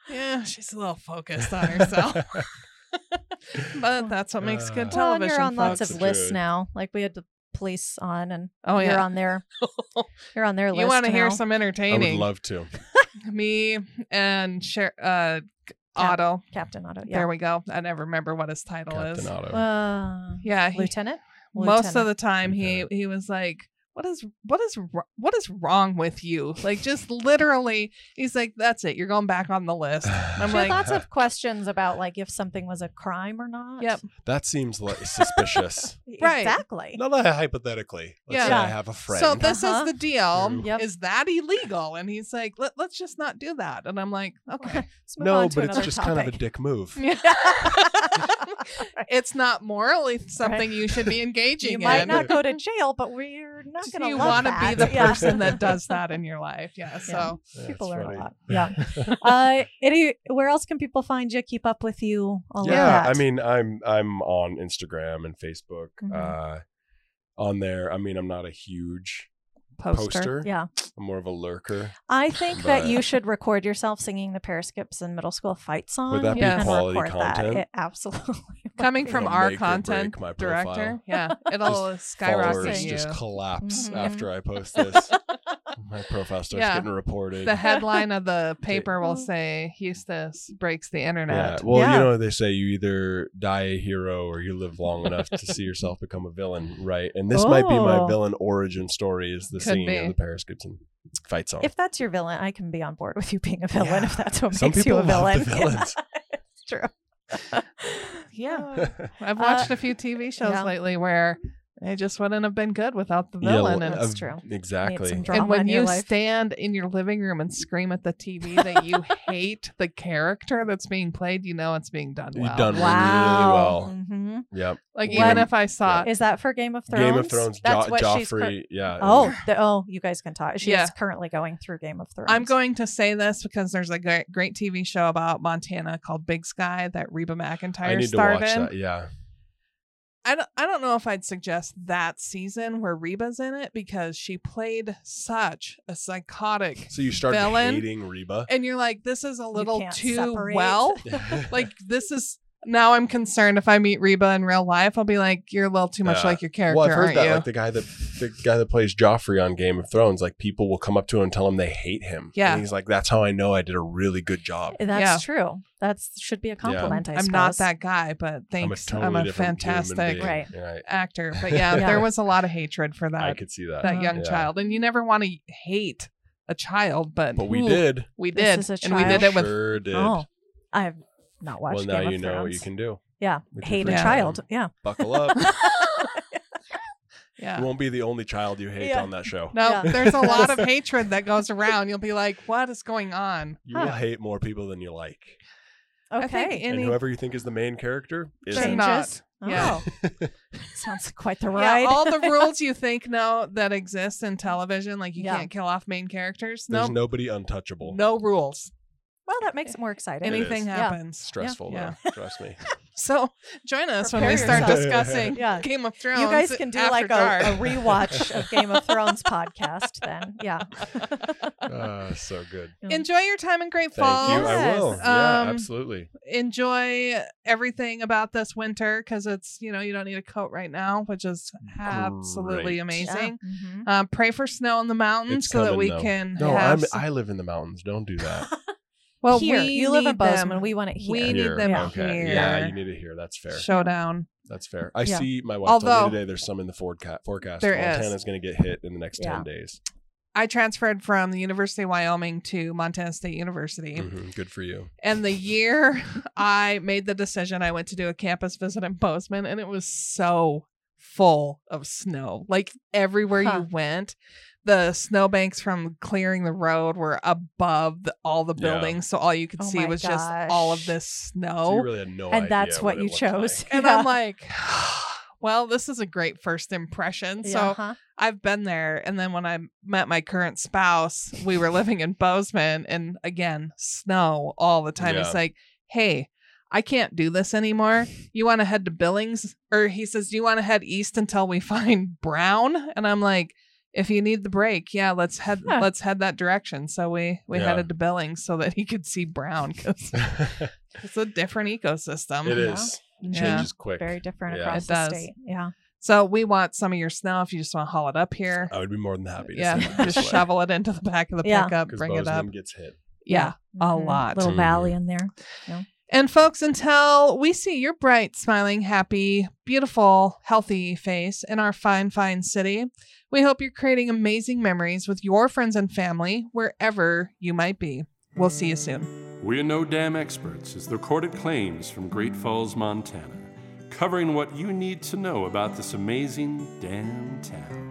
S3: yeah, she's a little focused on herself, but that's what makes good
S4: Uh,
S1: Oh, Well, and
S3: television.
S1: you're on lots
S4: folks.
S1: of
S3: folks.
S4: That's
S1: lists
S4: true.
S1: now. Like we had the police on, and
S3: Oh
S1: you're
S3: yeah,
S1: on their you're on their list.
S3: you want to hear
S1: now.
S3: some
S4: I would
S3: entertaining?
S4: love to.
S3: Me and Sher- uh, Otto.
S1: Captain Otto? Yeah.
S3: There we go. I never remember what his title is.
S4: Captain Otto.
S1: Uh,
S3: Yeah, he-
S1: Lieutenant.
S3: most of
S1: Lieutenant.
S3: the time he
S4: Lieutenant.
S3: he was like what is what is wr- what is wrong with you like just literally he's like that's it you're going back on the list I'm
S1: She
S3: like-
S1: had lots of questions about like if something was a crime or not.
S3: Yep.
S4: that seems like suspicious.
S3: Right.
S1: Exactly.
S4: Not that hypothetically. Let's
S3: Yeah.
S4: say I have a friend.
S3: so this
S1: Uh-huh.
S3: is the deal
S4: True.
S1: Yep.
S3: is that illegal and he's like Let, let's just not do that and i'm like okay
S1: Let's move
S4: no,
S1: on to
S4: but it's
S1: another
S4: just kind of a
S1: topic.
S4: dick move.
S3: Yeah. it's not morally something you should be engaging
S1: You
S3: in
S1: might not go to jail, but we're not going to.
S3: you
S1: want
S3: wanna
S1: to
S3: be the
S1: yeah.
S3: person that does that in your life yeah so
S4: Yeah,
S1: People learn
S4: it's funny.
S1: a lot. Yeah. uh, any, where else can people find you? Keep up with you? All of
S4: yeah,
S1: that.
S4: I mean, I'm I'm on Instagram and Facebook.
S1: Mhm.
S4: Uh, on there, I mean, I'm not a huge
S3: poster,
S4: poster.
S1: Yeah.
S4: I'm more of a lurker.
S1: I think that
S4: But-
S1: you should record yourself singing the Periscopes and middle school fight song.
S4: that
S3: be
S1: and
S4: quality
S1: record
S4: content?
S1: That. It absolutely. would
S3: coming
S1: be.
S3: from
S4: It'll
S3: our
S4: make or
S3: content
S4: break my
S3: director
S4: profile.
S3: yeah it'll skyrocket
S4: followers
S3: you
S4: just collapse
S1: Mhm.
S4: after I post this. My profile starts
S3: Yeah.
S4: getting reported.
S3: the headline of the paper
S1: Mm.
S3: will say Eustace breaks the
S4: yeah.
S3: internet.
S4: Well,
S1: Yeah.
S4: you know they say you either die a hero or you live long enough to see yourself become a villain, right? And this might be my
S1: Oh.
S4: villain origin story is the
S3: Could
S4: singing
S3: be.
S4: of the Paris Gibson fight song.
S1: If that's your villain, I can be on board with you being a villain. If that's what
S4: Some
S1: makes you
S4: people
S1: a villain,
S4: love the villains.
S1: it's true.
S3: Yeah.
S1: Uh,
S3: I've watched a few TV shows
S1: yeah.
S3: lately where they just wouldn't have been good without the
S4: Yeah,
S3: villain. and,
S1: That's
S4: uh,
S1: true.
S4: Exactly.
S1: some drama
S3: and when
S1: in your
S3: you
S1: life.
S3: stand in your living room and scream at the TV that you hate the character that's being played, you know it's being done well.
S4: You've done
S1: wow.
S4: really well.
S1: Mhm.
S4: Yep.
S3: Like
S4: What-
S3: even if I saw it,
S1: Is that for Game of Thrones?
S4: Game of Thrones. Jo-
S1: That's what she's cur-
S4: Joffrey. yeah.
S1: oh, the, oh, you guys can talk. She
S3: Yeah.
S1: is currently going through Game of Thrones.
S3: I'm going to say this because there's a great, great TV show about Montana called Big Sky that Reba
S4: I
S3: McIntyre
S4: need to
S3: starred
S4: watch
S3: in.
S4: that. Yeah.
S3: I don't, I don't know if I'd suggest that season where Reba's in it because she played such a psychotic.
S4: So you start
S3: Villain.
S4: hating Reba.
S3: And you're like, this is a little
S1: can't
S3: too
S1: separate.
S3: well. Like, this is Now I'm concerned if I meet Reba in real life, I'll be like, you're a little too much
S4: Yeah.
S3: like your character,
S4: well, I've heard
S3: aren't
S4: that.
S3: you?
S4: Like the guy that the guy that plays Joffrey on Game of Thrones, like people will come up to him and tell him they hate him.
S3: Yeah.
S4: and he's like, "That's how I know I did a really good job."
S5: That's
S3: Yeah.
S5: true. That should be a compliment. I
S3: I'm not
S5: suppose.
S3: that guy, but thanks. I'm
S4: different
S3: a,
S4: human
S3: fantastic
S4: being.
S5: Right.
S4: Right.
S3: actor. But yeah,
S5: Yeah.
S3: there was a lot of hatred for
S4: I
S3: that
S4: could see that.
S5: Uh-huh.
S3: that young
S4: Yeah.
S3: child, and you never want to hate a child, but
S4: but we
S3: ooh,
S4: did.
S3: we
S5: This
S3: did,
S5: is a
S3: and we did
S5: child.
S3: it with
S4: sure did.
S5: Oh, I've not
S4: well,
S5: watched
S4: now
S5: Game
S4: you
S5: of
S4: know what
S5: Thrones.
S4: you can do.
S5: yeah,
S4: We can
S5: hate a
S4: forgive
S5: child.
S4: them.
S5: Yeah.
S4: Buckle up.
S3: yeah.
S4: you won't be the only child you hate
S5: Yeah.
S4: on that show.
S3: no,
S5: Yeah.
S3: there's a lot of hatred that goes around. You'll be like, "What is going on?"
S4: You will
S5: Huh.
S4: hate more people than you like.
S3: I think
S5: Okay.
S4: And
S3: any-
S4: whoever you think is the main character is
S3: they're
S5: Changes.
S3: not. Yeah.
S5: Oh. Sounds quite the
S3: Yeah,
S5: ride.
S3: all the rules you think no that exist in television, like you
S5: Yeah.
S3: can't kill off main characters.
S4: There's
S3: No,
S4: nobody untouchable.
S3: no rules.
S5: well, that makes it more exciting.
S4: Any-
S3: Anything
S4: is.
S5: Yeah.
S3: happens.
S4: Stressful
S3: Yeah.
S4: though. Trust me.
S3: So join us when we
S5: Prepare
S3: start
S5: yourself.
S3: discussing
S5: Yeah.
S3: Game of Thrones.
S5: You guys can do
S3: after
S5: like a,
S3: dark.
S5: a rewatch of Game of Thrones podcast then. Yeah.
S4: Ah, so good.
S3: Enjoy your time in Great
S4: Thank
S3: Falls.
S4: you. I will. yeah,
S3: Um,
S4: absolutely.
S3: enjoy everything about this winter because it's you know you don't need a coat right now which is absolutely
S4: Great.
S3: amazing
S5: Yeah. Mhm.
S3: um, pray for snow in the mountains
S4: It's
S3: so that
S4: coming,
S3: we
S4: though.
S3: can
S4: No,
S3: have
S4: I'm,
S3: s-
S4: I live in the mountains. Don't do that.
S3: well
S5: here,
S3: we
S5: you live in
S3: need them.
S5: Bozeman. We want it here.
S3: We need them
S4: okay.
S3: here.
S4: Yeah, you need it here. That's fair.
S3: showdown
S4: That's fair. I
S5: Yeah.
S4: see my wife
S3: Although-
S4: told me today there's some in the forecast. forecast.
S3: There is.
S4: Montana's going to get hit in the next 10 days.
S3: i transferred from the university of wyoming to montana state university
S4: Mhm, Good for you.
S3: and the year i made the decision i went to do a campus visit in bozeman and it was so full of snow like everywhere
S5: Huh.
S3: you went the snowbanks from clearing the road were above the, all the
S4: Yeah.
S3: buildings so all you could
S5: Oh
S3: see
S5: my
S3: was just all of
S5: gosh.
S3: this
S4: So you
S3: snow
S4: really had no idea
S5: and that's what,
S4: it
S5: you
S4: looked
S5: chose.
S4: like.
S3: and
S5: Yeah.
S3: i'm like well this is a great first impression so
S5: Yeah, huh?
S3: I've been there. And then when I met my current spouse, we were living in Bozeman and again, snow all the time. He's
S4: Yeah.
S3: like, hey, I can't do this anymore. You want to head to Billings? Or he says, Do you want to head east until we find Brown? And I'm like, if you need the break, yeah, let's head
S5: Huh.
S3: let's head that direction. So we we
S4: Yeah.
S3: headed to Billings so that he could see Brown because it's a different ecosystem.
S4: It
S5: Yeah.
S4: is.
S3: Yeah.
S4: Changes quick.
S5: Very different
S4: Yeah.
S5: across
S3: It
S5: the
S3: does.
S5: state. Yeah.
S3: So we want some of your snow if you just want to haul it up here.
S4: I would be more than happy to
S3: Yeah,
S4: see it
S3: just shovel it into the back of the
S5: Yeah.
S3: pickup,
S4: Because
S3: bring it up.
S4: Bozeman gets hit.
S3: Yeah. A
S5: Mhm.
S3: lot.
S5: Little
S4: Mhm.
S5: valley in there.
S3: And folks, until we see your bright, smiling, happy, beautiful, healthy face in our fine, fine city, we hope you're creating amazing memories with your friends and family wherever you might be. We'll see you soon.
S2: We're No Damn Experts is the recorded claims from Great Falls, Montana, covering what you need to know about this amazing damn town.